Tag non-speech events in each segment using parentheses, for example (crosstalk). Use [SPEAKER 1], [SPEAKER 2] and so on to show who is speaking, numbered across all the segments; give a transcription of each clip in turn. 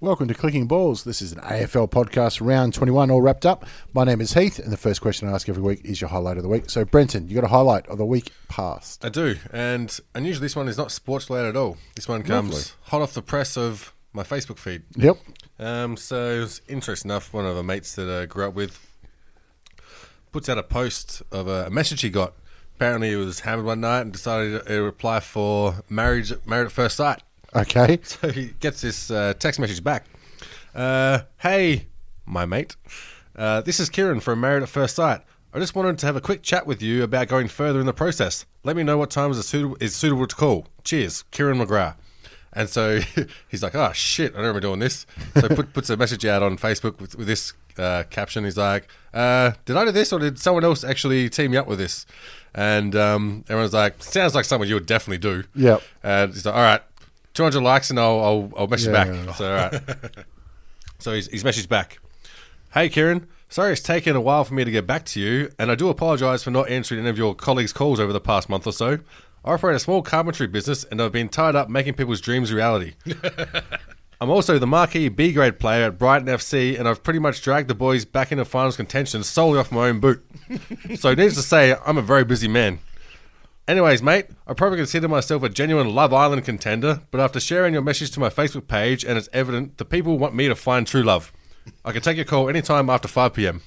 [SPEAKER 1] Welcome to Clicking Balls. This is an AFL podcast, round 21, all wrapped up. My name is Heath, and the first question I ask every week is your highlight of the week. So, Brenton, you got a highlight of the week past.
[SPEAKER 2] I do, and unusually this one is not sports related at all. This one comes
[SPEAKER 1] Lovely.
[SPEAKER 2] hot off the press of my Facebook feed.
[SPEAKER 1] Yep.
[SPEAKER 2] Um, so, it's interesting enough, one of the mates that I grew up with puts out a post of a message he got. Apparently, he was hammered one night and decided to apply for marriage, married at first sight.
[SPEAKER 1] Okay.
[SPEAKER 2] (laughs) So he gets this uh, text message back. Uh, hey, my mate. Uh, this is Kieran from Married at First Sight. I just wanted to have a quick chat with you about going further in the process. Let me know what times is suitable, is suitable to call. Cheers, Kieran McGrath. And so (laughs) he's like, oh shit, I don't remember doing this. So put, puts a message out on Facebook with, with this uh, caption. He's like, uh, did I do this or did someone else actually team you up with this? And um, everyone's like, sounds like someone you would definitely do.
[SPEAKER 1] Yep.
[SPEAKER 2] And he's like, all right, 200 likes and I'll, I'll, I'll message
[SPEAKER 1] Yeah.
[SPEAKER 2] back. So, all right. (laughs) so he's, he's messaged back. Hey, Kieran. Sorry it's taken a while for me to get back to you, and I do apologise for not answering any of your colleagues' calls over the past month or so. I operate a small carpentry business, and I've been tied up making people's dreams reality. I'm also the marquee B grade player at Brighton FC, and I've pretty much dragged the boys back into finals contention solely off my own boot. so, needless to say, I'm a very busy man. Anyways, mate, I probably consider myself a genuine Love Island contender, but after sharing your message to my Facebook page, and it's evident the people want me to find true love. I can take your call anytime after 5 p.m.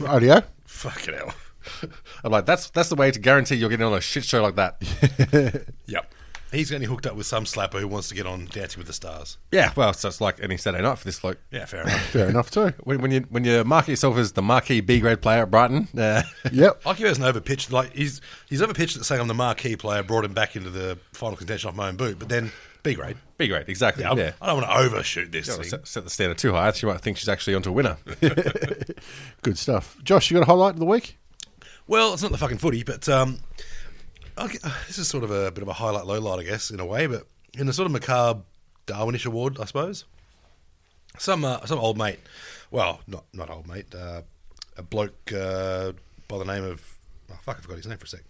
[SPEAKER 1] Radio.
[SPEAKER 2] Fucking hell. (laughs) I'm like, that's that's the way to guarantee you're getting on a shit show like that.
[SPEAKER 3] (laughs) Yep. He's getting hooked up with some slapper who wants to get on Dancing with the Stars.
[SPEAKER 2] yeah, well, so it's like any Saturday night for this bloke.
[SPEAKER 3] Yeah, fair enough.
[SPEAKER 1] Fair enough, too.
[SPEAKER 2] (laughs) When, when you when you market yourself as the marquee B grade player at Brighton, uh,
[SPEAKER 1] Yep.
[SPEAKER 3] Like he hasn't overpitched. Like he's he's overpitched at saying I'm the marquee player, brought him back into the final contention off my own boot. But then B grade.
[SPEAKER 2] (laughs) B grade, exactly.
[SPEAKER 3] Yeah,
[SPEAKER 2] Yeah,
[SPEAKER 3] I'm- I don't want to overshoot this
[SPEAKER 2] Don't
[SPEAKER 3] thing.
[SPEAKER 2] set, set the standard too high. She might think she's actually onto a winner. (laughs)
[SPEAKER 1] Good stuff. Josh, you got a highlight of the week?
[SPEAKER 3] Well, it's not the fucking footy, but um, okay, uh, (sighs) this is sort of a bit of a highlight, low light, I guess, in a way. But in a sort of macabre Darwinish award, I suppose. Some uh, some old mate, well, not not old mate, uh, a bloke uh, by the name of oh, fuck, I forgot his name for a sec.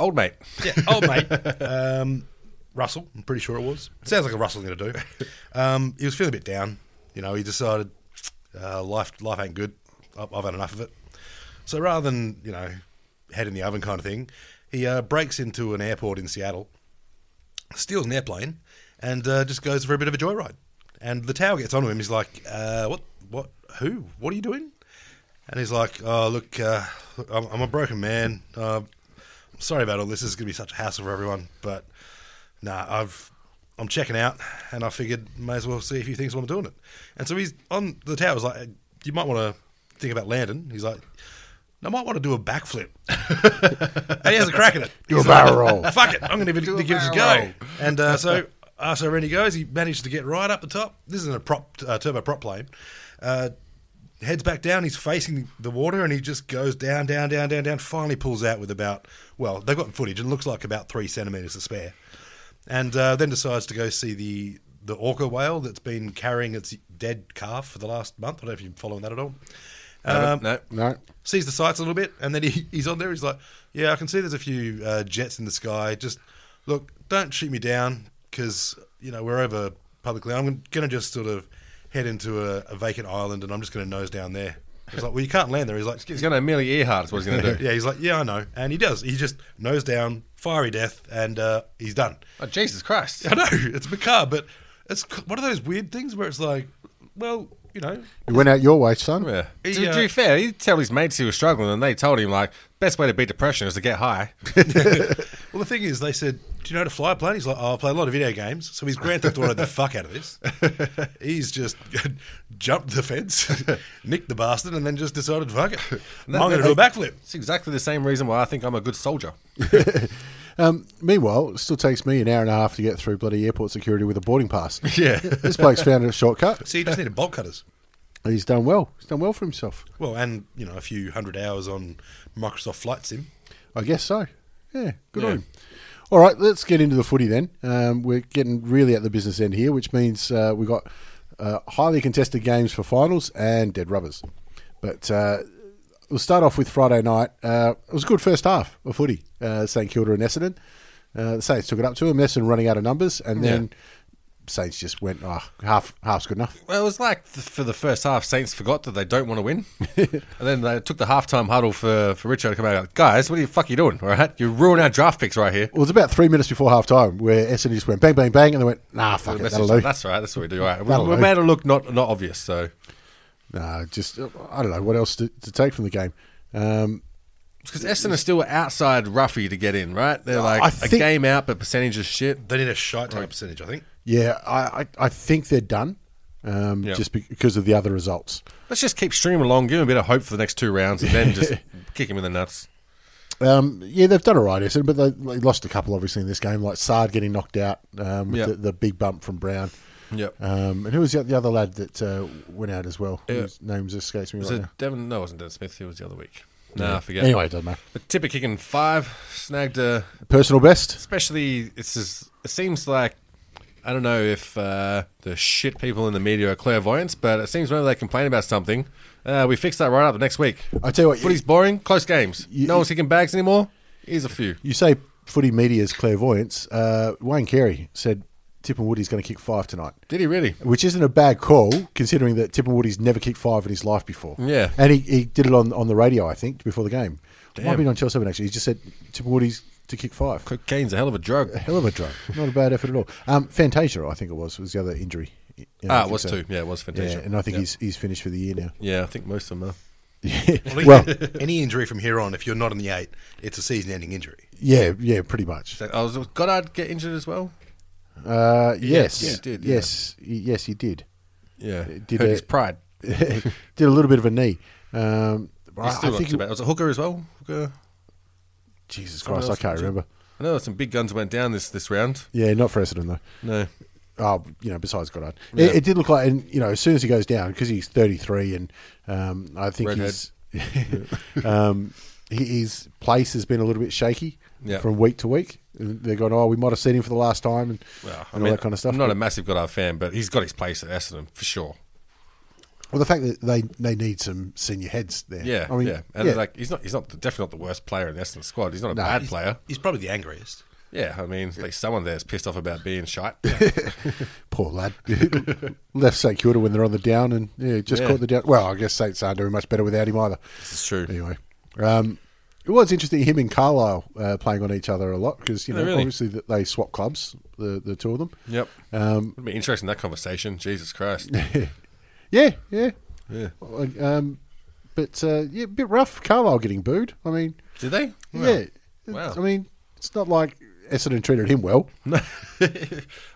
[SPEAKER 2] Old mate.
[SPEAKER 3] Yeah, old mate. um, Russell, I'm pretty sure it was. Sounds like a Russell thing to do. Um, he was feeling a bit down. You know, he decided uh, life life ain't good. I've, I've had enough of it. So rather than you know head in the oven kind of thing, he uh, breaks into an airport in Seattle, steals an airplane, and uh, just goes for a bit of a joyride. And the tower gets onto him. He's like, uh, "What? What? Who? What are you doing?" And he's like, "Oh, look, uh, look, I'm, I'm a broken man. Uh, I'm sorry about all this. This is going to be such a hassle for everyone. But nah, I've I'm checking out, and I figured may as well see a few things while I'm doing it. And so he's on the tower. He's like, "Hey, you might want to think about landing. He's like, I might want to do a backflip. (laughs) and he has a crack at it.
[SPEAKER 1] Do a
[SPEAKER 3] He's
[SPEAKER 1] barrel roll.
[SPEAKER 3] Fuck it, I'm going to give
[SPEAKER 2] a
[SPEAKER 3] it give this a
[SPEAKER 2] barrel
[SPEAKER 3] go. And uh, so after Rennie goes, he managed to get right up the top. This isn't a prop uh, turbo prop plane. Uh, heads back down. He's facing the water, and he just goes down, down, down, down, down. Finally pulls out with about well, they've got footage. It looks like about three centimeters to spare, and uh, then decides to go see the the orca whale that's been carrying its dead calf for the last month. I don't know if you're following that at all. Um,
[SPEAKER 2] no,
[SPEAKER 1] No.
[SPEAKER 3] sees the sights a little bit, and then he, (laughs) he's on there. He's like, "Yeah, I can see there's a few uh, jets in the sky. Just look, don't shoot me down because you know we're over publicly. I'm going to just sort of head into a, a vacant island, and I'm just going to nose down there." He's like, "Well, you can't land there." He's like,
[SPEAKER 2] he's going to merely Earhart is what he's
[SPEAKER 1] (laughs)
[SPEAKER 2] going to do.
[SPEAKER 3] (laughs) "Yeah." He's like, "Yeah, I know," and he does. He just nose down, fiery death, and uh, he's done.
[SPEAKER 2] Oh, Jesus Christ.
[SPEAKER 3] (laughs) I know it's macabre, but it's c- one of those weird things where it's like, well, you know,
[SPEAKER 1] You went out your way, son.
[SPEAKER 2] Yeah. To,
[SPEAKER 3] He,
[SPEAKER 2] to
[SPEAKER 3] uh,
[SPEAKER 2] be fair, he tell his mates he was struggling, and they told him like best way to beat depression is to
[SPEAKER 1] (laughs)
[SPEAKER 2] get high.
[SPEAKER 3] Well, the thing is, they said, "Do you know how to fly a plane?" He's like, "Oh, I play a lot of video games." So he's Grand Theft Auto the fuck out of this. He's just (laughs) jumped the fence, (laughs) nicked the bastard, and then just decided, "Fuck it, I'm going to do a backflip."
[SPEAKER 2] it's exactly the same reason why I think I'm a good soldier.
[SPEAKER 1] Um, meanwhile, it still takes me an hour and a half to get through bloody airport security with a boarding pass.
[SPEAKER 2] (laughs) Yeah.
[SPEAKER 1] this bloke's found a shortcut.
[SPEAKER 3] So you just needed bolt cutters.
[SPEAKER 1] He's done well. He's done well for himself.
[SPEAKER 3] Well, and you know, a few hundred hours on Microsoft Flight Sim.
[SPEAKER 1] I guess so. Yeah, good
[SPEAKER 2] Yeah.
[SPEAKER 1] on him. All right, let's get into the footy then. Um, we're getting really at the business end here, which means uh, we've got uh, highly contested games for finals and dead rubbers. But uh, we'll start off with Friday night. Uh, it was a good first half of footy, uh, St Kilda and Essendon. Uh, the Saints took it up to them, Essendon running out of numbers, and then Saints just went, oh, half half's good enough.
[SPEAKER 2] Well, it was like th- for the first half, Saints forgot that they don't want
[SPEAKER 1] (laughs)
[SPEAKER 2] to win, and then they took the halftime huddle for for Richard to come out. and go, Guys, what the fuck are you doing? All right, you're ruining our draft picks
[SPEAKER 1] (laughs)
[SPEAKER 2] right here.
[SPEAKER 1] Well, it was about three minutes before half time where Essendon just went bang, bang, bang, and they went, nah, fuck it,
[SPEAKER 2] Message,
[SPEAKER 1] that'll do.
[SPEAKER 2] that's all right. That's what we do. All right, we,
[SPEAKER 1] That'll
[SPEAKER 2] we
[SPEAKER 1] do.
[SPEAKER 2] made it look not not obvious. So
[SPEAKER 1] Nah, just, uh, I don't know, what else to, to take from the game? Um,
[SPEAKER 2] because Essendon are still outside Ruffy to get in, right? They're like
[SPEAKER 1] I
[SPEAKER 2] a
[SPEAKER 1] think-
[SPEAKER 2] game out, but percentage is shit.
[SPEAKER 3] They need a shite type percentage, I think.
[SPEAKER 1] yeah, I, I, I think they're done um,
[SPEAKER 2] Yeah.
[SPEAKER 1] just because of the other results.
[SPEAKER 2] Let's just keep streaming along, give him a bit of hope for the next two rounds, and then (laughs) just kick him in the nuts.
[SPEAKER 1] Um, yeah, they've done all right, Essendon, but they, they lost a couple, obviously, in this game, like Sard getting knocked out um, with
[SPEAKER 2] Yeah.
[SPEAKER 1] the, the big bump from Brown.
[SPEAKER 2] Yep.
[SPEAKER 1] Um, and who was the, the other lad that uh, went out as well? Whose name's escapes me
[SPEAKER 2] was
[SPEAKER 1] right
[SPEAKER 2] it
[SPEAKER 1] now.
[SPEAKER 2] Devin? No, it wasn't Devin Smith. He was the other week. Nah, I forget.
[SPEAKER 1] Anyway, it doesn't matter.
[SPEAKER 2] But Tipper kicking five, snagged a
[SPEAKER 1] Personal best.
[SPEAKER 2] especially it's just, it seems like I don't know if uh, the shit people in the media are clairvoyants, but it seems whenever they complain about something, uh, we fix that right up the next week.
[SPEAKER 1] I tell you what,
[SPEAKER 2] Footy's boring, close games.
[SPEAKER 1] You-
[SPEAKER 2] no one's kicking bags anymore. Here's a few.
[SPEAKER 1] You say footy media's clairvoyance. Uh, Wayne Carey said Tip and Woody's going to kick five tonight,
[SPEAKER 2] Did he really?
[SPEAKER 1] which isn't a bad call considering that Tip and Woody's never kicked five in his life before.
[SPEAKER 2] Yeah.
[SPEAKER 1] and he, he did it on, on the radio, I think, before the game. It Might
[SPEAKER 2] Damn.
[SPEAKER 1] have been on Chelsea Seven actually. He just said Tip and Woody's to kick five.
[SPEAKER 2] Cocaine's a hell of a drug.
[SPEAKER 1] Hell of a drug. Not a bad effort at all. Um, Fantasia, I think it was, was the other injury. Yeah, I
[SPEAKER 2] Ah, it
[SPEAKER 1] think
[SPEAKER 2] was
[SPEAKER 1] so.
[SPEAKER 2] two. Yeah, it was
[SPEAKER 1] Yeah,
[SPEAKER 2] fantastic.
[SPEAKER 1] and I think he's he's finished for the year
[SPEAKER 2] (laughs)
[SPEAKER 1] now.
[SPEAKER 2] yeah, I think most of them are.
[SPEAKER 1] (laughs) Well-
[SPEAKER 3] well, any injury from here on, if you're not in the eight, it's a season-ending injury.
[SPEAKER 1] Yeah, yeah, pretty much.
[SPEAKER 2] So, oh, was Goddard get injured as well?
[SPEAKER 1] Uh, yes,
[SPEAKER 2] he did, yeah.
[SPEAKER 1] yes, he- yes, he did. (laughs)
[SPEAKER 2] Yeah.
[SPEAKER 1] Did
[SPEAKER 2] Hurt
[SPEAKER 1] a-
[SPEAKER 2] his pride.
[SPEAKER 1] did a little bit of a knee. Um, I,
[SPEAKER 2] He's still
[SPEAKER 1] I
[SPEAKER 2] not
[SPEAKER 1] think
[SPEAKER 2] too bad. Was it Hooker as well? Hooker?
[SPEAKER 1] Jesus
[SPEAKER 2] Someone
[SPEAKER 1] Christ, I
[SPEAKER 2] else
[SPEAKER 1] can't
[SPEAKER 2] injured?
[SPEAKER 1] remember.
[SPEAKER 2] I know some big guns went down this, this round.
[SPEAKER 1] Yeah, not for Essendon though.
[SPEAKER 2] No.
[SPEAKER 1] Oh, you know, besides Goddard,
[SPEAKER 2] Yeah.
[SPEAKER 1] it, it did look like, and you know, as soon as he goes down, because he's thirty three, and um, I think
[SPEAKER 2] Redhead.
[SPEAKER 1] he's, (laughs) um, he, his place has been a little bit shaky
[SPEAKER 2] Yeah.
[SPEAKER 1] from week to week. And They're going, oh, we might have seen him for the last time, and,
[SPEAKER 2] Well, I
[SPEAKER 1] and all
[SPEAKER 2] mean,
[SPEAKER 1] that kind of stuff.
[SPEAKER 2] I'm not a massive Goddard fan, but he's got his place at Essendon for sure.
[SPEAKER 1] well, the fact that they, they need some senior heads there.
[SPEAKER 2] Yeah,
[SPEAKER 1] I mean,
[SPEAKER 2] yeah. And like he's not, he's not definitely not the worst player in the Essendon squad. He's not a
[SPEAKER 1] No,
[SPEAKER 2] bad
[SPEAKER 1] he's-
[SPEAKER 2] player.
[SPEAKER 3] He's probably the angriest.
[SPEAKER 2] Yeah, I mean, like someone there's pissed off about
[SPEAKER 1] (laughs)
[SPEAKER 2] being shite.
[SPEAKER 1] Poor lad. (laughs) Left St Kilda when they're on the down and yeah, just
[SPEAKER 2] Yeah.
[SPEAKER 1] caught the down. Well, I guess Saints aren't doing much better without him either.
[SPEAKER 2] it's true.
[SPEAKER 1] Anyway, um, it was interesting him and Carlisle uh, playing on each other a lot because you
[SPEAKER 2] Oh,
[SPEAKER 1] know
[SPEAKER 2] really?
[SPEAKER 1] obviously that they swap clubs, the the two of them.
[SPEAKER 2] Yep.
[SPEAKER 1] Um,
[SPEAKER 2] Would be interesting that conversation. Jesus Christ.
[SPEAKER 1] (laughs) yeah, yeah.
[SPEAKER 2] Yeah.
[SPEAKER 1] Like, Um, but uh, yeah, a bit rough. Carlisle getting booed. I mean,
[SPEAKER 2] Did they?
[SPEAKER 1] yeah.
[SPEAKER 2] Wow.
[SPEAKER 1] I mean, it's not like Essendon treated him well.
[SPEAKER 2] (laughs)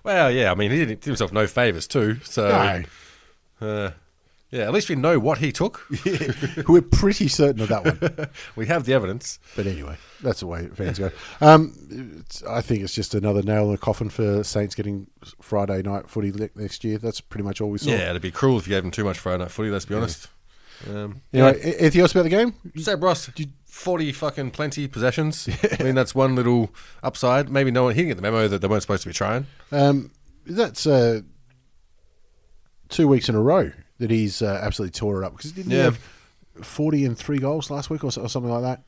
[SPEAKER 2] Well, yeah. I mean, he did himself no favors too. So, (laughs)
[SPEAKER 1] No.
[SPEAKER 2] uh, yeah. At least we know what he took. (laughs)
[SPEAKER 1] We're pretty certain of that one.
[SPEAKER 2] we have the evidence.
[SPEAKER 1] But anyway, that's the way fans go. Um, it's- I think it's just another nail in the coffin for Saints getting Friday night footy le- next year. That's pretty much all we saw.
[SPEAKER 2] Yeah, it'd be cruel if you gave him too much Friday night footy. Let's be honest. Um,
[SPEAKER 1] Anyway, a- anything else about the game?
[SPEAKER 2] Seb Ross, forty fucking plenty possessions. I mean, that's one little upside. Maybe no one he didn't get the memo that they weren't supposed to be trying.
[SPEAKER 1] Um, that's uh, two weeks in a row that he's uh, absolutely tore it up because didn't he
[SPEAKER 2] Yeah.
[SPEAKER 1] have forty and three goals last week or, so- or something like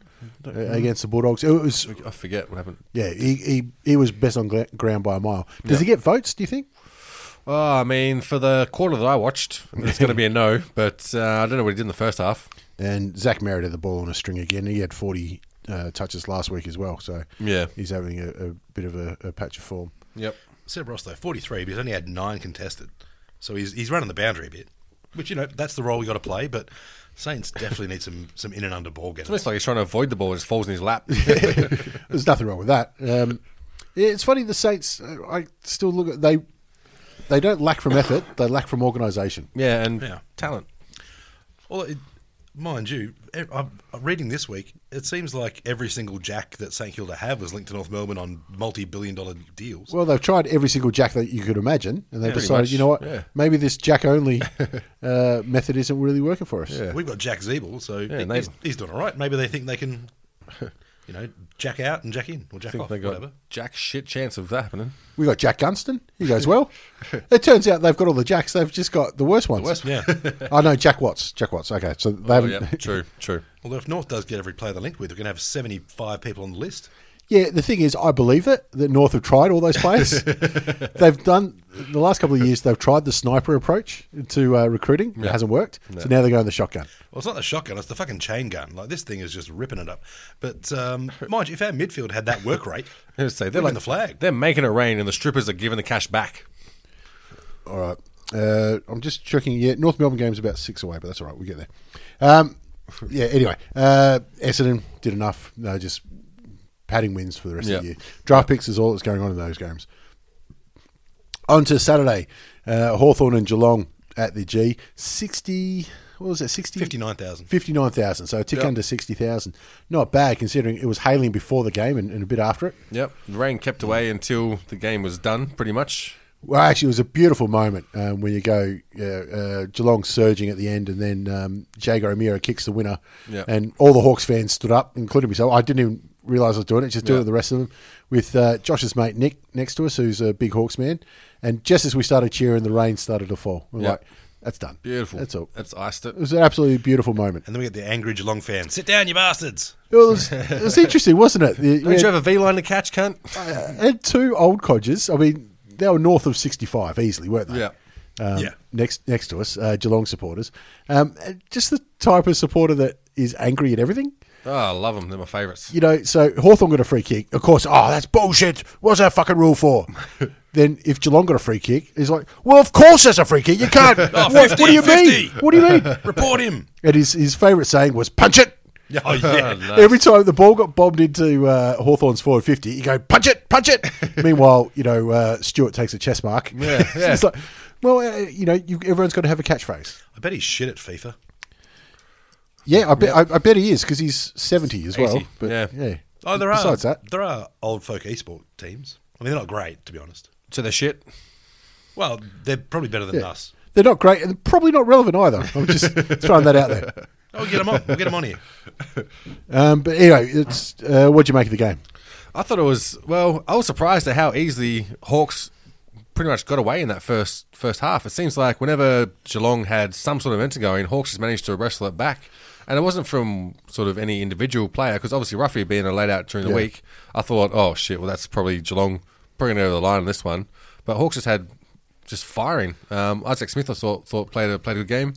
[SPEAKER 1] that uh, against the Bulldogs? It was
[SPEAKER 2] I forget what happened.
[SPEAKER 1] yeah, he he, he was best on gla- ground by a mile. Does he get votes? Do you think?
[SPEAKER 2] Oh, I mean, for the quarter that I watched, it's going to be a no. (laughs) But uh, I don't know what he did in the first half.
[SPEAKER 1] And Zach Merritt had the ball on a string again. He had 40 uh, touches last week as well. So
[SPEAKER 2] Yeah.
[SPEAKER 1] he's having a, a bit of a, a patch of form.
[SPEAKER 2] Yep.
[SPEAKER 3] Seb Ross, though, 43, but he's only had nine contested. So he's, he's running the boundary a bit, which, you know, that's the role we got to play. But Saints definitely need some, some in and under ball
[SPEAKER 2] It's
[SPEAKER 3] getters.
[SPEAKER 2] almost like he's trying to avoid the ball. It just falls in his (laughs) lap.
[SPEAKER 1] (laughs) There's nothing wrong with that. Um, yeah, it's funny the Saints. uh, I still look at they. They don't lack from effort; they lack from organisation.
[SPEAKER 2] yeah, and
[SPEAKER 3] Yeah.
[SPEAKER 2] talent.
[SPEAKER 3] Well, it, mind you, e- I'm I'm reading this week, it seems like every single jack that St Kilda have was linked to North Melbourne on multi billion dollar deals.
[SPEAKER 1] Well, they've tried every single jack that you could imagine, and they have
[SPEAKER 2] Yeah, pretty
[SPEAKER 1] decided,
[SPEAKER 2] much,
[SPEAKER 1] you know what,
[SPEAKER 2] yeah.
[SPEAKER 1] maybe this jack
[SPEAKER 2] (laughs)
[SPEAKER 1] only uh, method isn't really working for us.
[SPEAKER 2] Yeah.
[SPEAKER 3] We've got Jack Zeeble, so he-
[SPEAKER 2] they-
[SPEAKER 3] he's, he's doing all right. Maybe they think they
[SPEAKER 2] (laughs)
[SPEAKER 3] can, you know, jack out and jack in or
[SPEAKER 2] I
[SPEAKER 3] jack
[SPEAKER 2] think
[SPEAKER 3] off,
[SPEAKER 2] they got
[SPEAKER 3] whatever.
[SPEAKER 2] Oh, jack shit chance of that happening.
[SPEAKER 1] We got Jack Gunston. He goes
[SPEAKER 2] (laughs)
[SPEAKER 1] well. it turns out they've got all the jacks. They've just got the worst ones.
[SPEAKER 2] worst- Oh,
[SPEAKER 3] Yeah.
[SPEAKER 2] (laughs)
[SPEAKER 1] oh no, Jack Watts. Jack Watts. Okay, so they haven't. (laughs)
[SPEAKER 2] Yeah, true, true.
[SPEAKER 3] Although if North does get every player they link with, we're going to have 75 people on the list.
[SPEAKER 1] Yeah, the thing is, I believe it that North have tried all those players. they've done the last couple of years. They've tried the sniper approach to uh, recruiting. It hasn't worked, so now they're going the shotgun.
[SPEAKER 3] Well, it's not the shotgun; it's the fucking chain gun. Like this thing is just ripping it up. But (laughs) um, mind you, if our midfield had that work rate,
[SPEAKER 2] I was gonna say, they're
[SPEAKER 3] Waving
[SPEAKER 2] like
[SPEAKER 3] the flag.
[SPEAKER 2] They're making it rain, and the strippers are giving the cash back.
[SPEAKER 1] All right, uh, I'm just checking. Yeah, North Melbourne game's about six away, but that's all right. We get there. Um, yeah. Anyway, uh, Essendon did enough. No, just padding wins for the rest
[SPEAKER 2] Yeah.
[SPEAKER 1] of the year. Draft picks is all that's going on in those games. On to Saturday, uh, Hawthorne and Geelong at the G. 60, what was that, 60?
[SPEAKER 3] fifty-nine thousand.
[SPEAKER 1] 59,000, so a tick under 60,000. Not bad considering it was hailing before the game and, and a bit after it.
[SPEAKER 2] Yep, the rain kept
[SPEAKER 3] Mm.
[SPEAKER 2] away until the game was done, pretty much.
[SPEAKER 1] Well, actually, it was a beautiful moment um, when you go uh, uh, Geelong surging at the end, and then um, Jago O'Meara kicks the winner,
[SPEAKER 2] Yeah.
[SPEAKER 1] and all the Hawks fans stood up, including myself. I didn't even realise I was doing it; just doing it
[SPEAKER 2] Yeah.
[SPEAKER 1] with the rest of them. With uh, Josh's mate Nick next to us, who's a big Hawks man, and just as we started cheering, the rain started to fall. We're
[SPEAKER 2] Yeah.
[SPEAKER 1] like, "That's done.
[SPEAKER 2] Beautiful.
[SPEAKER 1] That's all."
[SPEAKER 2] That's iced it.
[SPEAKER 1] It was an absolutely beautiful moment.
[SPEAKER 3] And then we get the angry Geelong fan. Sit down, you bastards.
[SPEAKER 1] It was, it was interesting, wasn't
[SPEAKER 2] (laughs)
[SPEAKER 1] it? The- we
[SPEAKER 2] Don't
[SPEAKER 1] had-
[SPEAKER 2] you have a V line to catch,
[SPEAKER 3] (laughs)
[SPEAKER 2] cunt?
[SPEAKER 1] Uh, and two old codgers. I mean, they were north of sixty-five easily, weren't they?
[SPEAKER 2] Yeah.
[SPEAKER 1] Um,
[SPEAKER 3] Yeah.
[SPEAKER 1] Next, next to us, uh, Geelong supporters. Um, and just the type of supporter that is angry at everything.
[SPEAKER 2] Oh, I love them. They're my favourites.
[SPEAKER 1] You know, so Hawthorn got a free kick. Of course, oh, that's bullshit. What's that fucking rule for? then if Geelong got a free kick, he's like, well, of course that's a free kick. You can't.
[SPEAKER 3] Oh,
[SPEAKER 1] what, what do you
[SPEAKER 3] 50,
[SPEAKER 1] mean?
[SPEAKER 3] 50.
[SPEAKER 1] What do you mean? (laughs)
[SPEAKER 3] Report him.
[SPEAKER 1] and his, his favourite saying was, punch it.
[SPEAKER 2] (laughs)
[SPEAKER 3] Oh yeah.
[SPEAKER 2] Nice.
[SPEAKER 1] Every time the ball got bombed into uh, Hawthorne's forward 50, you go, punch it, punch
[SPEAKER 2] (laughs)
[SPEAKER 1] it. Meanwhile, you know, uh, Stewart takes a chest mark.
[SPEAKER 2] Yeah,
[SPEAKER 1] (laughs)
[SPEAKER 2] yeah.
[SPEAKER 1] it's like, well, uh, you know, you, everyone's got to have a catchphrase.
[SPEAKER 3] (laughs) I bet he's shit at FIFA.
[SPEAKER 1] Yeah, I bet, I, I bet he is because he's 70 as well.
[SPEAKER 2] 80,
[SPEAKER 1] But
[SPEAKER 2] yeah.
[SPEAKER 1] yeah.
[SPEAKER 3] Oh, there are.
[SPEAKER 1] Besides that,
[SPEAKER 3] there are old folk esport teams. I mean, they're not great, to be honest.
[SPEAKER 2] To the shit.
[SPEAKER 3] Well, they're probably better than
[SPEAKER 1] Yeah.
[SPEAKER 3] us.
[SPEAKER 1] they're not great and probably not relevant either. I'm
[SPEAKER 2] (laughs)
[SPEAKER 1] just throwing that out there.
[SPEAKER 3] Oh, we'll get them on. We'll get
[SPEAKER 1] (laughs)
[SPEAKER 3] them on here.
[SPEAKER 1] Um, but anyway, it's uh, what do you make of the game?
[SPEAKER 2] I thought it was well. I was surprised at how easily Hawks pretty much got away in that first first half. It seems like whenever Geelong had some sort of momentum going, Hawks just managed to wrestle it back, and it wasn't from sort of any individual player because obviously Ruffy being a laid out during the
[SPEAKER 1] Yeah.
[SPEAKER 2] week, I thought, oh shit, well that's probably Geelong bringing it over the line in this one. But Hawks just had just firing. Um, Isaac Smith, I thought, thought played a played a good game.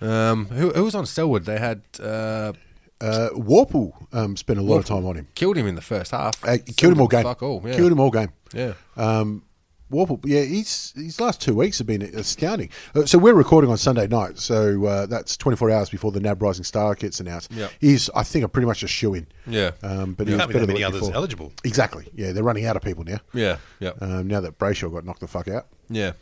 [SPEAKER 2] Um, who, who was on Selwood? They had uh,
[SPEAKER 1] Uh, Warple um, spent a lot of time on him.
[SPEAKER 2] killed him in the first half.
[SPEAKER 1] Uh, killed him all game.
[SPEAKER 2] Fuck all. Yeah.
[SPEAKER 1] Killed him all game.
[SPEAKER 2] Yeah.
[SPEAKER 1] Um, Warple, yeah, he's his last two weeks have been astounding. Uh, so we're recording on Sunday night, so uh, that's 24 hours before the NAB Rising Star gets announced.
[SPEAKER 2] Yeah.
[SPEAKER 1] He's, I think, a pretty much a shoe in.
[SPEAKER 2] Yeah.
[SPEAKER 1] um, but
[SPEAKER 3] There
[SPEAKER 1] he was
[SPEAKER 3] can't
[SPEAKER 1] better
[SPEAKER 3] be that
[SPEAKER 1] than
[SPEAKER 3] many
[SPEAKER 1] the week
[SPEAKER 3] others
[SPEAKER 1] before.
[SPEAKER 3] eligible.
[SPEAKER 1] Exactly. Yeah, they're running out of people now.
[SPEAKER 2] Yeah, yeah,
[SPEAKER 1] Um, now that Brayshaw got knocked the fuck out.
[SPEAKER 2] yeah.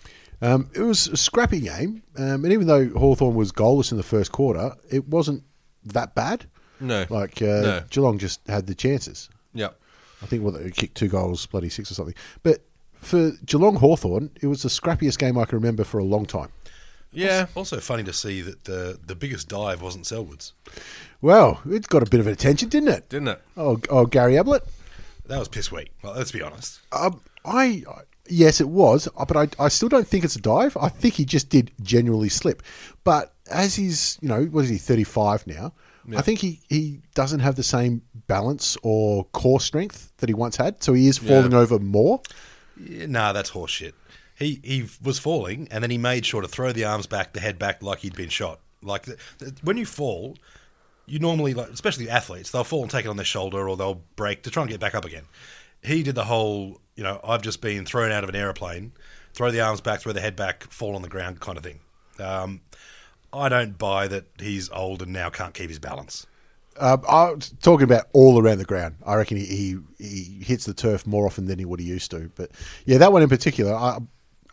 [SPEAKER 1] Um, it was a scrappy game, um, and even though Hawthorn was goalless in the first quarter, it wasn't that bad.
[SPEAKER 2] No.
[SPEAKER 1] Like uh,
[SPEAKER 2] No.
[SPEAKER 1] Geelong just had the chances.
[SPEAKER 2] Yeah.
[SPEAKER 1] I think well, they kicked two goals, bloody six or something. But for Geelong Hawthorn, it was the scrappiest game I can remember for a long time.
[SPEAKER 2] Yeah.
[SPEAKER 3] Also funny to see that the the biggest dive wasn't Selwood's.
[SPEAKER 1] Well, it got a bit of attention, didn't it?
[SPEAKER 2] Didn't it?
[SPEAKER 1] Oh, oh Gary Ablett.
[SPEAKER 3] That was piss weak. Well, let's be honest.
[SPEAKER 1] Um, I yes, it was, but I, I still don't think it's a dive. I think he just did genuinely slip. But as he's you know, what is he thirty five now? I think he he doesn't have the same balance or core strength that he once had, so he is falling
[SPEAKER 2] Yeah.
[SPEAKER 1] over more.
[SPEAKER 3] Yeah, nah, that's horseshit. He he was falling, and then he made sure to throw the arms back, the head back, like he'd been shot. Like th- th- when you fall, you normally like, especially athletes, they'll fall and take it on their shoulder, or they'll break to try and get back up again. He did the whole, you know, I've just been thrown out of an aeroplane, throw the arms back, throw the head back, fall on the ground, kind of thing. Um, I don't buy that he's old and now can't keep his balance.
[SPEAKER 1] Um, I was talking about all around the ground. I reckon he, he he hits the turf more often than he would he used to. But yeah, that one in particular, I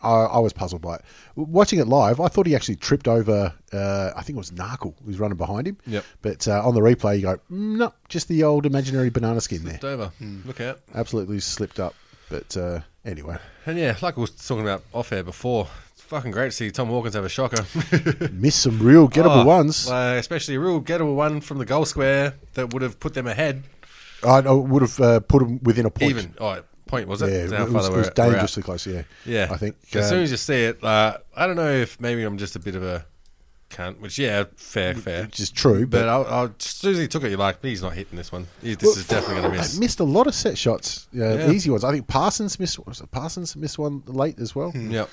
[SPEAKER 1] I, I was puzzled by it. Watching it live, I thought he actually tripped over. Uh, I think it was Narkle who was running behind him.
[SPEAKER 2] Yep.
[SPEAKER 1] But uh, on the replay, you go, "Mm, no, just the old imaginary banana skin there.
[SPEAKER 2] It's over.
[SPEAKER 1] Hmm.
[SPEAKER 2] Look out.
[SPEAKER 1] Absolutely slipped up. But uh, anyway, (laughs)
[SPEAKER 2] And yeah, like I was talking about off air before, it's fucking great to see Tom Hawkins have a shocker.
[SPEAKER 1] missed some real (laughs) gettable
[SPEAKER 2] Oh,
[SPEAKER 1] ones.
[SPEAKER 2] like, especially a real gettable one from the goal square that would have put them ahead.
[SPEAKER 1] I, I would have uh, put him within a point.
[SPEAKER 2] Even. Oh, point, was
[SPEAKER 1] yeah, it,
[SPEAKER 2] it? How far
[SPEAKER 1] was, it
[SPEAKER 2] they were-
[SPEAKER 1] was
[SPEAKER 2] were out.
[SPEAKER 1] dangerously close. Yeah,
[SPEAKER 2] Yeah.
[SPEAKER 1] I think
[SPEAKER 2] As
[SPEAKER 1] um,
[SPEAKER 2] uh, soon as you see it, uh, I don't know if maybe I'm just a bit of a cunt. Which yeah, fair, fair.
[SPEAKER 1] which is true. Mm,
[SPEAKER 2] But
[SPEAKER 1] But,
[SPEAKER 2] I, I, as soon as he took it, you're like, he's not hitting this one. He- This is definitely going to
[SPEAKER 1] I
[SPEAKER 2] miss.
[SPEAKER 1] missed a lot of set shots, uh,
[SPEAKER 2] Yeah.
[SPEAKER 1] easy ones. I think Parsons missed. Was it Parsons missed one late as well? Hmm.
[SPEAKER 2] Yep.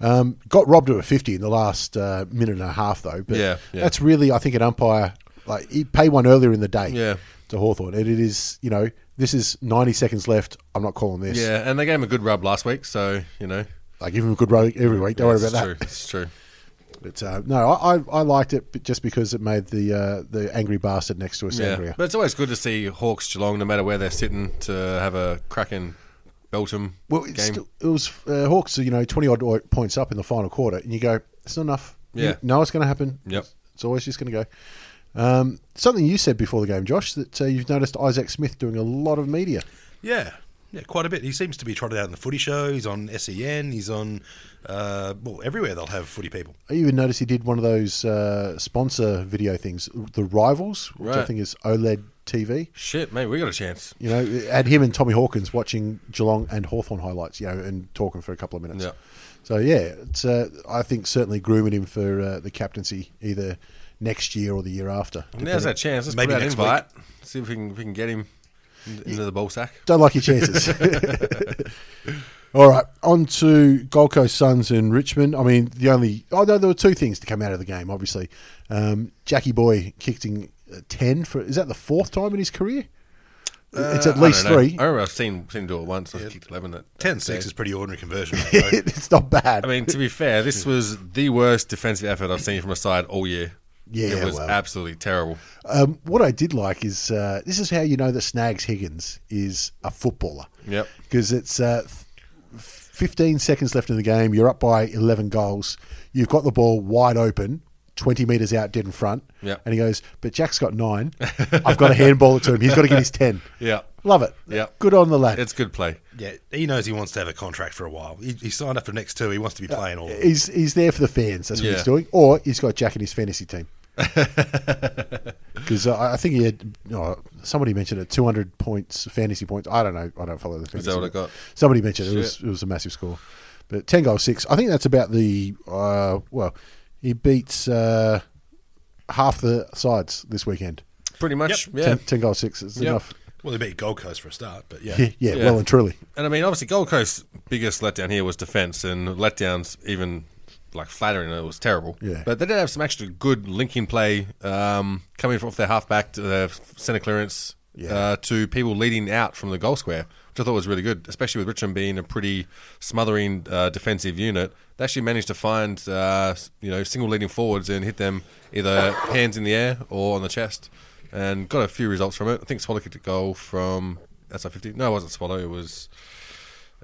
[SPEAKER 1] Um, got robbed of a fifty in the last uh, minute and a half, though. But
[SPEAKER 2] Yeah, yeah.
[SPEAKER 1] that's really, I think, an umpire like he paid one earlier in the day
[SPEAKER 2] Yeah.
[SPEAKER 1] to Hawthorn, and it is you know this is ninety seconds left. I'm not calling this.
[SPEAKER 2] Yeah, and they gave him a good rub last week, so you know.
[SPEAKER 1] I give him a good road every week. Don't worry
[SPEAKER 2] it's
[SPEAKER 1] about that.
[SPEAKER 2] true. It's true.
[SPEAKER 1] (laughs) But uh, no, I, I I liked it but just because it made the uh, the angry bastard next to us
[SPEAKER 2] Yeah,
[SPEAKER 1] angrier.
[SPEAKER 2] but it's always good to see Hawks Geelong, no matter where they're sitting, to have a cracking Beltum
[SPEAKER 1] Well,
[SPEAKER 2] game.
[SPEAKER 1] it's still, it was uh, Hawks. You know, twenty odd points up in the final quarter, and you go, "It's not enough."
[SPEAKER 2] Yeah.
[SPEAKER 1] you know it's going to happen.
[SPEAKER 2] Yep.
[SPEAKER 1] it's always just going to go. Um, something you said before the game, Josh, that uh, you've noticed Isaac Smith doing a lot of media.
[SPEAKER 3] Yeah, yeah, quite a bit. He seems to be trotted out in the footy show. He's on SEN. He's on uh, well everywhere. They'll have footy people.
[SPEAKER 1] I even noticed he did one of those uh, sponsor video things, the Rivals, which I
[SPEAKER 2] Right.
[SPEAKER 1] think is E OLED TV.
[SPEAKER 2] Shit, mate, we got a chance.
[SPEAKER 1] You know, and him and Tommy Hawkins watching Geelong and Hawthorn highlights, you know, and talking for a couple of minutes.
[SPEAKER 2] Yeah.
[SPEAKER 1] So, yeah, it's, uh, I think certainly grooming him for uh, the captaincy either next year or the year after.
[SPEAKER 2] Now's our chance. Let's
[SPEAKER 3] Maybe
[SPEAKER 2] put out an
[SPEAKER 3] next
[SPEAKER 2] invite. See if we can, if we can get him in- into the ball sack.
[SPEAKER 1] Don't like your chances. (laughs) All right, on to Gold Coast Suns and Richmond. I mean, the only oh no, there were two things to come out of the game. Obviously, um, Jackie Boy kicked in uh, ten for is that the fourth time in his career? it's at
[SPEAKER 2] Uh, I don't
[SPEAKER 1] least
[SPEAKER 2] know.
[SPEAKER 1] (laughs) three.
[SPEAKER 2] I remember I've seen seen him do it once. I kicked eleven. At,
[SPEAKER 3] 10 6 is pretty ordinary conversion. rate, though.
[SPEAKER 1] it's not bad.
[SPEAKER 2] I mean, to be fair, this was the worst defensive effort I've seen from a side all year.
[SPEAKER 1] Yeah,
[SPEAKER 2] it was
[SPEAKER 1] well.
[SPEAKER 2] absolutely terrible.
[SPEAKER 1] um, what I did like is uh, this is how you know that Snags Higgins is a footballer.
[SPEAKER 2] Yep.
[SPEAKER 1] because it's uh, f- 15 seconds left in the game. You're up by 11 goals. You've got the ball wide open, 20 metres out, dead in front.
[SPEAKER 2] Yep.
[SPEAKER 1] And he goes, But Jack's got nine. I've got to handball it to him. He's got to get his 10.
[SPEAKER 2] (laughs) Yeah.
[SPEAKER 1] Love it.
[SPEAKER 2] Yep.
[SPEAKER 1] Good on the lad.
[SPEAKER 2] It's good play.
[SPEAKER 3] yeah, he knows he wants to have a contract for a while. He, he signed up for the next two. He wants to be playing all.
[SPEAKER 1] he's, he's there for the fans. That's what
[SPEAKER 2] Yeah.
[SPEAKER 1] he's doing. Or he's got Jack in his fantasy
[SPEAKER 2] (laughs)
[SPEAKER 1] team. Because I I think he had oh, somebody mentioned it, two hundred points, fantasy points. I don't know. I don't follow the fantasy.
[SPEAKER 2] what I got?
[SPEAKER 1] Somebody mentioned it. It was, it was a massive score, but ten goals six. I think that's about the uh, well. He beats uh, half the sides this weekend.
[SPEAKER 2] Pretty much.
[SPEAKER 3] Yep.
[SPEAKER 2] Yeah.
[SPEAKER 1] Ten, 10 goals six is
[SPEAKER 2] Yep.
[SPEAKER 1] enough. (laughs)
[SPEAKER 3] Well, he beat Gold Coast for a start, but yeah.
[SPEAKER 1] Yeah, yeah,
[SPEAKER 2] Yeah.
[SPEAKER 1] well and truly.
[SPEAKER 2] And I mean, obviously, Gold Coast's biggest letdown here was defence, and letdowns even like flattering it was terrible.
[SPEAKER 1] Yeah.
[SPEAKER 2] But they did have some extra good linking play um, coming from off their halfback to their centre clearance
[SPEAKER 1] Yeah.
[SPEAKER 2] uh, to people leading out from the goal square, which I thought was really good, especially with Richmond being a pretty smothering uh, defensive unit. They actually managed to find uh, you know single leading forwards and hit them either hands in the air or on the chest, and got a few results from it. I think Swallow kicked a goal from outside fifty. No, it wasn't Swallow. It was.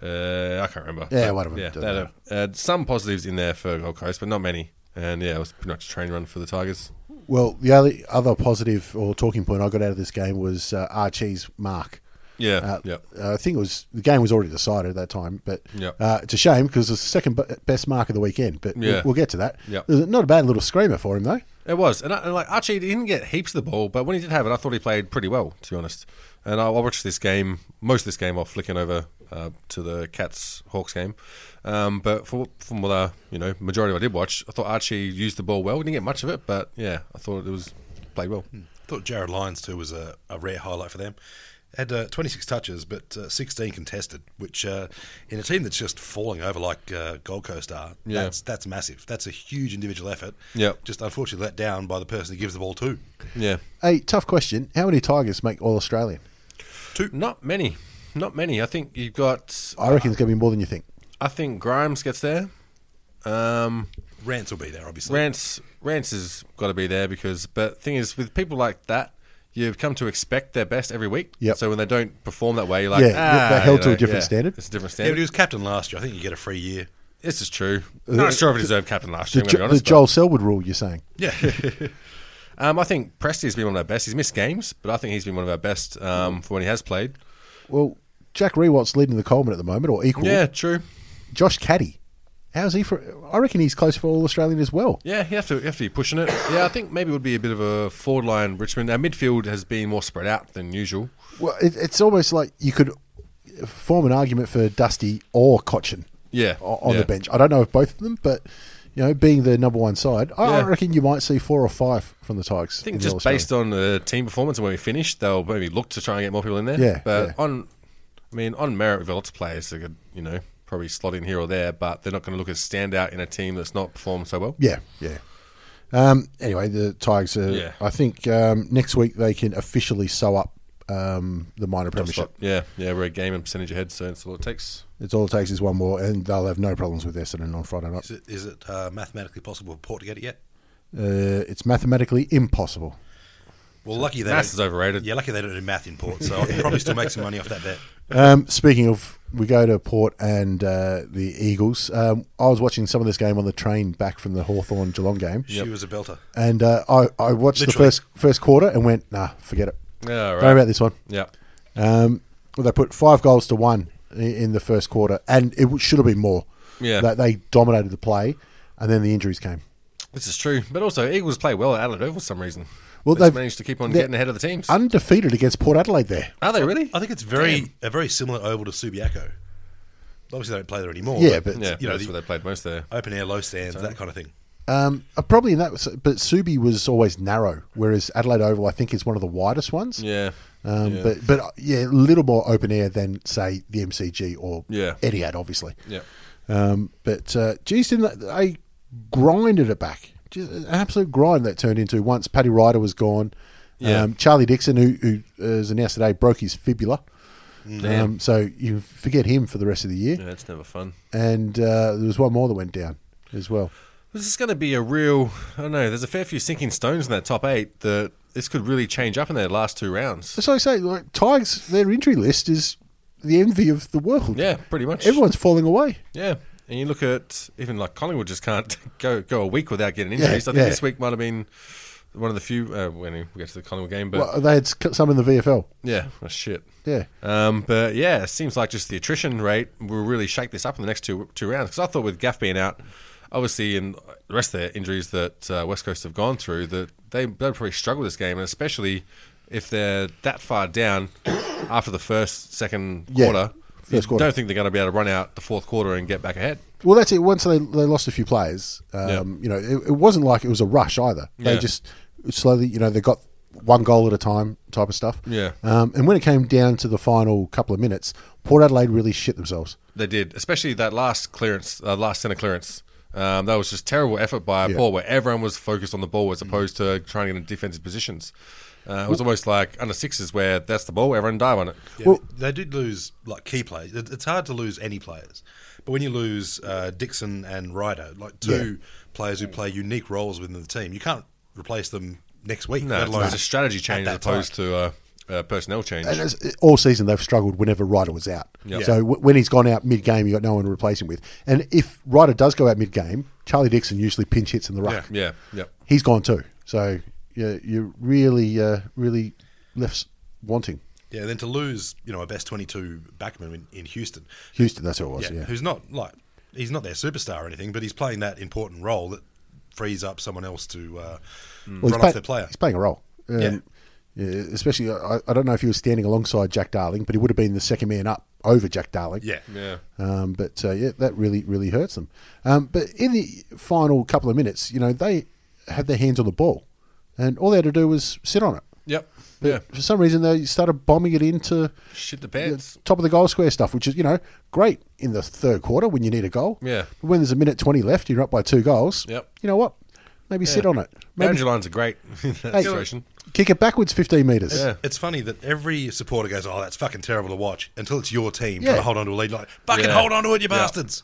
[SPEAKER 2] Uh, I can't remember.
[SPEAKER 1] Yeah,
[SPEAKER 2] But,
[SPEAKER 1] one of 'em,
[SPEAKER 2] Yeah,
[SPEAKER 1] doesn't
[SPEAKER 2] they had a- had some positives in there for Gold Coast, but not many. And yeah, it was pretty much a train run for the Tigers.
[SPEAKER 1] Well, the only other positive or talking point I got out of this game was uh, Archie's mark.
[SPEAKER 2] Yeah,
[SPEAKER 1] Uh,
[SPEAKER 2] yeah.
[SPEAKER 1] uh, I think it was the game was already decided at that time, but
[SPEAKER 2] Yeah.
[SPEAKER 1] uh, it's a shame because it's the second be- best mark of the weekend. But
[SPEAKER 2] Yeah.
[SPEAKER 1] we'll, we'll get to that.
[SPEAKER 2] Yeah.
[SPEAKER 1] It was Not a bad little screamer for him though.
[SPEAKER 2] It was, and, I, and like Archie didn't get heaps of the ball, but when he did have it, I thought he played pretty well, to be honest. And I, I watched this game, most of this game, while flicking over uh, to the Cats Hawks game. Um, but for, from what I, you know, majority of I did watch, I thought Archie used the ball well. Didn't get much of it, but yeah, I thought it was played well.
[SPEAKER 1] Hmm.
[SPEAKER 3] I thought Jared Lyons, too, was a, a rare highlight for them. Had uh, 26 touches, but uh, 16 contested, which uh, in a team that's just falling over like uh, Gold Coast are,
[SPEAKER 2] Yeah.
[SPEAKER 3] that's, that's massive. That's a huge individual effort.
[SPEAKER 2] Yep.
[SPEAKER 3] Just unfortunately let down by the person he gives the ball to.
[SPEAKER 2] Yeah,
[SPEAKER 1] Hey, tough question. How many Tigers make All Australian?
[SPEAKER 3] Two.
[SPEAKER 2] not many, not many. I think you've got,
[SPEAKER 1] I reckon it's going to be more than you think.
[SPEAKER 2] I think Grimes gets there. Um,
[SPEAKER 3] Rance will be there, obviously.
[SPEAKER 2] Rance Rance has got to be there because but thing is with people like that you've come to expect their best every week.
[SPEAKER 1] Yep.
[SPEAKER 2] So when they don't perform that way, you're like,
[SPEAKER 1] Yeah,
[SPEAKER 2] ah,
[SPEAKER 1] they're held
[SPEAKER 2] you
[SPEAKER 1] to a
[SPEAKER 2] know,
[SPEAKER 1] different
[SPEAKER 2] yeah,
[SPEAKER 1] standard.
[SPEAKER 2] It's a different
[SPEAKER 3] Yeah, but
[SPEAKER 2] standard.
[SPEAKER 3] he was captain last year. I think you get a free year.
[SPEAKER 2] This is true. Not sure if he deserved captain last year.
[SPEAKER 1] Uh, The, jo-
[SPEAKER 2] I'm gonna be
[SPEAKER 1] the
[SPEAKER 2] honest, but,
[SPEAKER 1] Joel Selwood rule, you're saying?
[SPEAKER 3] Yeah.
[SPEAKER 2] (laughs) um, I think Presty's been one of our best. He's missed games, but I think he's been one of our best um, for when he has played.
[SPEAKER 1] Well, Jack Rewatt's leading the Coleman at the moment, or equal.
[SPEAKER 2] Yeah, true.
[SPEAKER 1] Josh Caddy. How's he for? I reckon he's close for All Australian as well.
[SPEAKER 2] Yeah, you have to you have to be pushing it. Yeah, I think maybe it would be a bit of a forward line Richmond. Our midfield has been more spread out than usual.
[SPEAKER 1] Well, it, it's almost like you could form an argument for Dusty or Cochin.
[SPEAKER 2] Yeah,
[SPEAKER 1] o- on
[SPEAKER 2] yeah.
[SPEAKER 1] the bench. I don't know if both of them, but you know, being the number one side, I I
[SPEAKER 2] Yeah.
[SPEAKER 1] reckon you might see four or five from the Tigers.
[SPEAKER 2] I think just based on the team performance and when we finish, they'll maybe look to try and get more people in there.
[SPEAKER 1] Yeah,
[SPEAKER 2] but
[SPEAKER 1] yeah.
[SPEAKER 2] on, I mean, on merit, we've got lots of players that could, you know, probably slot in here or there, but they're not going to look as standout in a team that's not performed so well.
[SPEAKER 1] Yeah, yeah. Um, anyway, the Tigers are.
[SPEAKER 2] Yeah.
[SPEAKER 1] I think um, next week they can officially sew up um, the minor premiership.
[SPEAKER 2] Yeah, yeah, we're a game and percentage ahead, so that's all it takes.
[SPEAKER 1] It's all it takes is one more, and they'll have no problems with Essendon on Friday night.
[SPEAKER 3] Is it, is it uh, mathematically possible for Port to get it yet?
[SPEAKER 1] Uh, it's mathematically impossible.
[SPEAKER 3] Well, lucky they
[SPEAKER 2] Maths
[SPEAKER 3] don't-
[SPEAKER 2] is overrated.
[SPEAKER 3] Yeah, lucky they don't do math in Port,
[SPEAKER 2] (laughs)
[SPEAKER 3] so I can probably still make some money off that bet.
[SPEAKER 1] Um, speaking of, we go to Port and uh, the Eagles. Um, I was watching some of this game on the train back from the Hawthorn Geelong game,
[SPEAKER 3] She was a belter.
[SPEAKER 1] and uh, I, I watched the
[SPEAKER 3] Literally.
[SPEAKER 1] first first quarter and went, nah, forget it.
[SPEAKER 2] Yeah, all right.
[SPEAKER 1] Don't worry about this one.
[SPEAKER 2] Yeah.
[SPEAKER 1] Um, well, they put five goals to one i- in the first quarter, and it w- should have been more.
[SPEAKER 2] Yeah.
[SPEAKER 1] They, they dominated the play, and then the injuries came.
[SPEAKER 2] This is true. But also, Eagles play well at Adelaide Oval for some reason.
[SPEAKER 1] Well,
[SPEAKER 2] Well, they've
[SPEAKER 1] they've-
[SPEAKER 2] managed to keep on
[SPEAKER 1] they're-
[SPEAKER 2] getting ahead of the teams.
[SPEAKER 1] Undefeated against Port Adelaide there.
[SPEAKER 2] Are they really?
[SPEAKER 3] I think it's very a very similar oval to Subiaco. Obviously, they don't play there anymore.
[SPEAKER 1] Yeah, but-
[SPEAKER 2] yeah,
[SPEAKER 3] you know,
[SPEAKER 2] that's
[SPEAKER 3] the
[SPEAKER 2] where they played most there.
[SPEAKER 3] open air, low stands, that kind of thing.
[SPEAKER 1] Um, uh, probably in that, was- but Subi was always narrow, whereas Adelaide Oval, I think, is one of the widest ones.
[SPEAKER 2] Yeah.
[SPEAKER 1] Um,
[SPEAKER 2] yeah.
[SPEAKER 1] But but uh, yeah, a little more open air than say the MCG or
[SPEAKER 2] Yeah.
[SPEAKER 1] Etihad, obviously.
[SPEAKER 2] Yeah.
[SPEAKER 1] Um, but uh, geez, didn't they, they grinded it back? Just an absolute grind that turned into once Paddy Ryder was gone.
[SPEAKER 2] Yeah.
[SPEAKER 1] Um, Charlie Dixon, who, who uh, is announced today, broke his fibula. Um, so you forget him for the rest of the year.
[SPEAKER 2] Mm. Yeah, that's never fun.
[SPEAKER 1] And uh, there was one more that went down as well.
[SPEAKER 2] This is going to be a real. I don't know. There's a fair few sinking stones in that top eight that this could really change up in their last two rounds.
[SPEAKER 1] So I say, like, Tigers, their injury list is the envy of the world.
[SPEAKER 2] Yeah, pretty much.
[SPEAKER 1] Everyone's falling away.
[SPEAKER 2] Yeah. And you look at even like Collingwood just can't (laughs) go go a week without getting injuries. I think
[SPEAKER 1] yeah.
[SPEAKER 2] this week might have been one of the few uh, when we get to the Collingwood game, but
[SPEAKER 1] Well, they had sc- some in the VFL.
[SPEAKER 2] yeah, oh, shit.
[SPEAKER 1] Yeah.
[SPEAKER 2] Um, but yeah, it seems like just the attrition rate will really shake this up in the next two two rounds. Because I thought with Gaff being out, obviously, and the rest of their injuries that uh, West Coast have gone through, that they they'll probably struggle this game, and especially if they're that far down (coughs) after the first second
[SPEAKER 1] Yeah,
[SPEAKER 2] quarter.
[SPEAKER 1] first quarter.
[SPEAKER 2] Don't think they're going to be able to run out the fourth quarter and get back ahead.
[SPEAKER 1] Well, that's it. Once they, they lost a few players, um,
[SPEAKER 2] Yeah.
[SPEAKER 1] you know, it, it wasn't like it was a rush either. They
[SPEAKER 2] Yeah.
[SPEAKER 1] just slowly, you know, they got one goal at a time type of stuff.
[SPEAKER 2] Yeah.
[SPEAKER 1] Um, and when it came down to the final couple of minutes, Port Adelaide really shit themselves.
[SPEAKER 2] They did, especially that last clearance, uh, last centre clearance. Um, that was just terrible effort by
[SPEAKER 1] Yeah. Mm.
[SPEAKER 2] Paul, where everyone was focused on the ball as opposed to trying to get in defensive positions. Uh, it was almost like under sixes where that's the ball, everyone dive on it.
[SPEAKER 3] Yeah,
[SPEAKER 1] Well-
[SPEAKER 3] they did lose like key players. It- It's hard to lose any players, but when you lose uh, Dixon and Ryder, like two players who play unique roles within the team, you can't replace them next week.
[SPEAKER 2] No,
[SPEAKER 3] let
[SPEAKER 2] it's,
[SPEAKER 3] alone
[SPEAKER 2] it's a strategy
[SPEAKER 3] at
[SPEAKER 2] change as
[SPEAKER 3] that time.
[SPEAKER 2] opposed to uh, uh, personnel change.
[SPEAKER 1] And as, all season they've struggled whenever Ryder was out.
[SPEAKER 2] Yeah.
[SPEAKER 1] So w- when he's gone out mid game, you got no one to replace him with. And if Ryder does go out mid game, Charlie Dixon usually pinch hits in the ruck.
[SPEAKER 2] Yeah, yeah.
[SPEAKER 1] He's gone too. So yeah, you're really, uh, really left s- wanting.
[SPEAKER 3] Yeah, then to lose, you know, a best twenty-two backman in, in Houston,
[SPEAKER 1] Houston, that's who it was.
[SPEAKER 3] yeah,
[SPEAKER 1] yeah.
[SPEAKER 3] who's not like he's not their superstar or anything, but he's playing that important role that frees up someone else to
[SPEAKER 1] Well,
[SPEAKER 3] uh,
[SPEAKER 2] Hmm.
[SPEAKER 3] run
[SPEAKER 1] he's,
[SPEAKER 3] off
[SPEAKER 1] play-
[SPEAKER 3] their player.
[SPEAKER 1] he's playing a role. Um,
[SPEAKER 3] Yeah.
[SPEAKER 1] yeah, Especially, uh, I, I don't know if he was standing alongside Jack Darling, but he would have been the second man up over Jack Darling.
[SPEAKER 3] Yeah,
[SPEAKER 2] Yeah.
[SPEAKER 1] Um, but uh, yeah, that really, really hurts them. Um, but in the final couple of minutes, you know, they had their hands on the ball, and all they had to do was sit on it.
[SPEAKER 2] Yep.
[SPEAKER 1] But
[SPEAKER 2] yeah.
[SPEAKER 1] for some reason, they started bombing it into
[SPEAKER 2] Shit the
[SPEAKER 1] the
[SPEAKER 2] pants.
[SPEAKER 1] top of the goal square stuff, which is, you know, great in the third quarter when you need a goal.
[SPEAKER 2] Yeah.
[SPEAKER 1] But when there's a minute 20 left, you're up by two goals.
[SPEAKER 2] Yep.
[SPEAKER 1] You know what? Maybe sit on it.
[SPEAKER 2] Boundary
[SPEAKER 1] Maybe
[SPEAKER 2] lines are great (laughs) in that
[SPEAKER 1] Hey,
[SPEAKER 2] situation.
[SPEAKER 1] kick it backwards 15 metres.
[SPEAKER 2] Yeah.
[SPEAKER 3] It's funny that every supporter goes, "Oh, that's fucking terrible to watch." Until it's your team
[SPEAKER 1] Yeah.
[SPEAKER 3] trying to hold on to a lead, like fucking
[SPEAKER 2] Yeah.
[SPEAKER 3] hold on to it, you
[SPEAKER 2] Yeah.
[SPEAKER 3] bastards.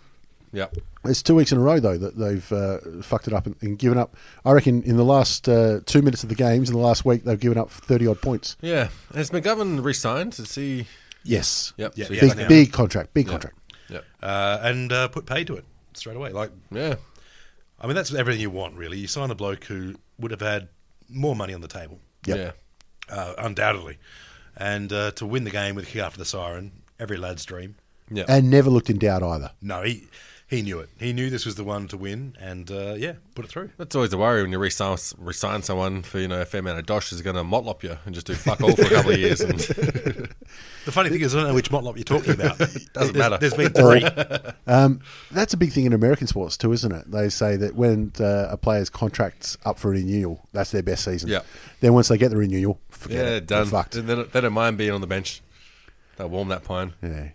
[SPEAKER 2] Yep.
[SPEAKER 1] It's two weeks in a row though that they've uh, fucked it up and, and given up. I reckon in the last uh, two minutes of the games in the last week they've given up thirty odd points.
[SPEAKER 2] Yeah. Has McGovern re-signed? Is he?
[SPEAKER 1] Yes.
[SPEAKER 2] Yep.
[SPEAKER 3] Yeah,
[SPEAKER 2] so he's
[SPEAKER 1] Big,
[SPEAKER 3] yeah.
[SPEAKER 2] back now.
[SPEAKER 1] big contract. Big contract.
[SPEAKER 2] Yep.
[SPEAKER 3] Uh, and uh, put pay to it straight away. Like,
[SPEAKER 2] Yeah.
[SPEAKER 3] I mean, that's everything you want, really. You sign a bloke who would have had more money on the table,
[SPEAKER 1] Yep.
[SPEAKER 2] Yeah.
[SPEAKER 3] uh, undoubtedly, and uh, to win the game with a kick after the siren, every lad's dream.
[SPEAKER 2] Yeah.
[SPEAKER 1] And never looked in doubt either.
[SPEAKER 3] No, he he He knew it. He knew this was the one to win, and uh, yeah, put it through.
[SPEAKER 2] That's always the worry when you resign, resign someone for you know a fair amount of dosh is going to motlop you and just do fuck all for a couple of years.
[SPEAKER 1] (laughs)
[SPEAKER 2] And
[SPEAKER 3] The funny thing is, I don't know which Motlop you're talking about. Doesn't there's,
[SPEAKER 2] matter.
[SPEAKER 3] There's been three.
[SPEAKER 1] Um, that's a big thing in American sports too, isn't it? They say that when uh, a player's contract's up for renewal, that's their best season.
[SPEAKER 2] Yeah.
[SPEAKER 1] Then once they get the renewal, forget
[SPEAKER 2] yeah,
[SPEAKER 1] it.
[SPEAKER 2] done.
[SPEAKER 1] They're fucked.
[SPEAKER 2] And they don't, they don't mind being on the bench. They'll warm that pine.
[SPEAKER 1] Yeah.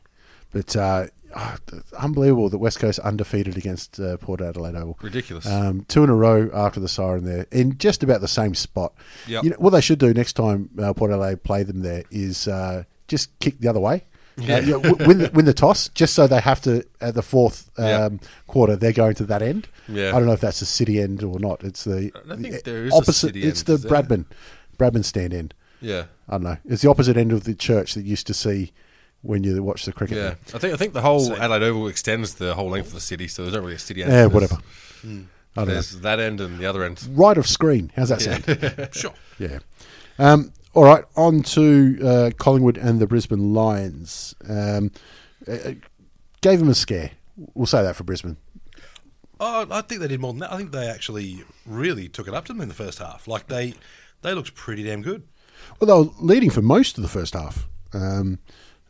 [SPEAKER 1] But uh, ah, th- unbelievable that West Coast undefeated against uh, Port Adelaide Oval.
[SPEAKER 2] Ridiculous.
[SPEAKER 1] Um, two in a row after the siren there, in just about the same spot.
[SPEAKER 2] Yep.
[SPEAKER 1] You know, what they should do next time uh, Port Adelaide play them there is uh, just kick the other way. Uh,
[SPEAKER 2] Yeah.
[SPEAKER 1] you know, w- win, the, win the toss, just so they have to at the fourth um,
[SPEAKER 2] Yeah.
[SPEAKER 1] quarter. They're going to that end.
[SPEAKER 2] Yeah.
[SPEAKER 1] I don't know if that's the city end or not. It's the,
[SPEAKER 2] don't think
[SPEAKER 1] the
[SPEAKER 2] there is a
[SPEAKER 1] opposite.
[SPEAKER 2] city
[SPEAKER 1] it's
[SPEAKER 2] end,
[SPEAKER 1] the
[SPEAKER 2] is there?
[SPEAKER 1] Bradman, Bradman stand end.
[SPEAKER 2] Yeah,
[SPEAKER 1] I don't know. It's the opposite end of the church that you used to see when you watch the cricket.
[SPEAKER 2] yeah.
[SPEAKER 1] there.
[SPEAKER 2] I think I think the whole Adelaide Oval extends the whole length of the city, so there's not really a city end.
[SPEAKER 1] Yeah,
[SPEAKER 2] There's-
[SPEAKER 1] whatever. I don't know.
[SPEAKER 2] There's that end and the other end.
[SPEAKER 1] Right of screen. How's that sound?
[SPEAKER 3] Sure.
[SPEAKER 1] Yeah. Um, all right, on to uh, Collingwood and the Brisbane Lions. Um, uh, uh, gave them a scare. We'll say that for Brisbane.
[SPEAKER 3] Oh, I think they did more than that. I think they actually really took it up to them in the first half. Like they, they looked pretty damn good.
[SPEAKER 1] Well, they were leading for most of the first half um,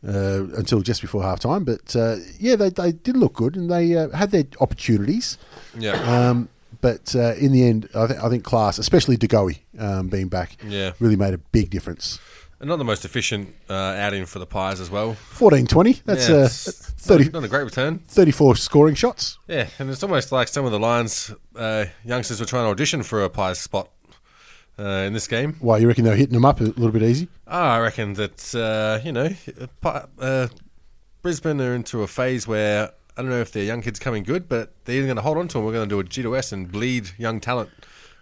[SPEAKER 1] uh, until just before half time. But uh, yeah, they, they did look good and they uh, had their opportunities.
[SPEAKER 2] Yeah,
[SPEAKER 1] Um, but uh, in the end, I, th- I think class, especially DeGoey um, being back,
[SPEAKER 2] Yeah.
[SPEAKER 1] really made a big difference.
[SPEAKER 2] and not the most efficient uh, outing for the Pies as well.
[SPEAKER 1] Fourteen twenty. That's
[SPEAKER 2] yeah,
[SPEAKER 1] uh,
[SPEAKER 2] it's
[SPEAKER 1] 30,
[SPEAKER 2] Not a great return.
[SPEAKER 1] 34 scoring shots.
[SPEAKER 2] Yeah, and it's almost like some of the Lions uh, youngsters were trying to audition for a Pies spot uh, in this game.
[SPEAKER 1] Why, you reckon they're hitting them up a little bit easy?
[SPEAKER 2] Ah, I reckon that uh, you know, Pi- uh, Brisbane are into a phase where I don't know if their young kids coming good, but they're either going to hold on to them. We're going to do a G to S and bleed young talent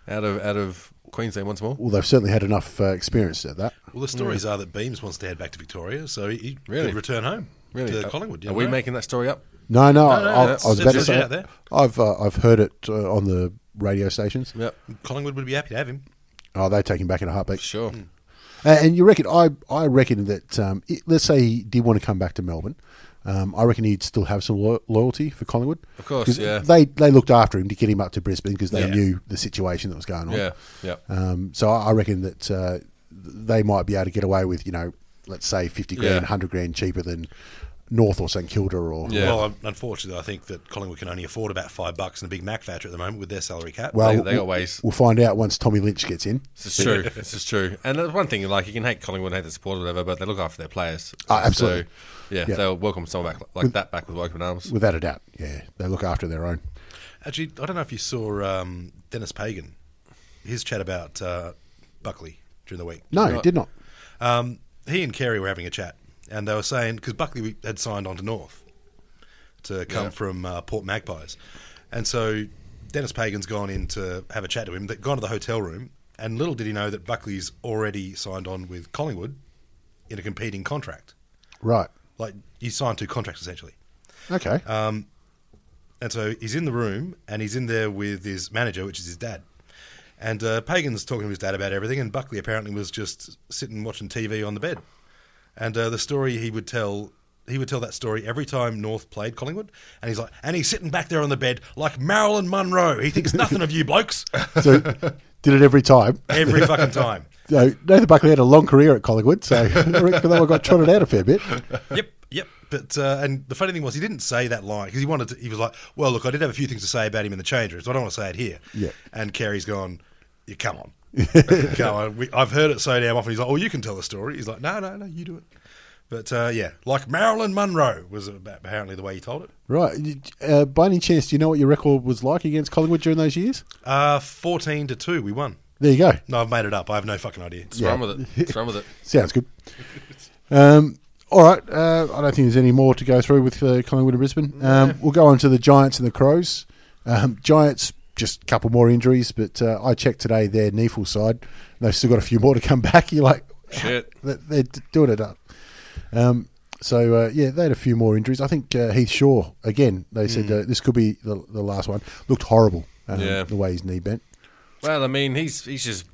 [SPEAKER 2] out of out of Queensland once more.
[SPEAKER 1] Well, they've certainly had enough uh, experience at that.
[SPEAKER 3] Well, the stories are that Beams wants to head back to Victoria, so he, he
[SPEAKER 2] Mm. Really?
[SPEAKER 3] could return home
[SPEAKER 2] Really, Uh,
[SPEAKER 3] to Collingwood. You
[SPEAKER 2] Are we
[SPEAKER 3] know?
[SPEAKER 2] making that story up?
[SPEAKER 1] No, no,
[SPEAKER 3] no,
[SPEAKER 1] I, I
[SPEAKER 3] that's-
[SPEAKER 1] was
[SPEAKER 3] that's
[SPEAKER 1] about to
[SPEAKER 3] just
[SPEAKER 1] say
[SPEAKER 3] out there.
[SPEAKER 1] I've uh, I've heard it uh, on the radio stations.
[SPEAKER 2] Yep,
[SPEAKER 3] Collingwood would be happy to have him.
[SPEAKER 1] Oh, they take him back in a heartbeat.
[SPEAKER 2] sure.
[SPEAKER 3] Hmm.
[SPEAKER 1] And and you reckon? I I reckon that um, it, let's say he did want to come back to Melbourne. Um, I reckon he'd still have some lo- loyalty for Collingwood.
[SPEAKER 2] Of course,
[SPEAKER 1] 'Cause
[SPEAKER 2] yeah.
[SPEAKER 1] They they looked after him to get him up to Brisbane because they
[SPEAKER 3] Yeah.
[SPEAKER 1] knew the situation that was going on.
[SPEAKER 2] Yeah, yeah.
[SPEAKER 1] Um, so I I reckon that uh, they might be able to get away with you know let's say fifty grand,
[SPEAKER 2] Yeah.
[SPEAKER 1] hundred grand cheaper than North or St Kilda or
[SPEAKER 2] Yeah.
[SPEAKER 3] Well, un- unfortunately, I think that Collingwood can only afford about five bucks and a Big Mac voucher at the moment with their salary cap.
[SPEAKER 1] Well,
[SPEAKER 2] They- they
[SPEAKER 1] we'll-
[SPEAKER 2] got ways.
[SPEAKER 1] We'll find out once Tommy Lynch gets in.
[SPEAKER 2] This is true. this is true. And that's one thing, like you can hate Collingwood, hate the support, or whatever, but they look after their players.
[SPEAKER 1] Ah, absolutely.
[SPEAKER 2] So, yeah,
[SPEAKER 1] Yeah.
[SPEAKER 2] they'll welcome someone back like that back with welcome arms.
[SPEAKER 1] Without a doubt, yeah, they look after their own.
[SPEAKER 3] Actually, I don't know if you saw um, Dennis Pagan, his chat about uh, Buckley during the week.
[SPEAKER 1] No,
[SPEAKER 2] Right.
[SPEAKER 1] did not.
[SPEAKER 3] Um, he and Kerry were having a chat, and they were saying because Buckley had signed on to North to come
[SPEAKER 2] Yeah.
[SPEAKER 3] from uh, Port Magpies, and so Dennis Pagan's gone in to have a chat to him. They've gone to the hotel room, and little did he know that Buckley's already signed on with Collingwood in a competing contract.
[SPEAKER 1] Right.
[SPEAKER 3] Like he signed two contracts essentially.
[SPEAKER 1] Okay.
[SPEAKER 2] Uh,
[SPEAKER 3] And so he's in the room and he's in there with his manager, which is his dad. And uh, Pagan's talking to his dad about everything, and Buckley apparently was just sitting watching TV on the bed. And uh, the story he would tell, he would tell that story every time North played Collingwood. And he's like, and he's sitting back there on the bed like Marilyn Monroe. He thinks nothing of you blokes
[SPEAKER 2] (laughs)
[SPEAKER 1] so did it every time.
[SPEAKER 3] every fucking time.
[SPEAKER 1] So Nathan Buckley had a long career at Collingwood, so (laughs) I reckon that one got trotted out a fair bit.
[SPEAKER 3] Yep, yep. But uh, and the funny thing was, he didn't say that line because he wanted. To, he was like, "Well, look, I did have a few things to say about him in the change room, so I don't want to say it here."
[SPEAKER 1] Yeah.
[SPEAKER 3] And Kerry's gone. Yeah, come on, come on. We, I've heard it so damn often. He's like, "Oh, you can tell the story." He's like, "No, no, no, you do it." But uh, yeah, like Marilyn Monroe was about, apparently the way he told it.
[SPEAKER 1] Right. You- Uh, by any chance, do you know what your record was like against Collingwood during those years?
[SPEAKER 3] Uh, Fourteen to two, we won.
[SPEAKER 1] There you go.
[SPEAKER 3] No, I've made it up. I have no fucking idea.
[SPEAKER 2] What's wrong with it? What's wrong
[SPEAKER 1] (laughs)
[SPEAKER 2] with it?
[SPEAKER 1] Sounds good. Um, all right. Uh, I don't think there's any more to go through with uh, Collingwood and Brisbane. Um, We'll go on to the Giants and the Crows. Um, Giants, just a couple more injuries, but uh, I checked today their Neefel side. They've still got a few more to come (laughs) back. You're like,
[SPEAKER 2] Shit.
[SPEAKER 1] they- (laughs) they're d- doing it up. Um, so, uh, yeah, they had a few more injuries. I think uh, Heath Shaw, again, they said uh, this could be the, the last one. Looked horrible, um,
[SPEAKER 2] Hmm. Yeah.
[SPEAKER 1] the way his knee bent.
[SPEAKER 2] Well, I mean, he's he's just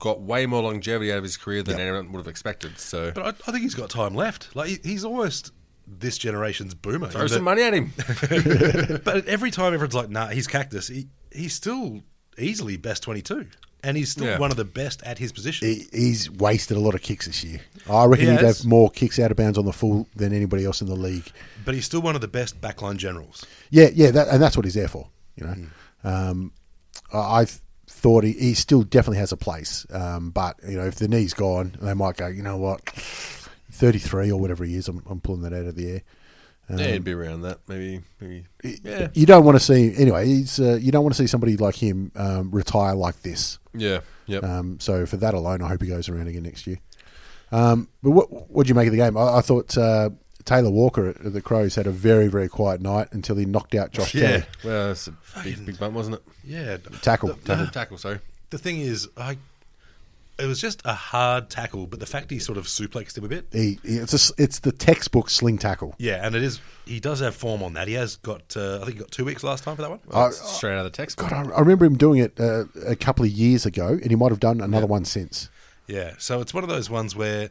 [SPEAKER 2] got way more longevity out of his career than anyone would have expected. So
[SPEAKER 3] But I, I think he's got time left. Like he, he's almost this generation's boomer.
[SPEAKER 2] Throw
[SPEAKER 3] In
[SPEAKER 2] some
[SPEAKER 3] that-
[SPEAKER 2] money at
[SPEAKER 1] (laughs)
[SPEAKER 2] him.
[SPEAKER 3] (laughs) but every time everyone's like, "Nah, he's cactus." He, he's still easily best twenty-two, and he's still
[SPEAKER 2] Yeah.
[SPEAKER 3] one of the best at his position.
[SPEAKER 1] He, he's wasted a lot of kicks this year. I reckon
[SPEAKER 3] He
[SPEAKER 1] he'd
[SPEAKER 3] has.
[SPEAKER 1] have more kicks out of bounds on the full than anybody else in the league.
[SPEAKER 3] but he's still one of the best backline generals.
[SPEAKER 1] Yeah, yeah, that, and that's what he's there for. You
[SPEAKER 3] Hmm.
[SPEAKER 1] know, um, I I th- thought he, he still definitely has a place, um, but you know, if the knee's gone, they might go. You know what, thirty three or whatever he is. I'm, I'm pulling that out of the air. Um,
[SPEAKER 2] yeah, it'd be around that. Maybe, maybe. Yeah,
[SPEAKER 1] You don't want to see anyway. He's uh, you don't want to see somebody like him um, retire like this.
[SPEAKER 2] yeah, yep.
[SPEAKER 1] Um, so for that alone, I hope he goes around again next year. Um, but what what do you make of the game? I, I thought uh, Taylor Walker at the Crows had a very very quiet night until he knocked out Josh
[SPEAKER 2] yeah.
[SPEAKER 1] Kelly.
[SPEAKER 2] Well, that's a big, big bump, wasn't it?
[SPEAKER 3] Yeah,
[SPEAKER 1] Tackle,
[SPEAKER 3] The,
[SPEAKER 1] tackle.
[SPEAKER 2] Tackle. Sorry.
[SPEAKER 3] the thing is, I. It was just a hard tackle, but the fact he sort of suplexed him a bit.
[SPEAKER 1] He, he- it's a s it's the textbook sling tackle.
[SPEAKER 3] Yeah, and it is. He does have form on that. He has got. Uh, I think he got two weeks last time for that one.
[SPEAKER 1] I,
[SPEAKER 2] Straight out of the textbook.
[SPEAKER 1] God, I, I remember him doing it uh, a couple of years ago, and he might have done another one since.
[SPEAKER 3] Yeah, so it's one of those ones where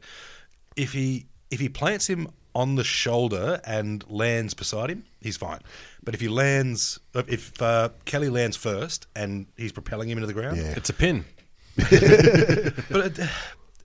[SPEAKER 3] if he if he plants him on the shoulder and lands beside him, he's fine. But if he lands, if uh, Kelly lands first and he's propelling him into the ground,
[SPEAKER 1] Yeah.
[SPEAKER 2] It's a pin.
[SPEAKER 3] but it,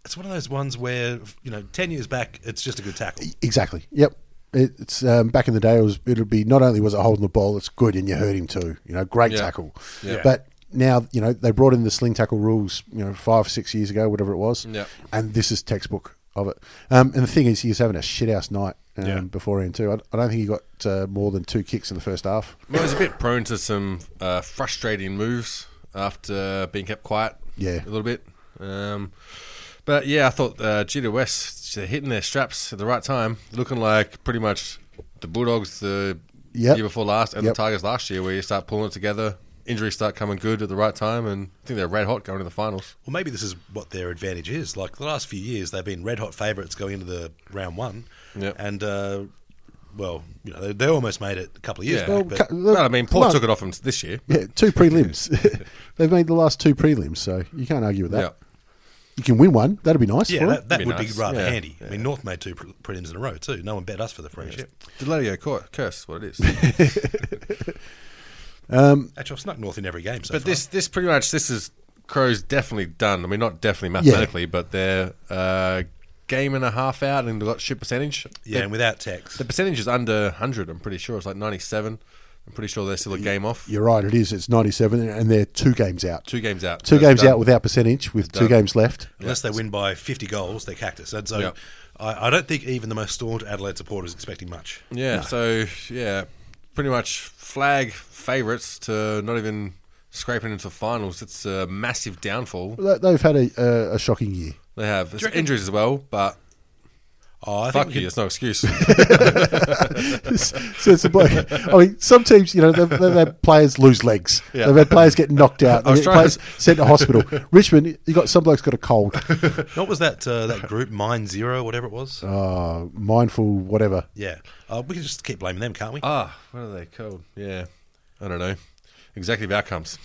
[SPEAKER 3] it's one of those ones where you know, ten years back, it's just a good tackle.
[SPEAKER 1] Exactly. Yep. It, it's um, back in the day. It was. It'd be not only was it holding the ball, it's good, and you hurt him too. You know, great
[SPEAKER 2] Yeah.
[SPEAKER 1] tackle.
[SPEAKER 2] Yeah.
[SPEAKER 1] But now you know they brought in the sling tackle rules. You know, five six years ago, whatever it was.
[SPEAKER 2] Yep.
[SPEAKER 1] And this is textbook of it. Um, and the thing is, he was having a shithouse night um,
[SPEAKER 3] Yeah.
[SPEAKER 1] beforehand too. I, I don't think he got uh, more than two kicks in the first half.
[SPEAKER 2] Well, he's a bit prone to some uh, frustrating moves after being kept quiet.
[SPEAKER 1] Yeah.
[SPEAKER 2] a little bit. Um, but yeah, I thought uh, Gita West they're hitting their straps at the right time, looking like pretty much the Bulldogs the
[SPEAKER 1] Yep.
[SPEAKER 2] year before last and
[SPEAKER 1] Yep.
[SPEAKER 2] the Tigers last year, where you start pulling it together. Injuries start coming good at the right time, and I think they're red hot going to the finals.
[SPEAKER 3] Well, maybe this is what their advantage is. Like the last few years, they've been red hot favourites going into the round one,
[SPEAKER 2] Yep.
[SPEAKER 3] and uh, well, you know, they, they almost made it a couple of years
[SPEAKER 2] Yeah.
[SPEAKER 3] back.
[SPEAKER 2] Well,
[SPEAKER 3] but-
[SPEAKER 1] Cu-
[SPEAKER 2] Well, I mean,
[SPEAKER 1] come
[SPEAKER 2] Port
[SPEAKER 1] on.
[SPEAKER 2] took it off them this year.
[SPEAKER 1] Yeah, two
[SPEAKER 3] (laughs)
[SPEAKER 1] prelims. (laughs) They've made the last two prelims, so you can't argue with that.
[SPEAKER 2] Yeah.
[SPEAKER 1] You can win one. That'd be nice.
[SPEAKER 3] Yeah,
[SPEAKER 1] for 'em.
[SPEAKER 3] that, that
[SPEAKER 2] Be
[SPEAKER 3] would
[SPEAKER 2] nice.
[SPEAKER 3] be rather
[SPEAKER 2] Yeah.
[SPEAKER 3] handy. I mean, North made two pre- prelims in a row too. No one bet us for the premiership.
[SPEAKER 2] Delatio cur- curse, is what it
[SPEAKER 1] (laughs)
[SPEAKER 2] is.
[SPEAKER 3] Actually, I've snuck North in every game so
[SPEAKER 2] but
[SPEAKER 3] far.
[SPEAKER 2] this, this pretty much, this is Crows definitely done. I mean, not definitely mathematically, but they're uh, game and a half out and they've got shit percentage.
[SPEAKER 3] yeah,
[SPEAKER 2] They-
[SPEAKER 3] and without tax,
[SPEAKER 2] The percentage is under 100, I'm pretty sure. It's like 97. I'm pretty sure they're still a game off.
[SPEAKER 1] You're right. It is. It's 97, and they're two games out. Two,
[SPEAKER 2] Two games out. So it's
[SPEAKER 1] games
[SPEAKER 2] done.
[SPEAKER 1] out without percentage, with two
[SPEAKER 2] done.
[SPEAKER 1] games left.
[SPEAKER 3] unless they win by 50 goals, they're cactus. And so
[SPEAKER 2] Yeah.
[SPEAKER 3] I, I don't think even the most staunch Adelaide supporter is expecting much.
[SPEAKER 2] Yeah, so, yeah, pretty much flag favourites to not even scraping into finals. It's a massive downfall.
[SPEAKER 1] They- They've had a, a, a shocking year. (laughs)
[SPEAKER 2] They have it's
[SPEAKER 3] reckon-
[SPEAKER 2] injuries as well, but
[SPEAKER 3] Oh, I think
[SPEAKER 2] fuck
[SPEAKER 3] we
[SPEAKER 2] you, it's
[SPEAKER 3] could-
[SPEAKER 2] no
[SPEAKER 3] (laughs)
[SPEAKER 2] excuse.
[SPEAKER 1] so it's a bloke. I mean, some teams, you know, they've, they've had players lose legs.
[SPEAKER 2] Yeah.
[SPEAKER 1] They've had players get knocked out.
[SPEAKER 2] (laughs) I was
[SPEAKER 1] They've had
[SPEAKER 2] trying
[SPEAKER 1] players
[SPEAKER 2] to-
[SPEAKER 1] sent to
[SPEAKER 2] (laughs)
[SPEAKER 1] hospital. Richmond, you got some bloke's got a cold.
[SPEAKER 3] what was that
[SPEAKER 2] (laughs)
[SPEAKER 3] uh, that group Mind Zero, whatever it was?
[SPEAKER 1] Uh, mindful, whatever.
[SPEAKER 3] yeah, uh, we can just keep blaming them, can't we?
[SPEAKER 2] ah, what are they called? Yeah, I don't know.
[SPEAKER 1] (laughs)
[SPEAKER 2] Executive outcomes.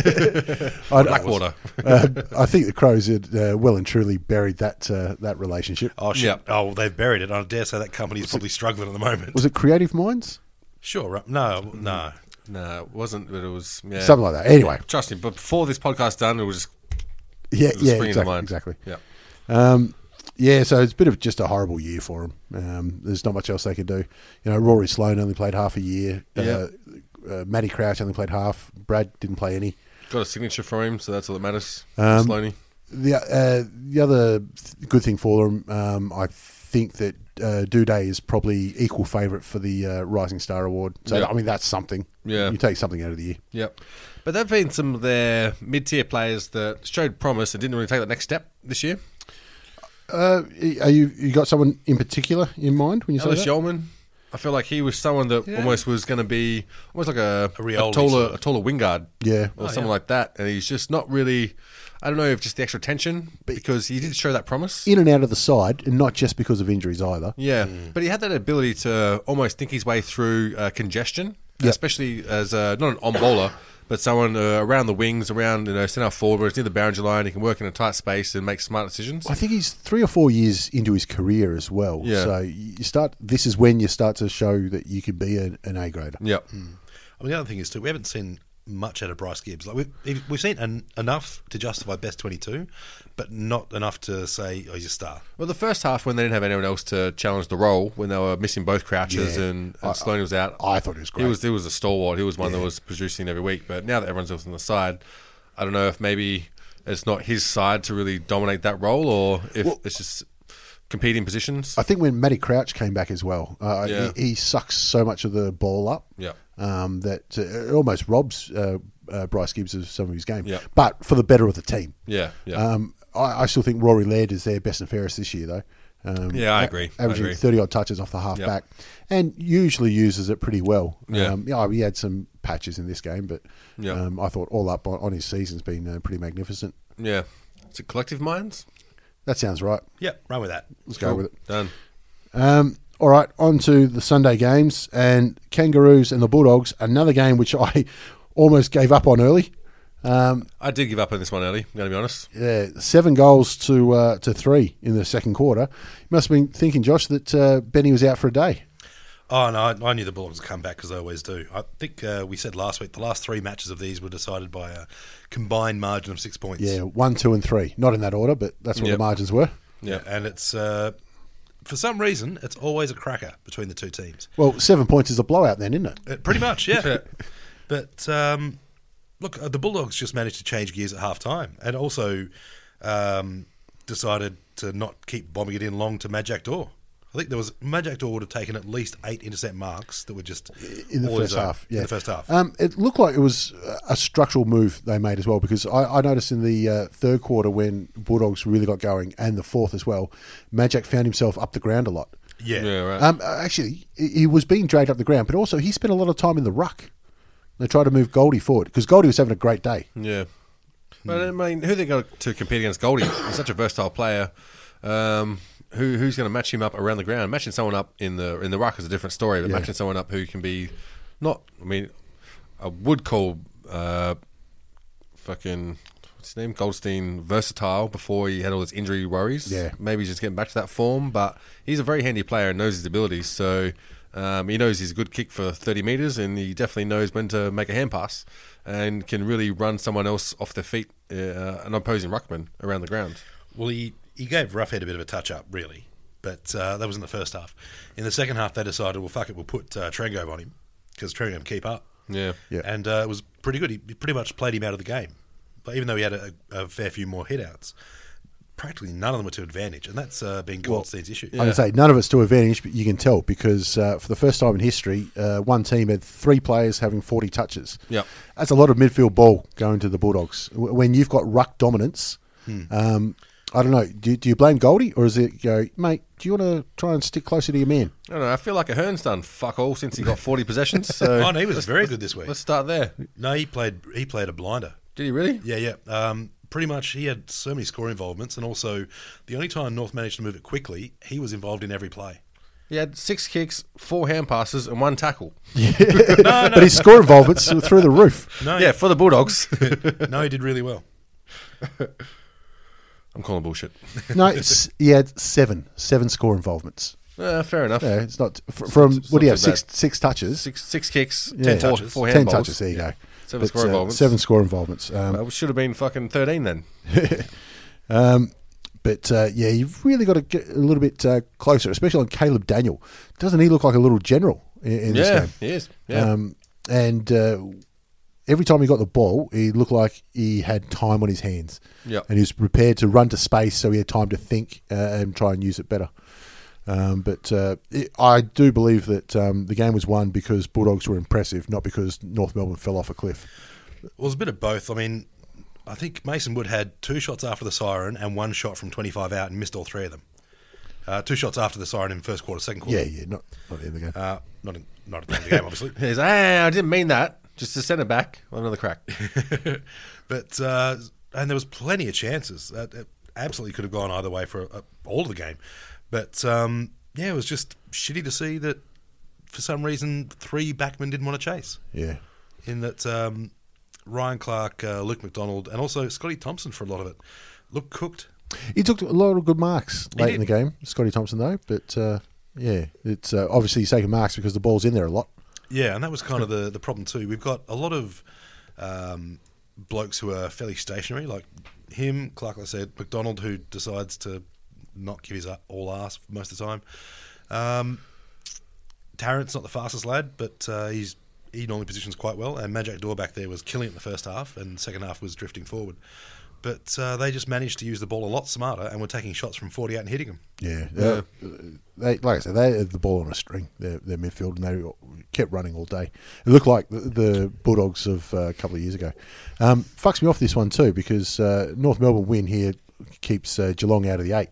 [SPEAKER 1] I,
[SPEAKER 2] Blackwater. (laughs)
[SPEAKER 1] uh, I think the Crows had uh, well and truly buried that uh, that relationship.
[SPEAKER 3] oh shit!
[SPEAKER 2] yeah.
[SPEAKER 3] Oh, well, they've buried it. I dare say that company's probably struggling at the moment.
[SPEAKER 1] Was it Creative Minds?
[SPEAKER 3] sure, right?
[SPEAKER 2] Mm.
[SPEAKER 3] no, no.
[SPEAKER 2] no, it wasn't, but it was. Yeah.
[SPEAKER 1] Something like that. Anyway,
[SPEAKER 2] Trust me, but before this podcast done, it was just
[SPEAKER 1] yeah,
[SPEAKER 2] it was
[SPEAKER 1] yeah,
[SPEAKER 2] springing to
[SPEAKER 1] exactly,
[SPEAKER 2] mind.
[SPEAKER 1] exactly.
[SPEAKER 2] Yeah.
[SPEAKER 1] Um, yeah, so it's a bit of just a horrible year for him. Um, there's not much else they can do. You know, Rory Sloan only played half a year.
[SPEAKER 2] Yeah.
[SPEAKER 1] Uh, uh, Matty Crouch only played half. Brad didn't play any.
[SPEAKER 2] Got a signature for him, so that's all that matters.
[SPEAKER 1] Um,
[SPEAKER 2] Sloaney.
[SPEAKER 1] The uh, the other th- good thing for him, um, I think that uh, Duday is probably equal favourite for the uh, Rising Star Award. So
[SPEAKER 2] Yeah.
[SPEAKER 1] I mean, that's something.
[SPEAKER 2] Yeah.
[SPEAKER 1] you take something out of the year.
[SPEAKER 2] Yep. But there have been some of their mid tier players that showed promise and didn't really take that next step this year.
[SPEAKER 1] Uh, are you you got someone in particular in mind when you say
[SPEAKER 2] Ellis
[SPEAKER 1] that?
[SPEAKER 2] Yeoman, I feel like he was someone that almost was going to be almost like a,
[SPEAKER 3] A
[SPEAKER 2] a,
[SPEAKER 3] Rioli
[SPEAKER 2] taller
[SPEAKER 3] sort
[SPEAKER 2] a taller wingard,
[SPEAKER 1] Yeah.
[SPEAKER 2] or
[SPEAKER 1] Oh,
[SPEAKER 2] something
[SPEAKER 3] yeah.
[SPEAKER 2] like that. And he's just not really. I don't know if just the extra tension because he did show that promise.
[SPEAKER 1] In and out of the side, and not just because of injuries either.
[SPEAKER 2] Yeah, but he had that ability to almost think his way through uh, congestion, especially as uh, not an on bowler, but someone uh, around the wings, around you know centre forward, where it's near the boundary line, he can work in a tight space and make smart decisions.
[SPEAKER 1] I think he's three or four years into his career as well.
[SPEAKER 2] Yeah.
[SPEAKER 1] So you start. This is when you start to show that you can be an, an A grader.
[SPEAKER 2] Yep.
[SPEAKER 3] I mean, the other thing is too, we haven't seen much out of Bryce Gibbs. Like we've we've seen en- enough to justify best twenty-two, but not enough to say oh, he's a star.
[SPEAKER 2] Well, the first half when they didn't have anyone else to challenge the role, when they were missing both Crouches
[SPEAKER 1] Yeah.
[SPEAKER 2] and, and Sloane was out,
[SPEAKER 1] I thought it was great.
[SPEAKER 2] He was he was a stalwart. He was one that was producing every week. But now that everyone's else on the side, I don't know if maybe it's not his side to really dominate that role, or if it's just competing positions.
[SPEAKER 1] I think when Matty Crouch came back as well, uh,
[SPEAKER 2] Yeah.
[SPEAKER 1] he, he sucks so much of the ball up
[SPEAKER 2] Yeah.
[SPEAKER 1] um, that uh, it almost robs uh, uh, Bryce Gibbs of some of his game.
[SPEAKER 2] Yeah.
[SPEAKER 1] But for the better of the team.
[SPEAKER 2] yeah, yeah,
[SPEAKER 1] Um, I, I still think Rory Laird is their best and fairest this year, though. Um,
[SPEAKER 2] Yeah, I
[SPEAKER 1] a-
[SPEAKER 2] agree. I
[SPEAKER 1] Averaging
[SPEAKER 2] agree.
[SPEAKER 1] 30 odd touches off the half
[SPEAKER 2] Yep.
[SPEAKER 1] back and usually uses it pretty well.
[SPEAKER 2] Yeah.
[SPEAKER 1] Um, yeah, he had some patches in this game, but
[SPEAKER 2] Yeah.
[SPEAKER 1] um, I thought all up on, on his season's been uh, pretty magnificent.
[SPEAKER 2] yeah. Is it collective minds?
[SPEAKER 1] That sounds right.
[SPEAKER 3] Yeah, run with that.
[SPEAKER 1] Let's go
[SPEAKER 2] Cool.
[SPEAKER 1] with it.
[SPEAKER 2] Done.
[SPEAKER 1] Um, all right, on to the Sunday games and Kangaroos and the Bulldogs. Another game which I (laughs) almost gave up on early. Um,
[SPEAKER 2] I did give up on this one early. I'm going to be honest.
[SPEAKER 1] yeah, uh, seven goals to uh, to three in the second quarter. You must have been thinking, Josh, that uh, Benny was out for a day.
[SPEAKER 3] Oh no, I, I knew the Bulldogs would come back because they always do. I think uh, we said last week the last three matches of these were decided by a combined margin of six points.
[SPEAKER 1] Yeah, one, two, and three. Not in that order, but that's what
[SPEAKER 2] Yep.
[SPEAKER 1] the margins were.
[SPEAKER 2] Yeah.
[SPEAKER 3] and it's uh, for some reason it's always a cracker between the two teams.
[SPEAKER 1] Well, seven points is a blowout, then, isn't it?
[SPEAKER 3] Uh,
[SPEAKER 2] (laughs)
[SPEAKER 3] pretty much,
[SPEAKER 2] Yeah.
[SPEAKER 3] yeah. but um, look, uh, the Bulldogs just managed to change gears at half time and also um, decided to not keep bombing it in long to Magic Door. I think there was Magic Door would have taken at least eight intercept marks that were just
[SPEAKER 1] in the
[SPEAKER 3] all his
[SPEAKER 1] first
[SPEAKER 3] own-
[SPEAKER 1] half. Yeah,
[SPEAKER 3] In the first half.
[SPEAKER 1] Um, it looked like it was a structural move they made as well because I, I noticed in the uh, third quarter when Bulldogs really got going and the fourth as well, Magic found himself up the ground a lot.
[SPEAKER 3] yeah.
[SPEAKER 2] Yeah, right.
[SPEAKER 1] Um, actually, he he was being dragged up the ground, but also he spent a lot of time in the ruck. They tried to move Goldie forward because Goldie was having a great day.
[SPEAKER 2] Yeah. But I mean, who they got to compete against Goldie? He's such a versatile player. Um, who who's going to match him up around the ground? Matching someone up in the in the ruck is a different story, but
[SPEAKER 1] Yeah.
[SPEAKER 2] matching someone up who can be not. I mean, I would call uh, fucking what's his name Goldstein versatile before he had all his injury worries.
[SPEAKER 1] Yeah.
[SPEAKER 2] maybe he's just getting back to that form, but he's a very handy player and knows his abilities. So um, he knows he's a good kick for 30 metres and he definitely knows when to make a hand pass and can really run someone else off their feet, uh, an opposing ruckman around the ground.
[SPEAKER 3] Well, he, he gave Roughhead a bit of a touch up, really, but uh, that was in the first half. In the second half, they decided, well, fuck it, we'll put uh, Trengove on him because Trengove can keep up.
[SPEAKER 2] Yeah.
[SPEAKER 1] Yeah.
[SPEAKER 3] And uh, it was pretty good. He pretty much played him out of the game, but even though he had a, a fair few more hitouts, practically none of them were to advantage, and that's uh, been Goldstein's issue.
[SPEAKER 1] I can say none of it's to advantage, but you can tell because uh, for the first time in history, uh, one team had three players having 40 touches.
[SPEAKER 2] Yep.
[SPEAKER 1] That's a lot of midfield ball going to the Bulldogs. W- When you've got ruck dominance,
[SPEAKER 2] Hmm.
[SPEAKER 1] um, I don't know, do, do you blame Goldie or is it, go, mate, do you want to try and stick closer to your
[SPEAKER 2] (laughs)
[SPEAKER 1] man? (laughs)
[SPEAKER 2] I don't know. I feel like Ahern's done fuck all since he got 40 possessions.
[SPEAKER 3] (laughs)
[SPEAKER 2] So
[SPEAKER 3] Oh, no, he was very good this week.
[SPEAKER 2] let's start there.
[SPEAKER 3] No, he played he played a blinder.
[SPEAKER 2] Did he really?
[SPEAKER 3] Yeah, yeah. Um, pretty much, he had so many score involvements, and also the only time North managed to move it quickly, he was involved in every play.
[SPEAKER 2] He had six kicks, four hand passes, and one tackle.
[SPEAKER 1] But his score involvements were through the roof.
[SPEAKER 3] No,
[SPEAKER 2] Yeah, for the Bulldogs. (laughs)
[SPEAKER 3] no, he did really well.
[SPEAKER 2] I'm calling bullshit.
[SPEAKER 1] No, it's, he had seven, seven score involvements.
[SPEAKER 2] Uh, fair enough.
[SPEAKER 1] Yeah, it's not fr- from
[SPEAKER 2] it's
[SPEAKER 1] what do
[SPEAKER 2] not
[SPEAKER 1] you have
[SPEAKER 2] too
[SPEAKER 1] six six touches,
[SPEAKER 2] Six, six kicks,
[SPEAKER 1] Yeah.
[SPEAKER 2] four,
[SPEAKER 3] touches.
[SPEAKER 2] four
[SPEAKER 1] ten
[SPEAKER 2] handballs.
[SPEAKER 1] touches. There you go. uh,
[SPEAKER 2] Seven score involvements.
[SPEAKER 1] Seven score involvements. Um,
[SPEAKER 2] Well, we should have been fucking 13 then.
[SPEAKER 1] But uh, yeah, you've really got to get a little bit uh, closer, especially on Caleb Daniel. Doesn't he look like a little general in, in this
[SPEAKER 2] yeah,
[SPEAKER 1] game?
[SPEAKER 2] he is. Yeah.
[SPEAKER 1] Um, and uh, every time he got the ball, he looked like he had time on his hands.
[SPEAKER 2] Yep.
[SPEAKER 1] And he was prepared to run to space so he had time to think uh, and try and use it better. Um, but uh, it, I do believe that um, the game was won because Bulldogs were impressive, not because North Melbourne fell off a cliff.
[SPEAKER 3] Well, it was a bit of both. I mean, I think Mason Wood had two shots after the siren and one shot from 25 out and missed all three of them. Uh, two shots after the siren in first quarter, second quarter.
[SPEAKER 1] Yeah, yeah, not, not in the game.
[SPEAKER 3] Uh, not in, not at the end of the game, obviously.
[SPEAKER 2] He's like, ah, I didn't mean that. Just to send it back. Another crack.
[SPEAKER 3] But uh, and there was plenty of chances. That it absolutely could have gone either way for uh, all of the game. But um, yeah, it was just shitty to see that for some reason three backmen didn't want to chase.
[SPEAKER 1] yeah.
[SPEAKER 3] In that um, Ryan Clark, uh, Luke McDonald, and also Scotty Thompson for a lot of it. Look cooked.
[SPEAKER 1] He took a lot of good marks
[SPEAKER 3] He
[SPEAKER 1] late in the
[SPEAKER 3] did.
[SPEAKER 1] game, Scotty Thompson though. But uh, yeah, it's uh, obviously he's taking marks because the ball's in there a lot.
[SPEAKER 3] Yeah, and that was kind of the, the problem too. We've got a lot of um, blokes who are fairly stationary, like him, Clark, like I said, McDonald, who decides to not give his a- all ass most of the time. Um, Tarrant's not the fastest lad, but uh, he's he normally positions quite well. And Magic Door back there was killing it in the first half, and second half was drifting forward. But uh, they just managed to use the ball a lot smarter, and were taking shots from 48 and hitting them.
[SPEAKER 1] Yeah, uh, they like I said, they had the ball on a string. Their, their midfield, and they kept running all day. It looked like the, the Bulldogs of uh, a couple of years ago. Um, fucks me off this one too because uh, North Melbourne win here keeps uh, Geelong out of the eight.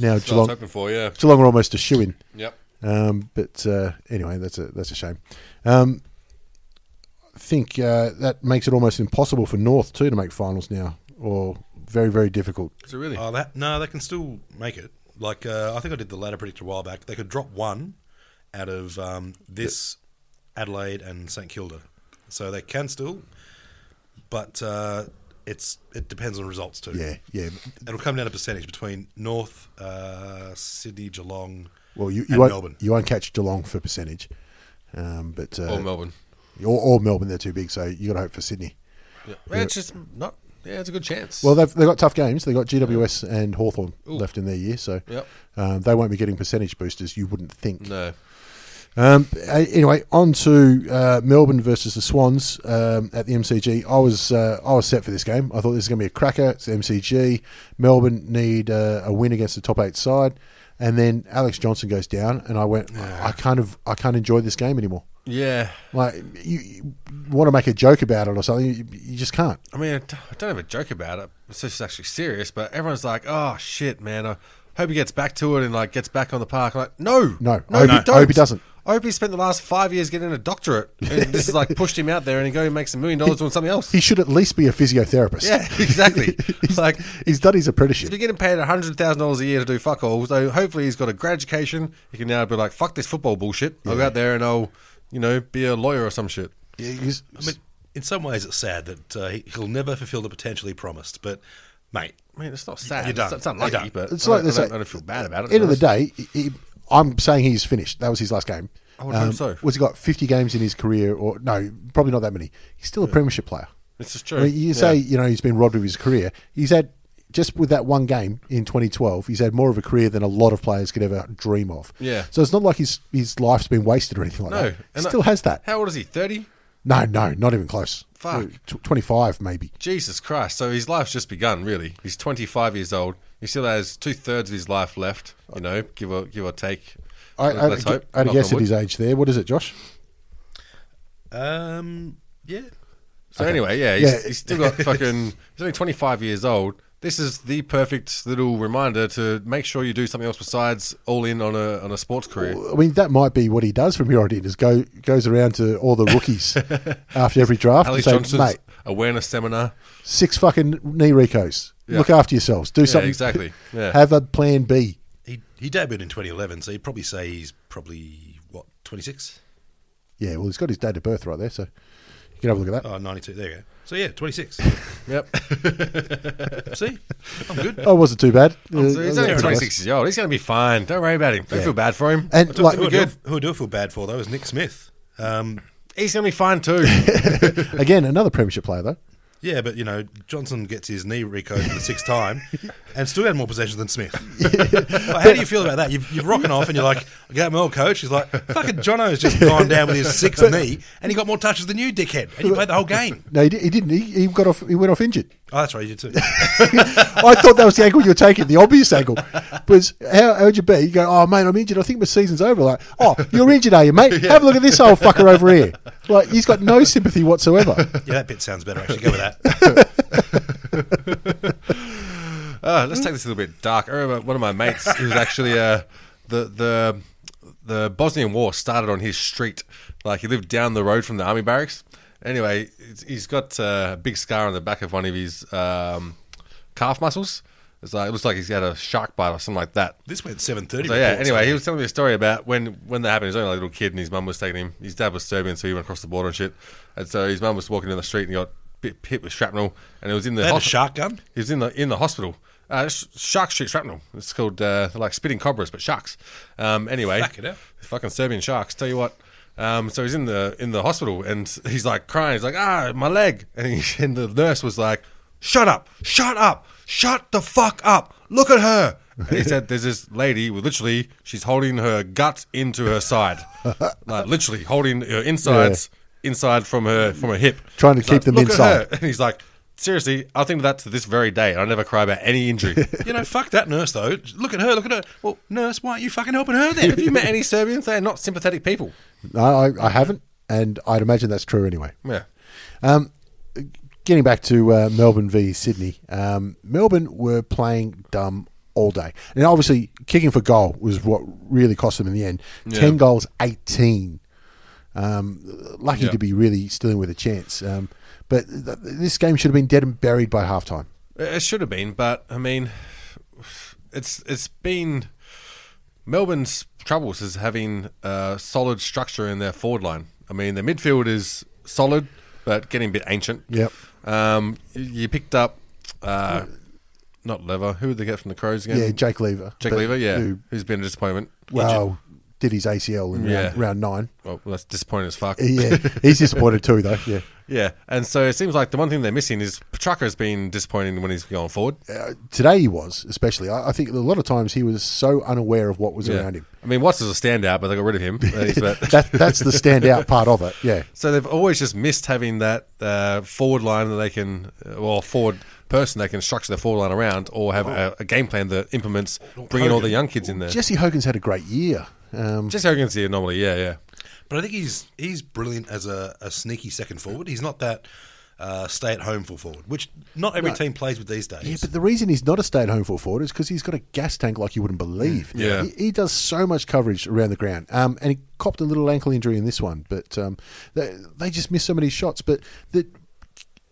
[SPEAKER 1] Now
[SPEAKER 2] That's what I was
[SPEAKER 1] Geelong,
[SPEAKER 2] hoping for, yeah.
[SPEAKER 1] Geelong are almost a shoe in.
[SPEAKER 2] Yep.
[SPEAKER 1] Um, but uh, anyway, that's a that's a shame. Um, I think uh, that makes it almost impossible for North too to make finals now, or very very difficult.
[SPEAKER 2] So really,
[SPEAKER 3] Oh, that, no, they can still make it. Like uh, I think I did the ladder predictor a while back. They could drop one out of um, this Adelaide and St Kilda, so they can still. But uh, it's it depends on results too.
[SPEAKER 1] Yeah, yeah.
[SPEAKER 3] it'll come down to percentage between North uh, Sydney, Geelong.
[SPEAKER 1] Well, you, you
[SPEAKER 3] And
[SPEAKER 1] won't
[SPEAKER 3] Melbourne.
[SPEAKER 1] you won't catch Geelong for percentage, um, but uh,
[SPEAKER 2] or Melbourne.
[SPEAKER 1] or, or Melbourne they're too big, so you got to hope for Sydney.
[SPEAKER 2] Yeah. It's just not. Yeah, it's a good chance.
[SPEAKER 1] Well, they've they've got tough games. They've got GWS and Hawthorn
[SPEAKER 2] Ooh.
[SPEAKER 1] left in their year, so
[SPEAKER 2] Yep.
[SPEAKER 1] um, they won't be getting percentage boosters. You wouldn't think.
[SPEAKER 2] no.
[SPEAKER 1] Um, a- anyway, on to uh, Melbourne versus the Swans um, at the MCG. I was uh, I was set for this game. I thought this is going to be a cracker. It's the MCG. Melbourne need uh, a win against the top eight side, and then Alex Johnson goes down, and I went, I, I kind of I can't enjoy this game anymore.
[SPEAKER 2] Yeah.
[SPEAKER 1] Like you, you want to make a joke about it or something, you, you just can't.
[SPEAKER 2] I mean, I d- I don't have a joke about it. It's just actually serious, but everyone's like, "Oh shit, man! I hope he gets back to it and like gets back on the park." I'm like, no,
[SPEAKER 1] No,
[SPEAKER 2] no,
[SPEAKER 1] I hope
[SPEAKER 2] you
[SPEAKER 1] he- I
[SPEAKER 2] don't.
[SPEAKER 1] hope he doesn't.
[SPEAKER 2] I hope he spent the last five years getting a doctorate, and this
[SPEAKER 1] (laughs)
[SPEAKER 2] is like pushed him out there, and he go and makes a million dollars doing something else.
[SPEAKER 1] He should at least be a physiotherapist. (laughs)
[SPEAKER 2] (laughs) Yeah, exactly.
[SPEAKER 1] he's,
[SPEAKER 2] like
[SPEAKER 1] like he's done his apprenticeship.
[SPEAKER 2] He's been getting paid hundred thousand dollars a year to do fuck all. So hopefully he's got a grad education. He can now be like, "Fuck this football bullshit. I'll go out there and I'll, you know, be a lawyer or some shit."
[SPEAKER 1] Yeah, he's-
[SPEAKER 3] I mean, in some ways, it's sad that uh, he- he'll never fulfil the potential he promised. But mate,
[SPEAKER 2] I mean, it's not sad.
[SPEAKER 3] You're
[SPEAKER 2] It's,
[SPEAKER 3] done.
[SPEAKER 2] it's unlucky,
[SPEAKER 3] You're done.
[SPEAKER 2] but
[SPEAKER 1] It's
[SPEAKER 2] I,
[SPEAKER 1] like
[SPEAKER 2] don't,
[SPEAKER 1] they
[SPEAKER 2] I,
[SPEAKER 1] say.
[SPEAKER 2] don't, I don't feel bad about it.
[SPEAKER 1] End of the day, he, he- I'm saying he's finished. That was his last game.
[SPEAKER 2] I would hope so.
[SPEAKER 1] Was he got 50 games in his career, or no, probably not that many? He's still a premiership player.
[SPEAKER 2] this is
[SPEAKER 1] I
[SPEAKER 2] true.
[SPEAKER 1] mean, you
[SPEAKER 2] Yeah.
[SPEAKER 1] say you know he's been robbed of his career. He's had just with that one game in 2012, he's had more of a career than a lot of players could ever dream of.
[SPEAKER 2] Yeah.
[SPEAKER 1] So it's not like his his life's been wasted or anything like
[SPEAKER 2] No,
[SPEAKER 1] that. He
[SPEAKER 2] and
[SPEAKER 1] still
[SPEAKER 2] I-
[SPEAKER 1] has that.
[SPEAKER 2] How old is he? Thirty.
[SPEAKER 1] No, no, not even close. Uh,
[SPEAKER 2] Fuck.
[SPEAKER 1] Tw- 25 maybe.
[SPEAKER 2] Jesus Christ! So his life's just begun. Really, he's twenty-five years old. He still has two thirds of his life left. You know, give or give or take.
[SPEAKER 1] I, I,
[SPEAKER 2] Let's
[SPEAKER 1] I,
[SPEAKER 2] hope.
[SPEAKER 1] I'd
[SPEAKER 2] Knock
[SPEAKER 1] guess
[SPEAKER 2] on
[SPEAKER 1] at
[SPEAKER 2] wood.
[SPEAKER 1] his age there. What is it, Josh?
[SPEAKER 3] um, yeah,
[SPEAKER 2] So anyway, yeah, he's,
[SPEAKER 1] Yeah.
[SPEAKER 2] he's still got fucking. He's only twenty-five years old. This is the perfect little reminder to make sure you do something else besides all in on a on a sports career.
[SPEAKER 1] I mean, that might be what he does from here on in. Is go goes around to all the rookies
[SPEAKER 2] (laughs)
[SPEAKER 1] after every draft
[SPEAKER 2] Alex
[SPEAKER 1] and say,
[SPEAKER 2] Johnson's
[SPEAKER 1] "Mate,
[SPEAKER 2] awareness seminar.
[SPEAKER 1] six fucking knee recos.
[SPEAKER 2] Yeah.
[SPEAKER 1] Look after yourselves. Do something. (laughs)
[SPEAKER 2] exactly. Yeah.
[SPEAKER 1] Have a plan B.
[SPEAKER 3] he he debuted in 2011, so you'd probably say he's probably what 26.
[SPEAKER 1] Yeah. Well, he's got his date of birth right there, so you can have a look at that.
[SPEAKER 3] Oh, 92. There you go. So yeah, 26.
[SPEAKER 1] (laughs)
[SPEAKER 2] Yep.
[SPEAKER 3] See, I'm good.
[SPEAKER 1] Oh, wasn't too bad. Uh,
[SPEAKER 2] So he's only
[SPEAKER 1] that's
[SPEAKER 2] twenty-six years old. He's going to be fine. Don't worry about him. Don't feel bad for him.
[SPEAKER 1] nice. And
[SPEAKER 3] Who,
[SPEAKER 1] like,
[SPEAKER 3] I do, who I do feel bad for though is Nick Smith. Um,
[SPEAKER 2] He's going to be fine too.
[SPEAKER 1] again, another premiership player though.
[SPEAKER 3] yeah, but you know Johnson gets his knee recode for the sixth time, and still had more possessions than Smith. Like, how do you feel about that? You've, you're rocking off, and you're like, "I got my old coach." He's like, "Fucking Jono's just gone down with his sixth knee, and he got more touches than you, dickhead." And you played the whole game.
[SPEAKER 1] No, he, di- he didn't. He, he got off. He went off injured.
[SPEAKER 3] Oh, that's right, you did too.
[SPEAKER 1] (laughs) I thought that was the angle you were taking, the obvious angle. Was how, how would you be? You go, oh mate, I'm injured. I think my season's over. Like, oh, you're injured, are you, mate? Have a look at this old fucker over here. Like, he's got no sympathy whatsoever.
[SPEAKER 3] Yeah, that bit sounds better. Actually, go with that.
[SPEAKER 2] Uh, let's take this a little bit dark. I remember one of my mates who was actually uh, the the the Bosnian War started on his street. Like he lived down the road from the army barracks. Anyway, it's- he's got uh, a big scar on the back of one of his um, calf muscles. It's like it looks like he's had a shark bite or something like that.
[SPEAKER 3] This went seven thirty.
[SPEAKER 2] So yeah. Anyway, he was telling me a story about when when that happened. He was only a little kid, and his mum was taking him. His dad was Serbian, so he went across the border and shit. And so his mum was walking down the street and he got bit hit with shrapnel, and it was in the
[SPEAKER 3] They had a
[SPEAKER 2] hos-
[SPEAKER 3] shark gun.
[SPEAKER 2] He was in the in the hospital. Uh, sh- shark shoot shrapnel. It's called uh, they're like spitting cobras, but sharks. Um, anyway,
[SPEAKER 3] Fuck it up.
[SPEAKER 2] fucking Serbian sharks. Tell you what. Um, so he's in the in the hospital and he's like crying. He's like, ah, my leg. And, he, (laughs) and the nurse was like, shut up, shut up, shut the fuck up. Look at her. And he said, there's this lady with literally she's holding her gut into
[SPEAKER 1] (laughs)
[SPEAKER 2] her side, like literally holding her insides inside from her from her hip,
[SPEAKER 1] Trying to
[SPEAKER 2] He's
[SPEAKER 1] keep
[SPEAKER 2] like,
[SPEAKER 1] them
[SPEAKER 2] "Look at
[SPEAKER 1] inside."
[SPEAKER 2] her." (laughs) And he's like, seriously, I think of that to this very day. I never cry about
[SPEAKER 1] (laughs)
[SPEAKER 2] any injury.
[SPEAKER 3] You know, fuck that nurse though. Look at her. Look at her. Well, nurse, why aren't you fucking helping her
[SPEAKER 2] (laughs)
[SPEAKER 3] then?
[SPEAKER 2] Have you met any Serbians? They're not sympathetic people.
[SPEAKER 1] No, I, I haven't, and I'd imagine that's true anyway.
[SPEAKER 2] Yeah.
[SPEAKER 1] Um, getting back to uh, Melbourne v Sydney, um, Melbourne were playing dumb all day, and obviously kicking for goal was what really cost them in the end. Ten goals, eighteen. Um, lucky
[SPEAKER 2] Yeah.
[SPEAKER 1] to be really still in with a chance, um, but th- this game should have been dead and buried by halftime.
[SPEAKER 2] It should have been, but I mean, it's it's been Melbourne's troubles is having uh, solid structure in their forward line. I mean, their midfield is solid, but getting a bit ancient.
[SPEAKER 1] Yep.
[SPEAKER 2] Um, you picked up uh, not Lever. Who did they get from the Crows again?
[SPEAKER 1] Yeah, Jake Lever.
[SPEAKER 2] Jake
[SPEAKER 1] But
[SPEAKER 2] Lever. Yeah,
[SPEAKER 1] who-
[SPEAKER 2] who's been a disappointment.
[SPEAKER 1] well, did his ACL in
[SPEAKER 2] Yeah.
[SPEAKER 1] round, round
[SPEAKER 2] (laughs)
[SPEAKER 1] nine.
[SPEAKER 2] Well, that's disappointing as fuck.
[SPEAKER 1] Yeah, he's disappointed too, though. Yeah.
[SPEAKER 2] (laughs) Yeah, and so it seems like the one thing they're missing is Petrarca's been disappointing when he's going forward.
[SPEAKER 1] uh, today he was especially. I, I think a lot of times he was so unaware of what was
[SPEAKER 2] Yeah.
[SPEAKER 1] around him.
[SPEAKER 2] I mean, Watts is a standout, but they got rid of
[SPEAKER 1] (laughs)
[SPEAKER 2] him. But-
[SPEAKER 1] That, that's the
[SPEAKER 2] (laughs)
[SPEAKER 1] standout part of it. Yeah,
[SPEAKER 2] so they've always just missed having that uh, forward line that they can, uh, or forward person they can structure their forward line around, or have a, a game plan that implements bringing all the young kids in there. Just,
[SPEAKER 1] Jesse Hogan's had a great year. Um,
[SPEAKER 2] just Hogan's the anomaly, yeah, yeah.
[SPEAKER 3] But I think he's he's brilliant as a, a sneaky second forward. He's not that uh, stay at home full forward, which not every team plays with these days.
[SPEAKER 1] yeah, but the reason he's not a stay-at-home full forward is because he's got a gas tank like you wouldn't believe.
[SPEAKER 2] Yeah.
[SPEAKER 1] he, he does so much coverage around the ground, um, and he copped a little ankle injury in this one. But um, they, they just missed so many shots. But the,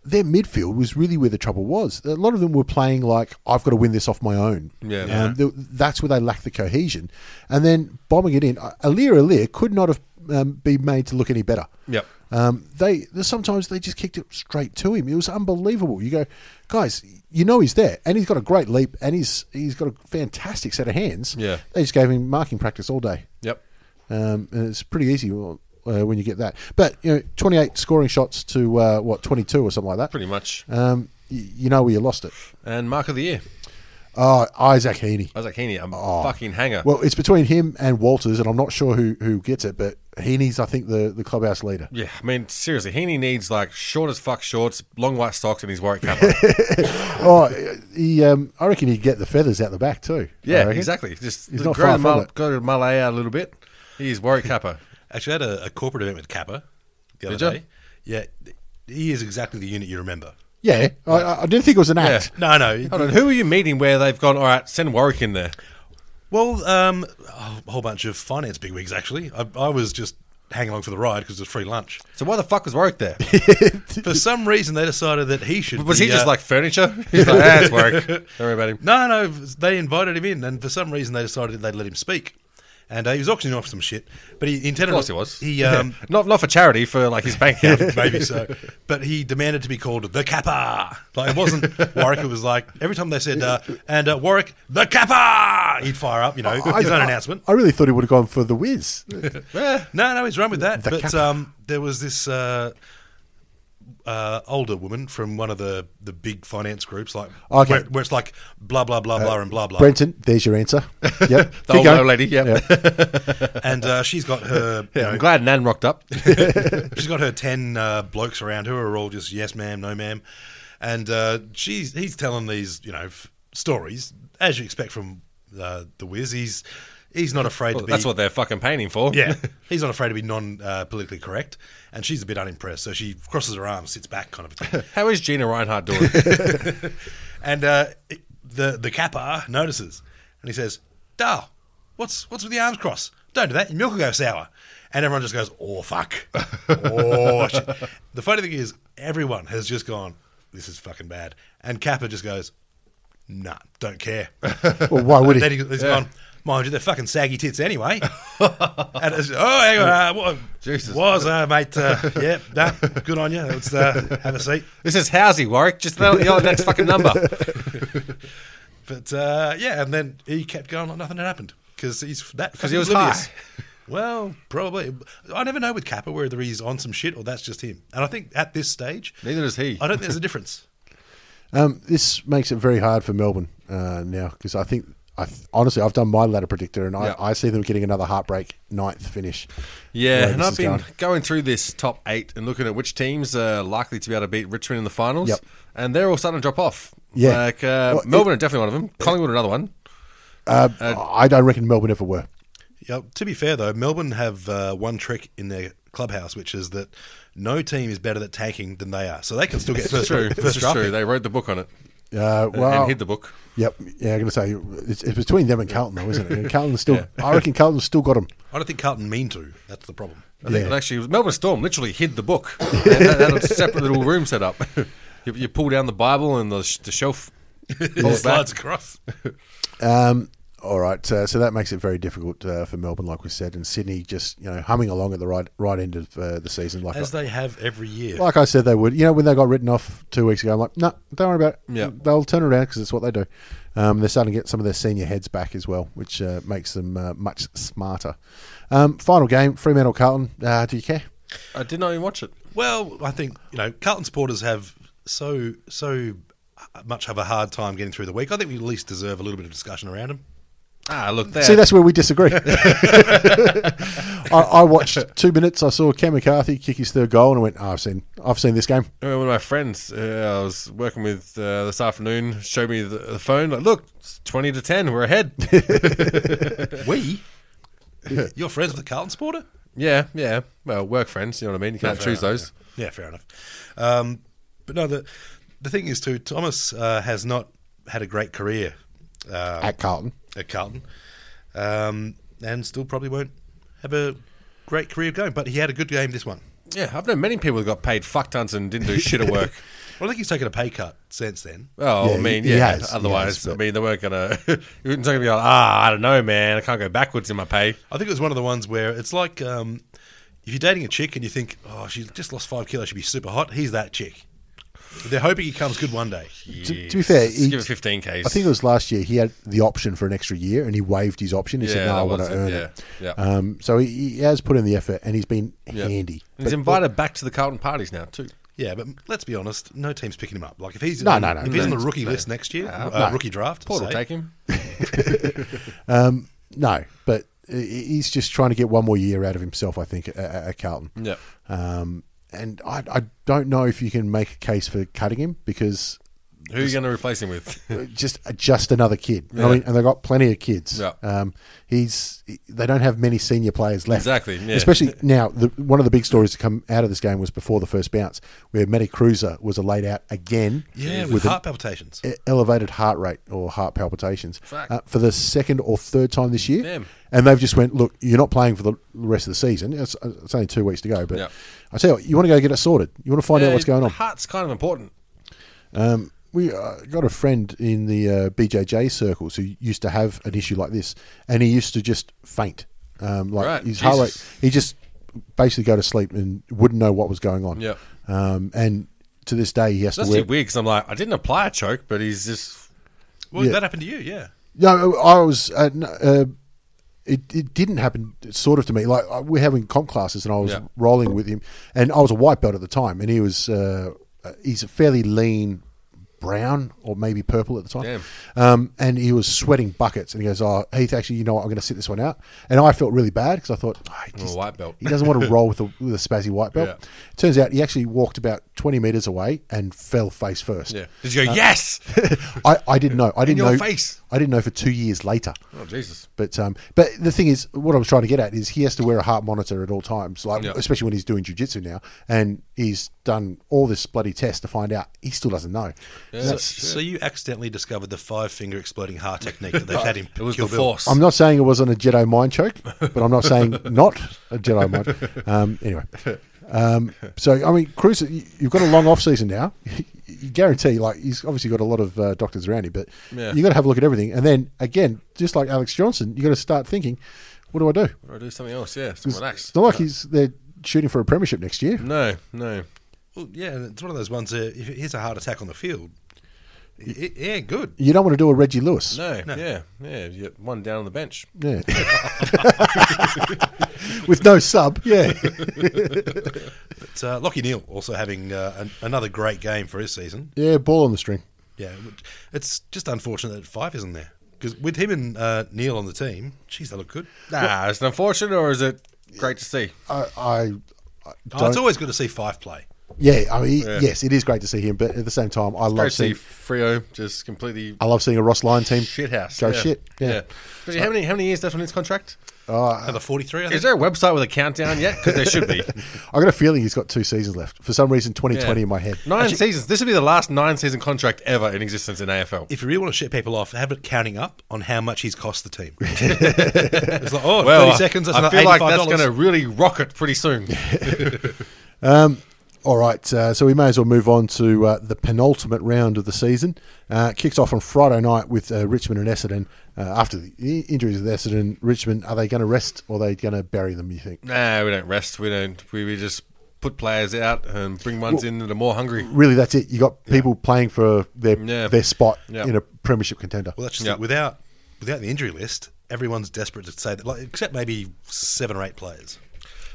[SPEAKER 1] their midfield was really where the trouble was. A lot of them were playing like I've got to win this off my own.
[SPEAKER 2] Yeah.
[SPEAKER 1] Um, th- that's where they lack the cohesion. And then bombing it in, Uh, Alir Alir could not have um, been made to look any better.
[SPEAKER 2] Yep.
[SPEAKER 1] Um, they the- sometimes they just kicked it straight to him. It was unbelievable. You go, guys, you know he's there, and he's got a great leap, and he's he's got a fantastic set of hands.
[SPEAKER 2] Yeah.
[SPEAKER 1] they just gave him marking practice all day.
[SPEAKER 2] Yep.
[SPEAKER 1] Um, and it's pretty easy uh, when you get that. But you know, twenty eight scoring shots to uh, what twenty two or something like that.
[SPEAKER 2] Pretty much.
[SPEAKER 1] Um, y- you know where you lost it.
[SPEAKER 2] And Mark of the Year,
[SPEAKER 1] Oh, Isaac Heaney.
[SPEAKER 2] Isaac Heaney, a fucking hanger.
[SPEAKER 1] Ah. Well, it's between him and Walters, and I'm not sure who, who gets it, but Heaney's, I think, the, the clubhouse leader.
[SPEAKER 2] yeah, I mean, seriously, Heaney needs like short as fuck shorts, long white socks, and his
[SPEAKER 1] (laughs)
[SPEAKER 2] Warwick Kappa.
[SPEAKER 1] Oh, he, um, I reckon he'd get the feathers out the back, too. I
[SPEAKER 2] Yeah,
[SPEAKER 1] reckon.
[SPEAKER 2] exactly. Just
[SPEAKER 1] He's not
[SPEAKER 2] grow,
[SPEAKER 1] far
[SPEAKER 2] the
[SPEAKER 1] from
[SPEAKER 2] mal-
[SPEAKER 1] it.
[SPEAKER 2] grow the Malay out a little bit. He's Warwick Kappa.
[SPEAKER 3] Actually, I had a, a corporate event with Kappa the other
[SPEAKER 2] Did ya?
[SPEAKER 3] day. Yeah, he is exactly the unit you remember.
[SPEAKER 1] Yeah, I- I, I didn't think it was an act.
[SPEAKER 3] No, (laughs) no.
[SPEAKER 2] Hold on, who are you meeting where they've gone, all right, send Warwick in there?
[SPEAKER 3] Well, um, a whole bunch of finance bigwigs actually. I, I was just hanging along for the ride because it was free
[SPEAKER 2] (laughs)
[SPEAKER 3] lunch.
[SPEAKER 2] So why the fuck was Warwick there?
[SPEAKER 3] For some reason, they decided that he should.
[SPEAKER 2] Was
[SPEAKER 3] be,
[SPEAKER 2] he just
[SPEAKER 3] uh,
[SPEAKER 2] like furniture?
[SPEAKER 1] (laughs)
[SPEAKER 2] He's like, ah, it's Warwick. Don't worry about him.
[SPEAKER 3] No, no, they invited him in, and for some reason they decided they'd let him speak. And uh, he was auctioning off some shit, but he intended.
[SPEAKER 2] Of course he was.
[SPEAKER 3] He um, (laughs)
[SPEAKER 2] not not for charity, for like his
[SPEAKER 1] (laughs)
[SPEAKER 2] bank account.
[SPEAKER 3] maybe so, but he demanded to be called the Kappa. Like it wasn't
[SPEAKER 2] (laughs)
[SPEAKER 3] Warwick. It was like every time they said uh, and uh, Warwick the Kappa, he'd fire up. You know, his own announcement.
[SPEAKER 1] I really thought he would have gone for the whiz.
[SPEAKER 2] Yeah.
[SPEAKER 3] No, no, he's run with that.
[SPEAKER 1] The
[SPEAKER 3] but
[SPEAKER 1] Kappa.
[SPEAKER 3] um, there was this uh, uh, older woman from one of the, the big finance groups, like
[SPEAKER 1] Okay. Uh,
[SPEAKER 3] where, where it's like blah blah blah blah and blah blah.
[SPEAKER 1] Brenton, there's your
[SPEAKER 2] (laughs)
[SPEAKER 1] answer. Yep. Keep
[SPEAKER 2] The old,
[SPEAKER 1] going.
[SPEAKER 2] old lady, yep. yeah.
[SPEAKER 3] And uh, she's got
[SPEAKER 2] (laughs)
[SPEAKER 3] her, you
[SPEAKER 2] I'm
[SPEAKER 3] know,
[SPEAKER 2] glad Nan
[SPEAKER 1] (laughs)
[SPEAKER 2] rocked up.
[SPEAKER 3] she's got her ten uh, blokes around her, who are all just yes ma'am, no ma'am, and uh, she's he's telling these you know f- stories as you expect from uh, the whiz. He's he's not afraid to be.
[SPEAKER 2] That's what they're fucking painting for. (laughs)
[SPEAKER 3] Yeah, he's not afraid to be non uh, politically correct, and she's a bit unimpressed. So she crosses her arms, sits back, kind of a thing.
[SPEAKER 2] How is Gina
[SPEAKER 1] (laughs)
[SPEAKER 2] Reinhardt doing?
[SPEAKER 3] And uh, it- the the kappa notices, and he says, "Dal, what's what's with the arms crossed? Don't do that. Your milk will go sour." And everyone just goes, "Oh fuck!" oh, (laughs) shit. the funny thing is, everyone has just gone, "This is fucking bad," and Kappa just goes, "Nah, don't care."
[SPEAKER 2] (laughs)
[SPEAKER 1] Well, why would
[SPEAKER 3] then
[SPEAKER 1] he?
[SPEAKER 3] he, has
[SPEAKER 2] Yeah.
[SPEAKER 3] gone, Mind you, they're fucking saggy tits anyway. (laughs) and it's, oh, hang on, uh, what,
[SPEAKER 2] Jesus.
[SPEAKER 3] Was, uh, mate, uh, yeah, nah, good on you. Let's uh, have a seat.
[SPEAKER 2] This is Housie, Warwick. Just
[SPEAKER 1] (laughs)
[SPEAKER 2] the the next fucking number.
[SPEAKER 3] But uh, yeah, and then he kept going like nothing had happened because he's that because
[SPEAKER 2] he was
[SPEAKER 3] (laughs)
[SPEAKER 2] (laughs)
[SPEAKER 3] Well, probably. I never know with Kappa whether he's on some shit or that's just him. And I think at this stage,
[SPEAKER 2] Neither does he.
[SPEAKER 3] I don't
[SPEAKER 2] (laughs)
[SPEAKER 3] think there's a difference.
[SPEAKER 1] Um, this makes it very hard for Melbourne uh, now because I think, I th- honestly, I've done my ladder predictor and I,
[SPEAKER 2] Yeah.
[SPEAKER 1] I see them getting another heartbreak ninth finish.
[SPEAKER 2] Yeah,
[SPEAKER 1] Where
[SPEAKER 2] and
[SPEAKER 1] this
[SPEAKER 2] I've
[SPEAKER 1] is
[SPEAKER 2] been
[SPEAKER 1] going.
[SPEAKER 2] going. through this top eight and looking at which teams are likely to be able to beat Richmond in the finals.
[SPEAKER 1] Yep.
[SPEAKER 2] And they're all starting to drop off.
[SPEAKER 1] Yeah.
[SPEAKER 2] Like, uh,
[SPEAKER 1] Well,
[SPEAKER 2] Melbourne are definitely one of them. Collingwood, another one.
[SPEAKER 1] Uh, I don't reckon Melbourne ever were.
[SPEAKER 3] Yeah, to be fair though, Melbourne have uh, one trick in their clubhouse, which is that no team is better at tanking than they are, so they can still get
[SPEAKER 2] It's
[SPEAKER 3] first.
[SPEAKER 2] true. This
[SPEAKER 3] First
[SPEAKER 2] is
[SPEAKER 3] draft
[SPEAKER 2] true.
[SPEAKER 3] pick.
[SPEAKER 2] They wrote the book on it
[SPEAKER 1] Uh,
[SPEAKER 2] and,
[SPEAKER 1] well,
[SPEAKER 2] and hid the book.
[SPEAKER 1] Yep. Yeah, I'm going to say it's, it's between them and Carlton, though, isn't it? And Carlton's still. I reckon Carlton's still got them.
[SPEAKER 3] I don't think Carlton mean to. That's the problem.
[SPEAKER 2] I think
[SPEAKER 1] Yeah.
[SPEAKER 2] it actually was Melbourne Storm literally hid
[SPEAKER 1] (laughs)
[SPEAKER 2] the book. they had had a separate little room set up. (laughs) you, you pull down the Bible and the, sh-
[SPEAKER 1] (laughs)
[SPEAKER 2] the shelf.
[SPEAKER 3] It
[SPEAKER 2] falls back. (laughs)
[SPEAKER 3] Slides across.
[SPEAKER 1] Um, all right. Uh, so that makes it very difficult uh, for Melbourne, like we said, and Sydney just you know humming along at the right right end of uh, the season, like
[SPEAKER 3] As they have every year.
[SPEAKER 1] like I said they would. You know, when they got written off two weeks ago, I'm like, no, don't worry about it.
[SPEAKER 2] Yeah.
[SPEAKER 1] They'll turn around because it's what they do. Um, they're starting to get some of their senior heads back as well, which uh, makes them uh, much smarter. Um, final game, Fremantle Carlton. Uh, do you care?
[SPEAKER 2] I did not even watch it.
[SPEAKER 3] Well, I think you know Carlton supporters have so so much have a hard time getting through the week. I think we at least deserve a little bit of discussion around them.
[SPEAKER 2] Ah, look there.
[SPEAKER 1] See, that's where we
[SPEAKER 2] (laughs)
[SPEAKER 1] disagree. (laughs) I, I watched two minutes. I saw Cam McCarthy kick his third goal, and I went, oh, "I've seen, I've seen this game."
[SPEAKER 2] I remember one of my friends uh, I was working with uh, this afternoon showed me the, the phone. Like, look, it's 20 to 10.
[SPEAKER 1] (laughs)
[SPEAKER 2] We're ahead.
[SPEAKER 3] We, you're friends with a Carlton supporter?
[SPEAKER 2] yeah, yeah. Well, work friends. You know what I mean? You can't choose those.
[SPEAKER 3] Yeah, fair enough. Um, but no, the the thing is too, Thomas uh, has not had a great career
[SPEAKER 2] Oh.
[SPEAKER 3] uh,
[SPEAKER 1] At Carlton,
[SPEAKER 3] at Carlton, um, and still probably won't have a great career going. But he had a good game this one.
[SPEAKER 2] Yeah, I've known many people who got paid fuck tons and didn't
[SPEAKER 1] (laughs)
[SPEAKER 2] do shit at work.
[SPEAKER 3] Well, I think he's taken a pay cut since then.
[SPEAKER 2] Well,
[SPEAKER 1] Yeah,
[SPEAKER 2] I mean,
[SPEAKER 1] he-
[SPEAKER 2] yeah.
[SPEAKER 1] he has, he
[SPEAKER 2] otherwise,
[SPEAKER 1] has,
[SPEAKER 2] I
[SPEAKER 1] but-
[SPEAKER 2] mean, they weren't gonna. (laughs) you wouldn't talk about ah, I don't know, man. I can't go backwards in my pay.
[SPEAKER 3] I think it was one of the ones where it's like um, if you're dating a chick and you think, oh, she just lost five kilos, she'd be super hot. He's that chick. They're hoping he comes good one day.
[SPEAKER 1] to, to be fair,
[SPEAKER 2] Just
[SPEAKER 1] he,
[SPEAKER 2] give it 15 k's.
[SPEAKER 1] I think it was last year he had the option for an extra year, and he waived his option. He
[SPEAKER 2] Yeah,
[SPEAKER 1] said, "No,
[SPEAKER 2] that
[SPEAKER 1] I want
[SPEAKER 2] was
[SPEAKER 1] to
[SPEAKER 2] it.
[SPEAKER 1] earn
[SPEAKER 2] Yeah,
[SPEAKER 1] it."
[SPEAKER 2] yeah.
[SPEAKER 1] Um, so he, he has put in the effort, and he's been
[SPEAKER 2] Yeah.
[SPEAKER 1] handy.
[SPEAKER 2] he's invited back to the Carlton parties now too.
[SPEAKER 3] Yeah, but let's be honest, no team's picking him up. Like if he's
[SPEAKER 1] No,
[SPEAKER 3] on,
[SPEAKER 1] no, no,
[SPEAKER 3] if he's on
[SPEAKER 1] no.
[SPEAKER 3] the rookie list next year, uh,
[SPEAKER 1] no.
[SPEAKER 3] rookie draft,
[SPEAKER 2] Port will
[SPEAKER 3] say,
[SPEAKER 2] take him.
[SPEAKER 1] (laughs) No, but he- he's just trying to get one more year out of himself. I think at, at at Carlton.
[SPEAKER 2] Yeah.
[SPEAKER 1] Um, and I, I don't know if you can make a case for cutting him because
[SPEAKER 2] Who are you going to replace him with?
[SPEAKER 1] just uh, just another kid. You know what I
[SPEAKER 2] Yeah.
[SPEAKER 1] mean, and they've got plenty of kids.
[SPEAKER 2] Yeah.
[SPEAKER 1] Um, he's they don't have many senior players left.
[SPEAKER 2] Exactly, yeah.
[SPEAKER 1] Especially now, the, one of the big stories to come out of this game was before the first bounce, where Matty Cruiser was laid out again.
[SPEAKER 3] yeah, with,
[SPEAKER 1] an
[SPEAKER 3] heart palpitations.
[SPEAKER 1] e- Elevated heart rate or heart palpitations
[SPEAKER 2] Fuck.
[SPEAKER 1] uh, for the second or third time this year,
[SPEAKER 2] Damn.
[SPEAKER 1] and they've just went. Look, you're not playing for the rest of the season. It's, uh, it's only two weeks to go, but
[SPEAKER 2] Yeah.
[SPEAKER 1] I tell you, what, you want to go get it sorted. You want to find out what's
[SPEAKER 2] Yeah, (laughs)
[SPEAKER 1] going on.
[SPEAKER 2] Heart's kind of important.
[SPEAKER 1] Um, we uh, got a friend in the uh, BJJ circles who used to have an issue like this, and he used to just faint, um, like
[SPEAKER 2] Right,
[SPEAKER 1] his heart rate.
[SPEAKER 2] Jesus.
[SPEAKER 1] He just basically go to sleep and wouldn't know what was going on.
[SPEAKER 2] Yeah.
[SPEAKER 1] Um, and to this day, he has
[SPEAKER 2] That's
[SPEAKER 1] to wear.
[SPEAKER 2] weird because I'm like, I didn't apply a choke, but he's just.
[SPEAKER 3] Well,
[SPEAKER 1] yeah.
[SPEAKER 3] that happened to you, yeah.
[SPEAKER 1] No, I was. Uh, n- uh, it, it didn't happen sort of to me. Like I- we're having comp classes, and I was
[SPEAKER 2] Yeah.
[SPEAKER 1] rolling with him, and I was a white belt at the time, and he was. Uh, uh, he's a fairly lean, brown or maybe purple at the time, um, and he was sweating buckets. And he goes, "Oh, Heath, actually, you know what? I'm going to sit this one out." And I felt really bad because I thought, oh, he,
[SPEAKER 2] a
[SPEAKER 1] just-
[SPEAKER 2] white belt.
[SPEAKER 1] he doesn't want to roll with a, with a spazzy white belt.
[SPEAKER 2] Yeah.
[SPEAKER 1] Turns out he actually walked about 20 meters away and fell face first.
[SPEAKER 2] (laughs) Yeah. Did
[SPEAKER 1] Uh,
[SPEAKER 2] you go, yes?
[SPEAKER 1] (laughs) I, I didn't know. I didn't
[SPEAKER 2] your
[SPEAKER 1] know.
[SPEAKER 2] face.
[SPEAKER 1] I didn't know for two years later.
[SPEAKER 2] oh, Jesus.
[SPEAKER 1] But um, but the thing is, what I was trying to get at is he has to wear a heart monitor at all times, like
[SPEAKER 2] Yeah.
[SPEAKER 1] especially when he's doing jujitsu now, and he's done all this bloody test to find out. He still doesn't know.
[SPEAKER 3] So, so you accidentally discovered the five finger exploding heart technique that they've had him.
[SPEAKER 2] It was
[SPEAKER 3] Kill
[SPEAKER 2] the
[SPEAKER 3] Bill.
[SPEAKER 2] force.
[SPEAKER 1] I'm not
[SPEAKER 2] (laughs)
[SPEAKER 1] saying it wasn't a Jedi mind choke, but I'm not saying not a Jedi mind. Um, anyway, Um, so I mean, Cruz, you- you've got a long off season now. (laughs) You guarantee, like he's obviously got a lot of uh, doctors around him, but
[SPEAKER 2] Yeah.
[SPEAKER 1] you got to have a look at everything. And then again, just like Alex Johnson, you got to start thinking, what do I do?
[SPEAKER 2] Or do something else. Yeah,
[SPEAKER 1] It's,
[SPEAKER 2] someone acts.
[SPEAKER 1] it's not like he's they're shooting for a premiership next year.
[SPEAKER 2] No, no.
[SPEAKER 3] Well, yeah, and it's one of those ones that if it hits a heart attack on the field, it, it ain't good.
[SPEAKER 1] You don't want to do a Reggie Lewis.
[SPEAKER 2] No, yeah, yeah. You get one down on the bench.
[SPEAKER 1] Yeah. (laughs) With no sub,
[SPEAKER 2] (laughs)
[SPEAKER 1] yeah.
[SPEAKER 3] But uh, Lockie Neal also having uh, an, another great game for his season.
[SPEAKER 1] Yeah, ball on the string.
[SPEAKER 3] Yeah, which- it's just unfortunate that Five isn't there because with him and uh, Neil on the team, geez, they look good.
[SPEAKER 2] Nah, is it unfortunate or is it great to see?
[SPEAKER 1] I, I, I
[SPEAKER 3] Oh, it's
[SPEAKER 1] don't.
[SPEAKER 3] always good to see Five play.
[SPEAKER 1] yeah, I mean,
[SPEAKER 2] Yeah.
[SPEAKER 1] yes, it is great to see him, but at the same time, I
[SPEAKER 2] Great
[SPEAKER 1] love
[SPEAKER 2] to see
[SPEAKER 1] seeing,
[SPEAKER 2] Frio just completely
[SPEAKER 1] I love seeing a Ross Lyon team
[SPEAKER 2] shit house.
[SPEAKER 1] go shit. Yeah.
[SPEAKER 2] how many how many years left on his contract?
[SPEAKER 3] Another forty-three. I think.
[SPEAKER 2] Is there a website with a countdown yet? Because there (laughs) should be.
[SPEAKER 1] I got a feeling he's got two seasons left. For some reason, twenty
[SPEAKER 2] Yeah.
[SPEAKER 1] twenty in my head.
[SPEAKER 2] Nine seasons. This would be the last nine season contract ever in existence in AFL.
[SPEAKER 3] if you really want to shit people off, have it counting up on how much he's cost
[SPEAKER 2] (laughs)
[SPEAKER 3] the team. it's like, oh, 30 seconds, that's
[SPEAKER 2] I
[SPEAKER 3] another
[SPEAKER 2] feel like that's
[SPEAKER 3] $85.
[SPEAKER 2] going to really rocket pretty soon. (laughs)
[SPEAKER 1] All right, uh, so we may as well move on to uh, the penultimate round of the season. Uh, kicks off on Friday night with uh, Richmond and Essendon. Uh, after the i- injuries with Essendon, Richmond are they going to rest or are they going to bury them? You think?
[SPEAKER 2] nah, we don't rest. We don't. We, we just put players out and bring ones in that are more hungry.
[SPEAKER 1] Really, that's it. You got people playing for their
[SPEAKER 2] Yeah.
[SPEAKER 1] their spot
[SPEAKER 2] Yeah.
[SPEAKER 1] in a premiership contender.
[SPEAKER 3] Well, that's just
[SPEAKER 2] Yep.
[SPEAKER 3] it. without without the injury list, everyone's desperate to say that, like, except maybe seven or eight players.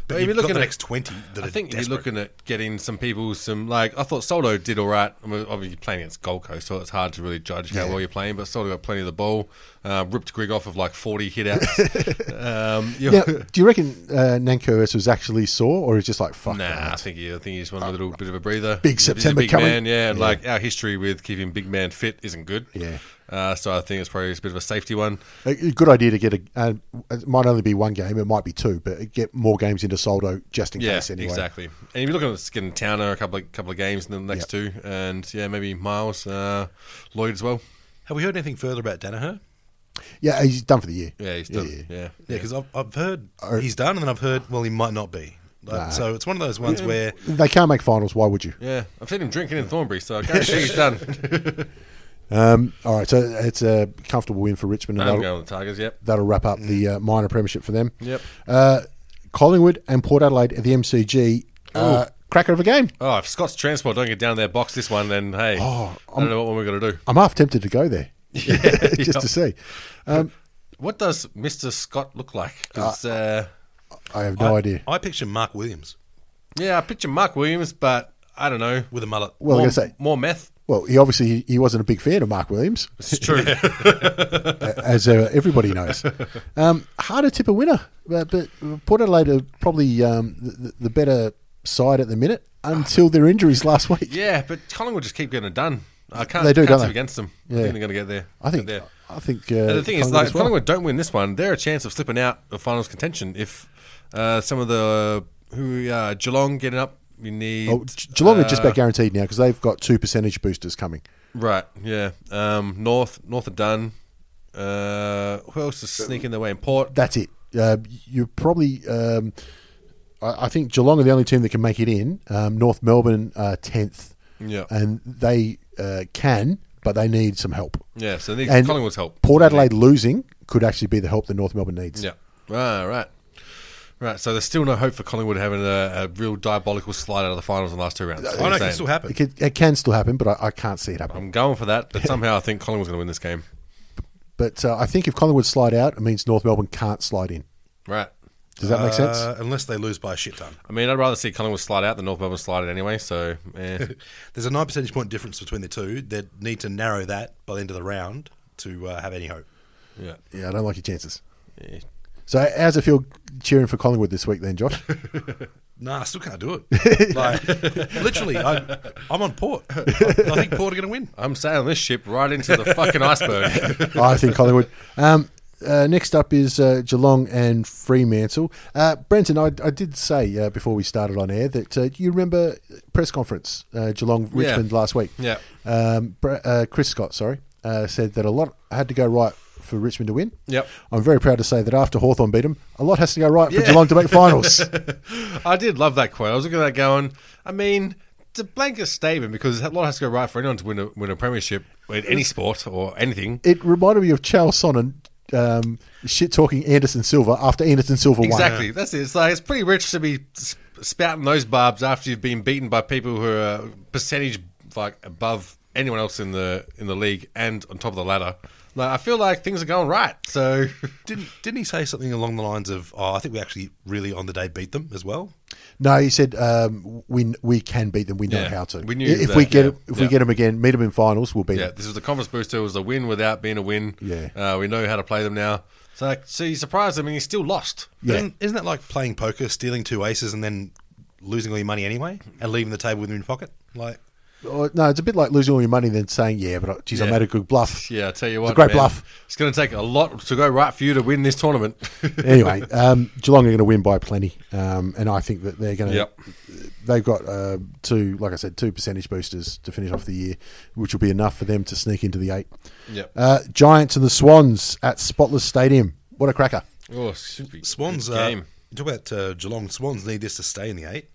[SPEAKER 3] But
[SPEAKER 2] Well,
[SPEAKER 3] you've
[SPEAKER 2] if you're
[SPEAKER 3] got
[SPEAKER 2] looking
[SPEAKER 3] the
[SPEAKER 2] at-
[SPEAKER 3] next twenty that
[SPEAKER 2] I
[SPEAKER 3] are
[SPEAKER 2] think if
[SPEAKER 3] desperate.
[SPEAKER 2] you're looking at getting some people, some like I thought Solo did all right. I mean, obviously playing against Gold Coast, so it's hard to really judge how well you're playing. But Solo got plenty of the ball, uh, ripped Grig off of like 40 hit (laughs) outs. um, you- (laughs)
[SPEAKER 1] Now, do you reckon uh, Nankervis was actually sore, or is just like fuck?
[SPEAKER 2] Nah, I think he, I think he just wanted a little bit of a breather.
[SPEAKER 1] Big
[SPEAKER 2] He's a- he's a
[SPEAKER 1] September
[SPEAKER 2] big
[SPEAKER 1] coming.
[SPEAKER 2] man, yeah, and like our history with keeping big man fit isn't good.
[SPEAKER 1] Yeah.
[SPEAKER 2] uh, so I think it's probably just a bit of a safety one.
[SPEAKER 1] A a good idea to get a. Uh, it might only be one game, it might be two, but get more games into Soldo just in
[SPEAKER 2] Yeah,
[SPEAKER 1] case. Anyway,
[SPEAKER 2] exactly. And if you're looking at getting Towner a couple of couple of games in the next two, and yeah, maybe Miles uh, Lloyd as well.
[SPEAKER 3] have we heard anything further about Danaher?
[SPEAKER 1] Yeah, he's done for the year.
[SPEAKER 2] Yeah, he's done.
[SPEAKER 1] Yeah.
[SPEAKER 2] Yeah, yeah.
[SPEAKER 3] Yeah, because I've, I've heard he's done, and then I've heard well he might not be. Like, So it's one of those ones where
[SPEAKER 1] They can't make finals. Why would you?
[SPEAKER 2] Yeah, I've seen him drinking in Thornbury, so I
[SPEAKER 1] (laughs)
[SPEAKER 2] guarantee he's done.
[SPEAKER 1] Um, all right, so it's a comfortable win for Richmond, and
[SPEAKER 2] I'm
[SPEAKER 1] that'll,
[SPEAKER 2] going with the Tigers. Yep.
[SPEAKER 1] that'll wrap up the uh, minor premiership for them.
[SPEAKER 2] Yep.
[SPEAKER 1] Uh, Collingwood and Port Adelaide at the MCG. Uh, cracker of a game.
[SPEAKER 2] Oh, if Scott's transport don't get down their box this one, then hey,
[SPEAKER 1] Oh,
[SPEAKER 2] I don't know what we're going to do.
[SPEAKER 1] I'm half tempted to go
[SPEAKER 2] (laughs)
[SPEAKER 1] there (laughs) just to see. Um,
[SPEAKER 2] What does Mister Scott look like? 'Cause, uh,
[SPEAKER 1] I have no idea.
[SPEAKER 3] I picture Mark Williams
[SPEAKER 2] yeah, I picture Mark Williams, but I don't know.
[SPEAKER 3] with a mullet.
[SPEAKER 1] Well,
[SPEAKER 2] more,
[SPEAKER 1] I was gonna say-
[SPEAKER 2] more meth.
[SPEAKER 1] Well, he obviously he, he wasn't a big fan of Mark Williams,
[SPEAKER 2] It's (laughs) true.
[SPEAKER 1] (laughs) as uh, everybody
[SPEAKER 2] (laughs)
[SPEAKER 1] knows. Um, hard to tip a winner, but, but Port Adelaide are probably um, the, the better side at the minute until their injuries last week.
[SPEAKER 2] yeah, but Collingwood just keep getting it done. I can't.
[SPEAKER 1] They do,
[SPEAKER 2] can't
[SPEAKER 1] don't
[SPEAKER 2] tip
[SPEAKER 1] they?
[SPEAKER 2] against them.
[SPEAKER 1] Yeah.
[SPEAKER 2] I think they're going to get there.
[SPEAKER 1] I think.
[SPEAKER 2] Get there.
[SPEAKER 1] I think. Uh,
[SPEAKER 2] And the thing is,
[SPEAKER 1] Collingwood
[SPEAKER 2] like,
[SPEAKER 1] as
[SPEAKER 2] if
[SPEAKER 1] well.
[SPEAKER 2] Collingwood don't win this one, they're a chance of slipping out of finals contention if uh, some of the who uh, Geelong getting up. We need
[SPEAKER 1] Oh, Ge- Geelong are just
[SPEAKER 2] uh,
[SPEAKER 1] about guaranteed now because they've got two percentage boosters coming.
[SPEAKER 2] Right. Yeah. Um, north. North are done. Uh, who else is sneaking their way in port?
[SPEAKER 1] That's it. Uh, you're probably. Um, I, I think Geelong are the only team that can make it in. Um, North Melbourne are tenth,
[SPEAKER 2] Yeah.
[SPEAKER 1] and they uh, can, but they need some help.
[SPEAKER 2] Yeah. So they need
[SPEAKER 1] And
[SPEAKER 2] Collingwood's help.
[SPEAKER 1] Port Adelaide losing could actually be the help that North Melbourne needs.
[SPEAKER 2] Yeah. Right. Right. Right. So there's still no hope for Collingwood having a, a real diabolical slide out of the finals in the last two rounds. That's what
[SPEAKER 3] I
[SPEAKER 2] I'm
[SPEAKER 3] know it can
[SPEAKER 2] saying.
[SPEAKER 3] still happen.
[SPEAKER 1] It, can, it can still happen, but I, I can't see it happening.
[SPEAKER 2] I'm going for that, but somehow I think Collingwood's going to win this game.
[SPEAKER 1] But uh, I think if Collingwood slide out, it means North Melbourne can't slide in.
[SPEAKER 2] Right.
[SPEAKER 1] Does that make sense?
[SPEAKER 3] Uh, unless they lose by a shit ton.
[SPEAKER 2] I mean, I'd rather see Collingwood slide out than North Melbourne slide it anyway. So,
[SPEAKER 3] (laughs)
[SPEAKER 2] eh.
[SPEAKER 3] There's a nine percentage point difference between the two. They need to narrow that by the end of the round to uh, have any hope.
[SPEAKER 2] yeah.
[SPEAKER 1] Yeah, I don't like your chances.
[SPEAKER 2] Yeah.
[SPEAKER 1] So, how's it feel cheering for Collingwood this week, then,
[SPEAKER 2] (laughs)
[SPEAKER 1] Josh?
[SPEAKER 3] Nah, I still can't do
[SPEAKER 1] (laughs)
[SPEAKER 3] it. like, literally, I, I'm on Port. I, I think Port are going to win.
[SPEAKER 2] I'm sailing this ship right into the fucking
[SPEAKER 3] (laughs)
[SPEAKER 2] iceberg.
[SPEAKER 1] I think Collingwood. Um, uh, next up is uh, Geelong and Fremantle. Uh, Brenton, I, I did say uh, before we started on air that uh, you remember press conference uh, Geelong Richmond last week.
[SPEAKER 2] Yeah.
[SPEAKER 1] Um, Bre- uh, Chris Scott, sorry, uh, said that a lot had to go right for Richmond to win.
[SPEAKER 2] Yep.
[SPEAKER 1] I'm very proud to say that after Hawthorn beat them, a lot has to go right for
[SPEAKER 2] Yeah.
[SPEAKER 1] Geelong to make
[SPEAKER 2] (laughs)
[SPEAKER 1] finals.
[SPEAKER 2] I did love that quote. I was looking at that going, I mean, it's a blanket statement because a lot has to go right for anyone to win a, win a premiership in any sport or anything.
[SPEAKER 1] it reminded me of Chael Sonnen um, shit talking Anderson Silva after Anderson Silva won.
[SPEAKER 2] Exactly. That's it. It's like it's pretty rich to be sp- spouting those barbs after you've been beaten by people who are percentage like above anyone else in the in the league and on top of the ladder. Like I feel like things are going right. So (laughs)
[SPEAKER 3] Didn't didn't he say something along the lines of, "Oh, I think we actually really on the day beat them as well."
[SPEAKER 1] No, he said um, we we can beat them. We know
[SPEAKER 2] Yeah.
[SPEAKER 1] how to.
[SPEAKER 2] We knew
[SPEAKER 1] if
[SPEAKER 2] that,
[SPEAKER 1] we get
[SPEAKER 2] yeah.
[SPEAKER 1] if we
[SPEAKER 2] Yeah.
[SPEAKER 1] get them again, meet them in finals. We'll beat
[SPEAKER 2] yeah,
[SPEAKER 1] them.
[SPEAKER 2] this was the conference booster. It was a win without being a win.
[SPEAKER 1] Yeah.
[SPEAKER 2] Uh, we know how to play them now. So like, so you surprised them and you still lost.
[SPEAKER 1] Yeah.
[SPEAKER 3] Isn't, isn't that like playing poker, stealing two aces, and then losing all your money anyway, and leaving the table with them in your pocket? Like,
[SPEAKER 1] Or- Oh, no, it's a bit like losing all your money and then saying, "Yeah, but I- geez, I
[SPEAKER 2] Yeah.
[SPEAKER 1] made a good bluff."
[SPEAKER 2] Yeah, I tell you what,
[SPEAKER 1] great
[SPEAKER 2] man,
[SPEAKER 1] bluff.
[SPEAKER 2] It's going to take a lot to go right for you to win this
[SPEAKER 1] (laughs)
[SPEAKER 2] tournament.
[SPEAKER 1] anyway, um, Geelong are going to win by plenty, um, and I think that they're going to.
[SPEAKER 2] Yep.
[SPEAKER 1] They've got uh, two, like I said, two percentage boosters to finish off the year, which will be enough for them to sneak into the eight.
[SPEAKER 2] Yep.
[SPEAKER 1] Uh, Giants and the Swans at Spotless Stadium. What a cracker!
[SPEAKER 2] oh, should be
[SPEAKER 3] Swans,
[SPEAKER 2] good
[SPEAKER 3] uh,
[SPEAKER 2] game.
[SPEAKER 3] you talk about uh, Geelong. Swans need this to stay in the eight.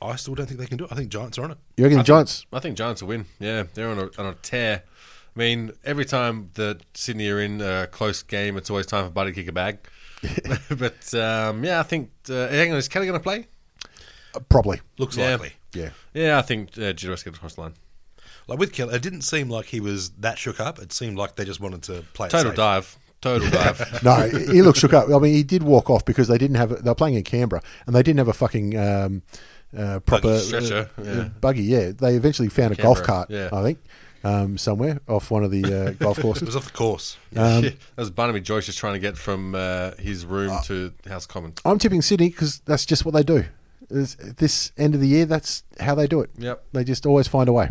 [SPEAKER 3] I still don't think they can do it. I think Giants are on it.
[SPEAKER 1] You reckon the Giants?
[SPEAKER 2] I think Giants will win. Yeah, they're on a, on a tear. I mean, every time that Sydney are in a close game, it's always time for Buddy to kick a
[SPEAKER 3] (laughs)
[SPEAKER 2] bag. (laughs) but um, yeah, I think. Uh, hang on, is Kelly going to play?
[SPEAKER 1] Uh, probably.
[SPEAKER 3] Looks
[SPEAKER 2] Yeah.
[SPEAKER 3] likely.
[SPEAKER 1] Yeah.
[SPEAKER 2] Yeah, I think uh, Giroux gets across the line.
[SPEAKER 3] Like with Kelly, it didn't seem like he was that shook up. It seemed like they just wanted to play. it
[SPEAKER 2] Total
[SPEAKER 3] safe.
[SPEAKER 2] dive. Total
[SPEAKER 3] (laughs)
[SPEAKER 2] dive.
[SPEAKER 1] (laughs)
[SPEAKER 2] (laughs)
[SPEAKER 1] No, he looked shook up. I mean, he did walk off because they didn't have. They were playing in Canberra, and they didn't have a fucking um, uh, proper
[SPEAKER 3] Buggy
[SPEAKER 2] stretcher,
[SPEAKER 1] uh,
[SPEAKER 2] yeah.
[SPEAKER 1] buggy. Yeah, they eventually found a golf
[SPEAKER 2] Canberra,
[SPEAKER 1] cart.
[SPEAKER 2] yeah.
[SPEAKER 1] I think um, somewhere off one of the uh, golf
[SPEAKER 2] (laughs)
[SPEAKER 3] It
[SPEAKER 1] courses.
[SPEAKER 3] was off the course.
[SPEAKER 1] Uh,
[SPEAKER 2] that was Barnaby Joyce just trying to get from uh, his room to House Common.
[SPEAKER 1] I'm tipping Sydney because that's just what they do. It's- this end of the year, that's how they do it.
[SPEAKER 2] Yep.
[SPEAKER 1] They just always find a way.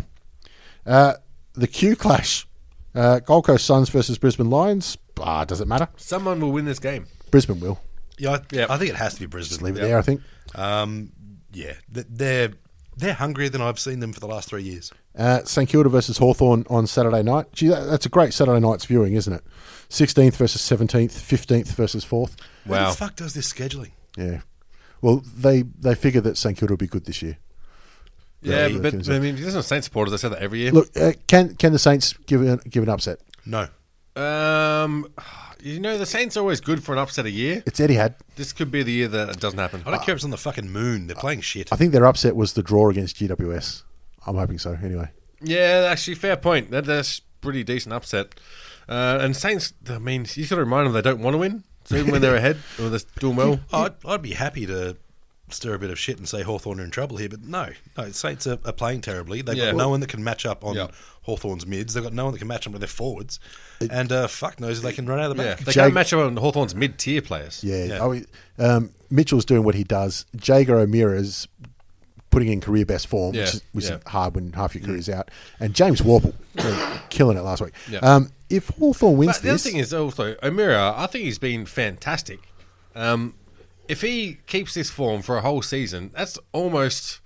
[SPEAKER 1] Uh, the Q Clash, uh, Gold Coast Suns versus Brisbane Lions. Ah, does it matter?
[SPEAKER 2] Someone will win this game.
[SPEAKER 1] Brisbane will.
[SPEAKER 3] Yeah, I,
[SPEAKER 2] Yeah.
[SPEAKER 3] I think it has to be Brisbane.
[SPEAKER 1] Just leave it there, I think.
[SPEAKER 3] Um, yeah, Th- they're they're hungrier than I've seen them for the last three years.
[SPEAKER 1] Uh, St Kilda versus Hawthorn on Saturday night. Gee, that, that's a great Saturday night's viewing, isn't it? 16th versus 17th, 15th versus 4th.
[SPEAKER 3] Who
[SPEAKER 2] Wow.
[SPEAKER 3] the fuck does this scheduling?
[SPEAKER 1] Yeah. Well, they, they figure that St Kilda will be good this year.
[SPEAKER 2] Yeah,
[SPEAKER 1] Yeah,
[SPEAKER 2] but
[SPEAKER 1] Kings
[SPEAKER 2] I mean, there's no Saints supporters. I say that every year.
[SPEAKER 1] Look, uh, can can the Saints give an, give an upset?
[SPEAKER 3] No,
[SPEAKER 2] Um, you know, the Saints are always good for an upset a year.
[SPEAKER 1] It's Eddie had.
[SPEAKER 2] This could be the year that it doesn't happen.
[SPEAKER 3] I don't care if it's on the fucking moon. They're playing shit.
[SPEAKER 1] I think their upset was the draw against GWS. I'm hoping so. Anyway,
[SPEAKER 2] Yeah, actually, fair point. That, that's pretty decent upset. Uh, and Saints, I mean, you got to remind them they don't want to win. So even when they're ahead (laughs) or they're
[SPEAKER 1] (laughs)
[SPEAKER 2] doing well,
[SPEAKER 1] Oh,
[SPEAKER 3] I'd, I'd be happy to stir a bit of shit and say Hawthorn are in trouble here, but no, no. Saints are, are playing terribly. They've
[SPEAKER 2] Yeah.
[SPEAKER 3] got no one that can match up on
[SPEAKER 2] Yeah.
[SPEAKER 3] Hawthorn's mids. They've got no one that can match up with their forwards, and uh, fuck knows if they can run out of the
[SPEAKER 2] yeah,
[SPEAKER 3] back.
[SPEAKER 2] they
[SPEAKER 1] Jag-
[SPEAKER 2] can't match up on Hawthorn's mid-tier players.
[SPEAKER 1] yeah,
[SPEAKER 3] Yeah.
[SPEAKER 1] Oh, he- um, Mitchell's doing what he does. Jager O'Meara is putting in career best form,
[SPEAKER 2] Yeah,
[SPEAKER 1] which, is, which
[SPEAKER 2] yeah.
[SPEAKER 1] is hard when half your career's out. And James Warple uh, killing it last week.
[SPEAKER 2] Yeah.
[SPEAKER 1] Um, if Hawthorn wins
[SPEAKER 2] But the other
[SPEAKER 1] this,
[SPEAKER 2] thing is also O'Meara. I think he's been fantastic. Um, if he keeps this form for a whole season, that's almost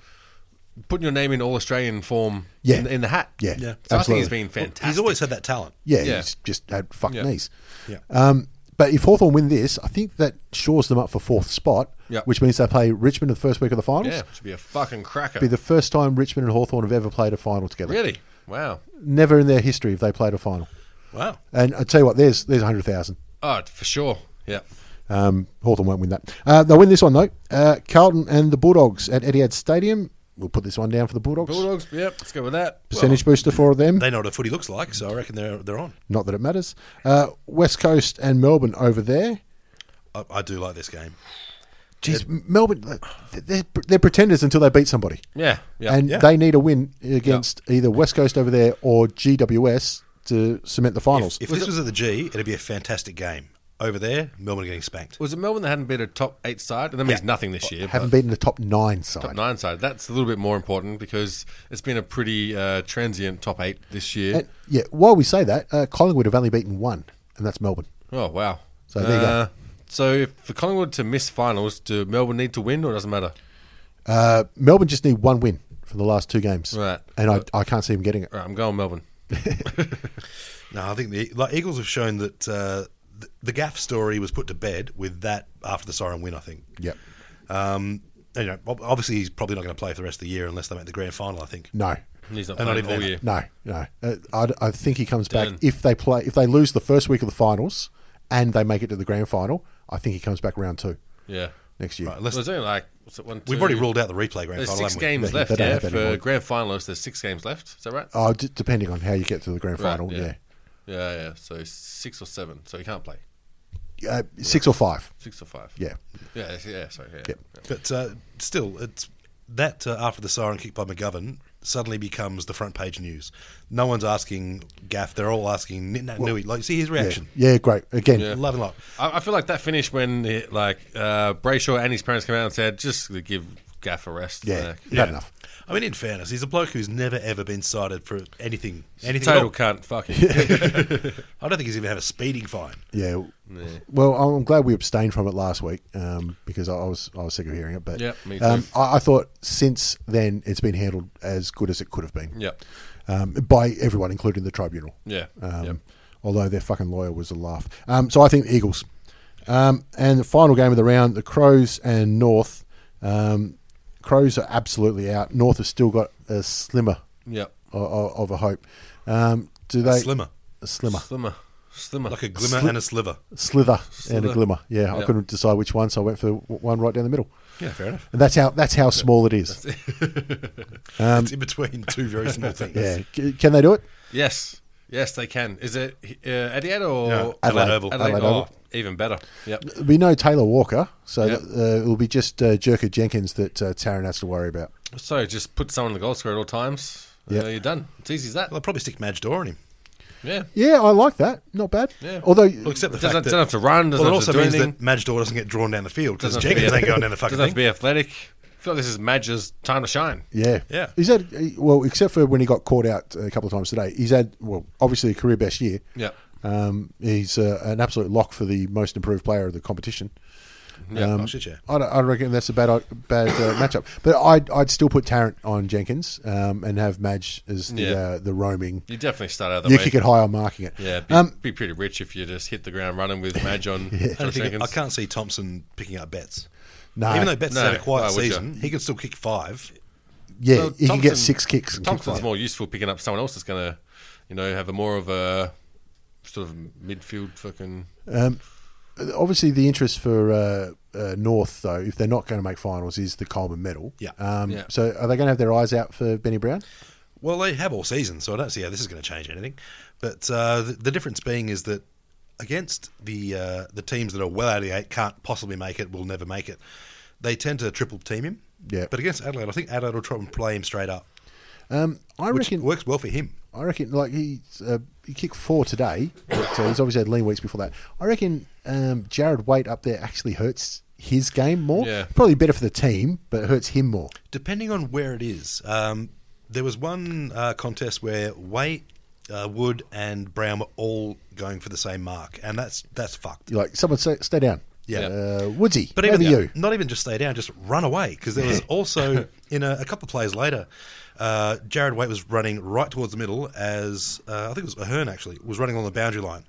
[SPEAKER 2] putting your name in all Australian form
[SPEAKER 1] Yeah.
[SPEAKER 2] in, in the hat.
[SPEAKER 1] yeah,
[SPEAKER 3] Yeah.
[SPEAKER 2] So I think
[SPEAKER 1] absolutely.
[SPEAKER 2] he's been fantastic.
[SPEAKER 3] He's always had that talent.
[SPEAKER 1] yeah,
[SPEAKER 2] yeah.
[SPEAKER 1] he's just had fucked
[SPEAKER 2] Yeah.
[SPEAKER 1] knees.
[SPEAKER 3] Yeah.
[SPEAKER 1] Um, but if Hawthorn win this, I think that shores them up for fourth spot,
[SPEAKER 2] Yeah.
[SPEAKER 1] which means they play Richmond in the first week of the finals.
[SPEAKER 2] yeah, should be a fucking cracker.
[SPEAKER 1] Be the first time Richmond and Hawthorn have ever played a final together.
[SPEAKER 2] really? Wow.
[SPEAKER 1] Never in their history have they played a final.
[SPEAKER 3] Wow.
[SPEAKER 1] And I tell you what, there's there's hundred thousand.
[SPEAKER 2] Oh, for sure. Yeah.
[SPEAKER 1] Um, Hawthorn won't win that. Uh, they'll win this one though. Uh, Carlton and the Bulldogs at Etihad Stadium. We'll put this one down for the Bulldogs.
[SPEAKER 2] Bulldogs. Yep. Let's go with that.
[SPEAKER 1] Percentage booster for them.
[SPEAKER 3] They know what a footy looks like, so I reckon they're they're on.
[SPEAKER 1] Not that it matters. Uh, West Coast and Melbourne over there.
[SPEAKER 3] I, I do like this game.
[SPEAKER 1] Jeez, Melbourne, uh, they're, they're pretenders until they beat somebody.
[SPEAKER 2] Yeah. Yeah.
[SPEAKER 1] and
[SPEAKER 3] Yeah.
[SPEAKER 1] they need a win against either West Coast over there or GWS to cement the finals.
[SPEAKER 3] If this was at the G, it'd be a fantastic game. Over there, Melbourne are getting spanked.
[SPEAKER 2] was it Melbourne that hadn't been a top eight side? That means nothing this year.
[SPEAKER 1] Haven't
[SPEAKER 2] but
[SPEAKER 1] beaten the top nine side.
[SPEAKER 2] top nine side. That's a little bit more important because it's been a pretty uh, transient top eight this year.
[SPEAKER 1] And, yeah, while we say that, uh, Collingwood have only beaten one, and that's Melbourne.
[SPEAKER 2] oh wow. Uh,
[SPEAKER 1] So there you go.
[SPEAKER 2] So if, for Collingwood to miss finals, do Melbourne need to win or doesn't matter?
[SPEAKER 1] Uh, Melbourne just need one win for the last two games,
[SPEAKER 2] Right.
[SPEAKER 1] and I, I can't see them getting it.
[SPEAKER 2] All right, I'm going Melbourne.
[SPEAKER 3] No, I think the like, Eagles have shown that uh, the, the Gaff story was put to bed with that after the siren win. I think.
[SPEAKER 1] Yep.
[SPEAKER 3] Um, and, you know, ob- obviously he's probably not going to play for the rest of the year unless they make the grand final. I think.
[SPEAKER 1] No.
[SPEAKER 2] He's not
[SPEAKER 3] And not
[SPEAKER 2] playing
[SPEAKER 3] even
[SPEAKER 2] all
[SPEAKER 3] then.
[SPEAKER 2] year.
[SPEAKER 1] No, no. Uh, I, I think he comes back
[SPEAKER 2] Done.
[SPEAKER 1] if they play if they lose the first week of the finals and they make it to the grand final. I think he comes back round two
[SPEAKER 2] Yeah.
[SPEAKER 1] next year.
[SPEAKER 3] Right, unless-
[SPEAKER 2] There's only like what's it, one,
[SPEAKER 3] We've
[SPEAKER 2] two-
[SPEAKER 3] already ruled out the replay grand
[SPEAKER 2] There's
[SPEAKER 3] final.
[SPEAKER 2] six
[SPEAKER 3] haven't we?
[SPEAKER 2] games
[SPEAKER 1] They-
[SPEAKER 2] left.
[SPEAKER 1] they don't
[SPEAKER 2] yeah,
[SPEAKER 1] have that
[SPEAKER 2] for
[SPEAKER 1] anymore.
[SPEAKER 2] grand finalists, there's six games left. Is that right?
[SPEAKER 1] Oh, d- depending on how you get to the grand
[SPEAKER 2] Right,
[SPEAKER 1] final, yeah,
[SPEAKER 2] Yeah, yeah. So six or seven. So he can't play.
[SPEAKER 1] Uh, six or five,
[SPEAKER 2] Six or five.
[SPEAKER 1] yeah.
[SPEAKER 2] Yeah, yeah, sorry. Yeah.
[SPEAKER 1] Yep.
[SPEAKER 3] But uh, still, it's that uh, after the siren kick by McGovern suddenly becomes the front page news. No one's asking Gaff; they're all asking Nit Nat Nui. Like, see his reaction.
[SPEAKER 1] Yeah, great. Again,
[SPEAKER 2] Yeah.
[SPEAKER 3] Love and love.
[SPEAKER 2] I, I feel like that finish when it, like uh, Brayshaw and his parents came out and said, just give Gaff a rest.
[SPEAKER 1] yeah,
[SPEAKER 2] Like,
[SPEAKER 1] bad enough.
[SPEAKER 3] I mean, in fairness, he's a bloke who's never ever been cited for anything. Anything. at
[SPEAKER 2] Total
[SPEAKER 3] all.
[SPEAKER 2] cunt. Fucking.
[SPEAKER 1] (laughs)
[SPEAKER 3] I don't think he's even had a speeding fine.
[SPEAKER 1] Yeah. Well, I'm glad we abstained from it last week um, because I I was I was sick of hearing it. But
[SPEAKER 2] Yep, me too.
[SPEAKER 1] Um, I, I thought since then it's been handled as good as it could have been
[SPEAKER 2] (laughs) yep.
[SPEAKER 1] um, by everyone, including the tribunal.
[SPEAKER 2] Yeah.
[SPEAKER 1] Um,
[SPEAKER 2] yep.
[SPEAKER 1] Although their fucking lawyer was a laugh. Um, so I think the Eagles. Um, and the final game of the round, the Crows and North. Um, Crows are absolutely out. North has still got a slimmer
[SPEAKER 2] Yep.
[SPEAKER 1] o- o- of a hope. Um, do they
[SPEAKER 3] Slimmer,
[SPEAKER 1] a slimmer?
[SPEAKER 2] Slimmer. Slimmer.
[SPEAKER 3] like a glimmer
[SPEAKER 1] Sli-
[SPEAKER 3] and a sliver.
[SPEAKER 1] slither, and
[SPEAKER 2] Slither.
[SPEAKER 1] a glimmer. Yeah, I
[SPEAKER 2] Yeah.
[SPEAKER 1] couldn't decide which one, so I went for the w- one right down the middle.
[SPEAKER 3] Yeah, fair enough.
[SPEAKER 1] And that's how that's how small it is.
[SPEAKER 3] it's in between two very small things.
[SPEAKER 1] Yeah, C- can they do it?
[SPEAKER 2] yes. Yes, they can. Is it uh, Etihad or
[SPEAKER 3] No,
[SPEAKER 1] Adelaide.
[SPEAKER 2] Oval? Adelaide.
[SPEAKER 1] Adelaide
[SPEAKER 2] oh,
[SPEAKER 1] Oval.
[SPEAKER 2] even better. Yep.
[SPEAKER 1] There'll be no Taylor Walker, so
[SPEAKER 2] Yeah.
[SPEAKER 1] that, uh, it'll be just uh, Jerker Jenkins that uh, Taron has to worry about.
[SPEAKER 2] So just put someone in the goal square at all times. and
[SPEAKER 1] Yep.
[SPEAKER 2] You're done. It's easy as that.
[SPEAKER 3] Well, I'll probably stick Madge Dora on him.
[SPEAKER 2] Yeah.
[SPEAKER 1] Yeah, I like that. Not bad.
[SPEAKER 2] Yeah.
[SPEAKER 1] Although,
[SPEAKER 3] Well, except the
[SPEAKER 2] Doesn't,
[SPEAKER 3] fact that
[SPEAKER 2] doesn't have to run. Doesn't
[SPEAKER 3] well, it
[SPEAKER 2] have to do
[SPEAKER 3] also means
[SPEAKER 2] anything.
[SPEAKER 3] that Madge Dora doesn't get drawn down the field because
[SPEAKER 2] Doesn't have to
[SPEAKER 3] Jenkins
[SPEAKER 2] be-
[SPEAKER 3] ain't going down the fucking
[SPEAKER 2] Doesn't have to
[SPEAKER 3] thing.
[SPEAKER 2] be athletic. I feel like this is Madge's time to shine.
[SPEAKER 1] yeah,
[SPEAKER 3] Yeah.
[SPEAKER 1] He's had well, except for when he got caught out a couple of times today. He's had well, obviously a career best year.
[SPEAKER 2] Yeah.
[SPEAKER 1] Um, he's uh, an absolute lock for the most improved player of the competition.
[SPEAKER 2] Mm-hmm.
[SPEAKER 1] Um,
[SPEAKER 2] Yeah.
[SPEAKER 3] oh shit, yeah.
[SPEAKER 1] I, don't, I reckon that's a bad bad uh, (coughs) matchup. But I'd, I'd still put Tarrant on Jenkins um, and have Madge as the
[SPEAKER 2] Yeah.
[SPEAKER 1] uh, the roaming.
[SPEAKER 2] You definitely start out that
[SPEAKER 1] You
[SPEAKER 2] way.
[SPEAKER 1] kick it high, I'm marking it.
[SPEAKER 2] Yeah, be,
[SPEAKER 1] Um,
[SPEAKER 2] be pretty rich if you just hit the ground running with
[SPEAKER 1] (laughs)
[SPEAKER 2] Madge on
[SPEAKER 3] I, don't
[SPEAKER 2] Josh
[SPEAKER 3] think,
[SPEAKER 2] Jenkins.
[SPEAKER 3] I can't see Thompson picking up bets.
[SPEAKER 1] no.
[SPEAKER 3] Even though Betts
[SPEAKER 2] No,
[SPEAKER 3] had a quiet
[SPEAKER 2] why would you?
[SPEAKER 3] season, he can still kick five.
[SPEAKER 1] yeah,
[SPEAKER 2] Well,
[SPEAKER 1] he can get
[SPEAKER 2] Thompson-
[SPEAKER 1] six kicks. And kick
[SPEAKER 2] Thompson's
[SPEAKER 1] five.
[SPEAKER 2] more useful picking up someone else that's going to, you know, have a more of a sort of midfield fucking.
[SPEAKER 1] Uh, Obviously, the interest for uh, uh, North, though, if they're not going to make finals, is the Coleman medal.
[SPEAKER 3] Yeah.
[SPEAKER 1] Um,
[SPEAKER 2] Yeah.
[SPEAKER 1] So are they going to have their eyes out for Benny Brown?
[SPEAKER 3] Well, they have all season, so I don't see how this is going to change anything. But uh, the, the difference being is that against the uh, the teams that are well out of the eight, can't possibly make it, will never make it. They tend to triple team him.
[SPEAKER 1] Yeah.
[SPEAKER 3] But against Adelaide, I think Adelaide will try and play him straight up,
[SPEAKER 1] Um, I
[SPEAKER 3] which
[SPEAKER 1] reckon.
[SPEAKER 3] works well for him.
[SPEAKER 1] I reckon, like he's uh, he kicked four today, but uh, he's obviously had lean weeks before that. I reckon um, Jared Waite up there actually hurts his game more.
[SPEAKER 2] Yeah.
[SPEAKER 1] Probably better for the team, but it hurts him more.
[SPEAKER 3] Depending on where it is, um, there was one uh, contest where Waite, uh, Wood, and Brown were all going for the same mark, and that's that's fucked.
[SPEAKER 1] You're like, someone say, stay down.
[SPEAKER 3] Yeah.
[SPEAKER 1] uh, Woodsy,
[SPEAKER 3] But
[SPEAKER 1] but
[SPEAKER 3] even
[SPEAKER 1] over you.
[SPEAKER 3] not even just stay down, just run away. Because there was also in a, a couple of plays later, uh, Jared Waite was running right towards the middle as uh, I think it was Ahern actually was running along the boundary line,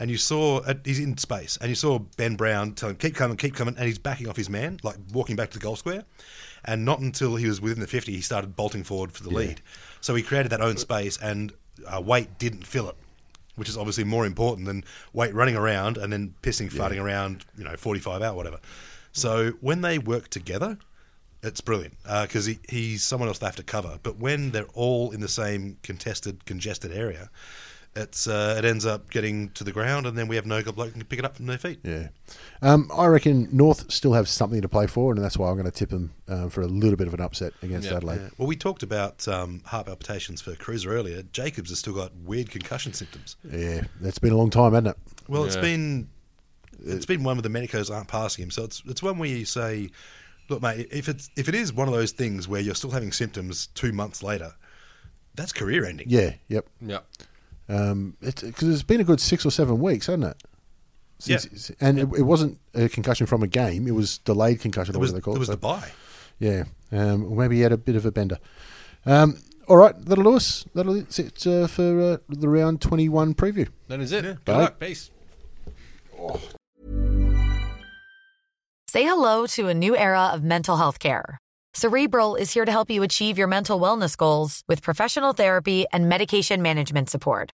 [SPEAKER 3] and you saw uh, he's in space, and you saw Ben Brown tell him keep coming, keep coming, and he's backing off his man, like walking back to the goal square, and not until he was within the fifty, he started bolting forward for the lead. So he created that own space, and uh, Waite didn't fill it. Which is obviously more important than Waite running around and then pissing, farting around, you know, 45 out, whatever. So when they work together, it's brilliant because he, he's someone else they have to cover. But when they're all in the same contested, congested area, it's uh, it ends up getting to the ground, and then we have no good bloke who can pick it up from their feet.
[SPEAKER 1] Yeah, um, I reckon North still have something to play for, and that's why I'm going to tip them um, for a little bit of an upset against
[SPEAKER 2] Yeah.
[SPEAKER 1] Adelaide.
[SPEAKER 3] Yeah. Well, we talked about um, heart palpitations for Cruiser earlier. Jacobs has still got weird concussion symptoms.
[SPEAKER 1] Yeah. that's been a long time, hasn't it?
[SPEAKER 3] Well, it's
[SPEAKER 2] Yeah.
[SPEAKER 3] been it's been one where the medicos aren't passing him. So it's it's one where you say, look, mate, if it's if it is one of those things where you're still having symptoms two months later, that's career ending.
[SPEAKER 1] Yeah, yep.
[SPEAKER 2] Yeah.
[SPEAKER 1] Um, it's because it's been a good six or seven weeks, hasn't it?
[SPEAKER 3] Yeah.
[SPEAKER 1] and it, it wasn't a concussion from a game; it was delayed concussion.
[SPEAKER 3] It
[SPEAKER 1] or
[SPEAKER 3] was,
[SPEAKER 1] whatever they
[SPEAKER 3] it
[SPEAKER 1] call
[SPEAKER 3] was
[SPEAKER 1] it.
[SPEAKER 3] the buy.
[SPEAKER 1] yeah, um, maybe he had a bit of a bender. Um, all right, that'll do us. That'll that's it uh, for uh, the round twenty-one preview.
[SPEAKER 2] That is it. Good
[SPEAKER 1] Bye.
[SPEAKER 2] luck. Peace.
[SPEAKER 4] Say hello to a new era of mental health care. Cerebral is here to help you achieve your mental wellness goals with professional therapy and medication management support.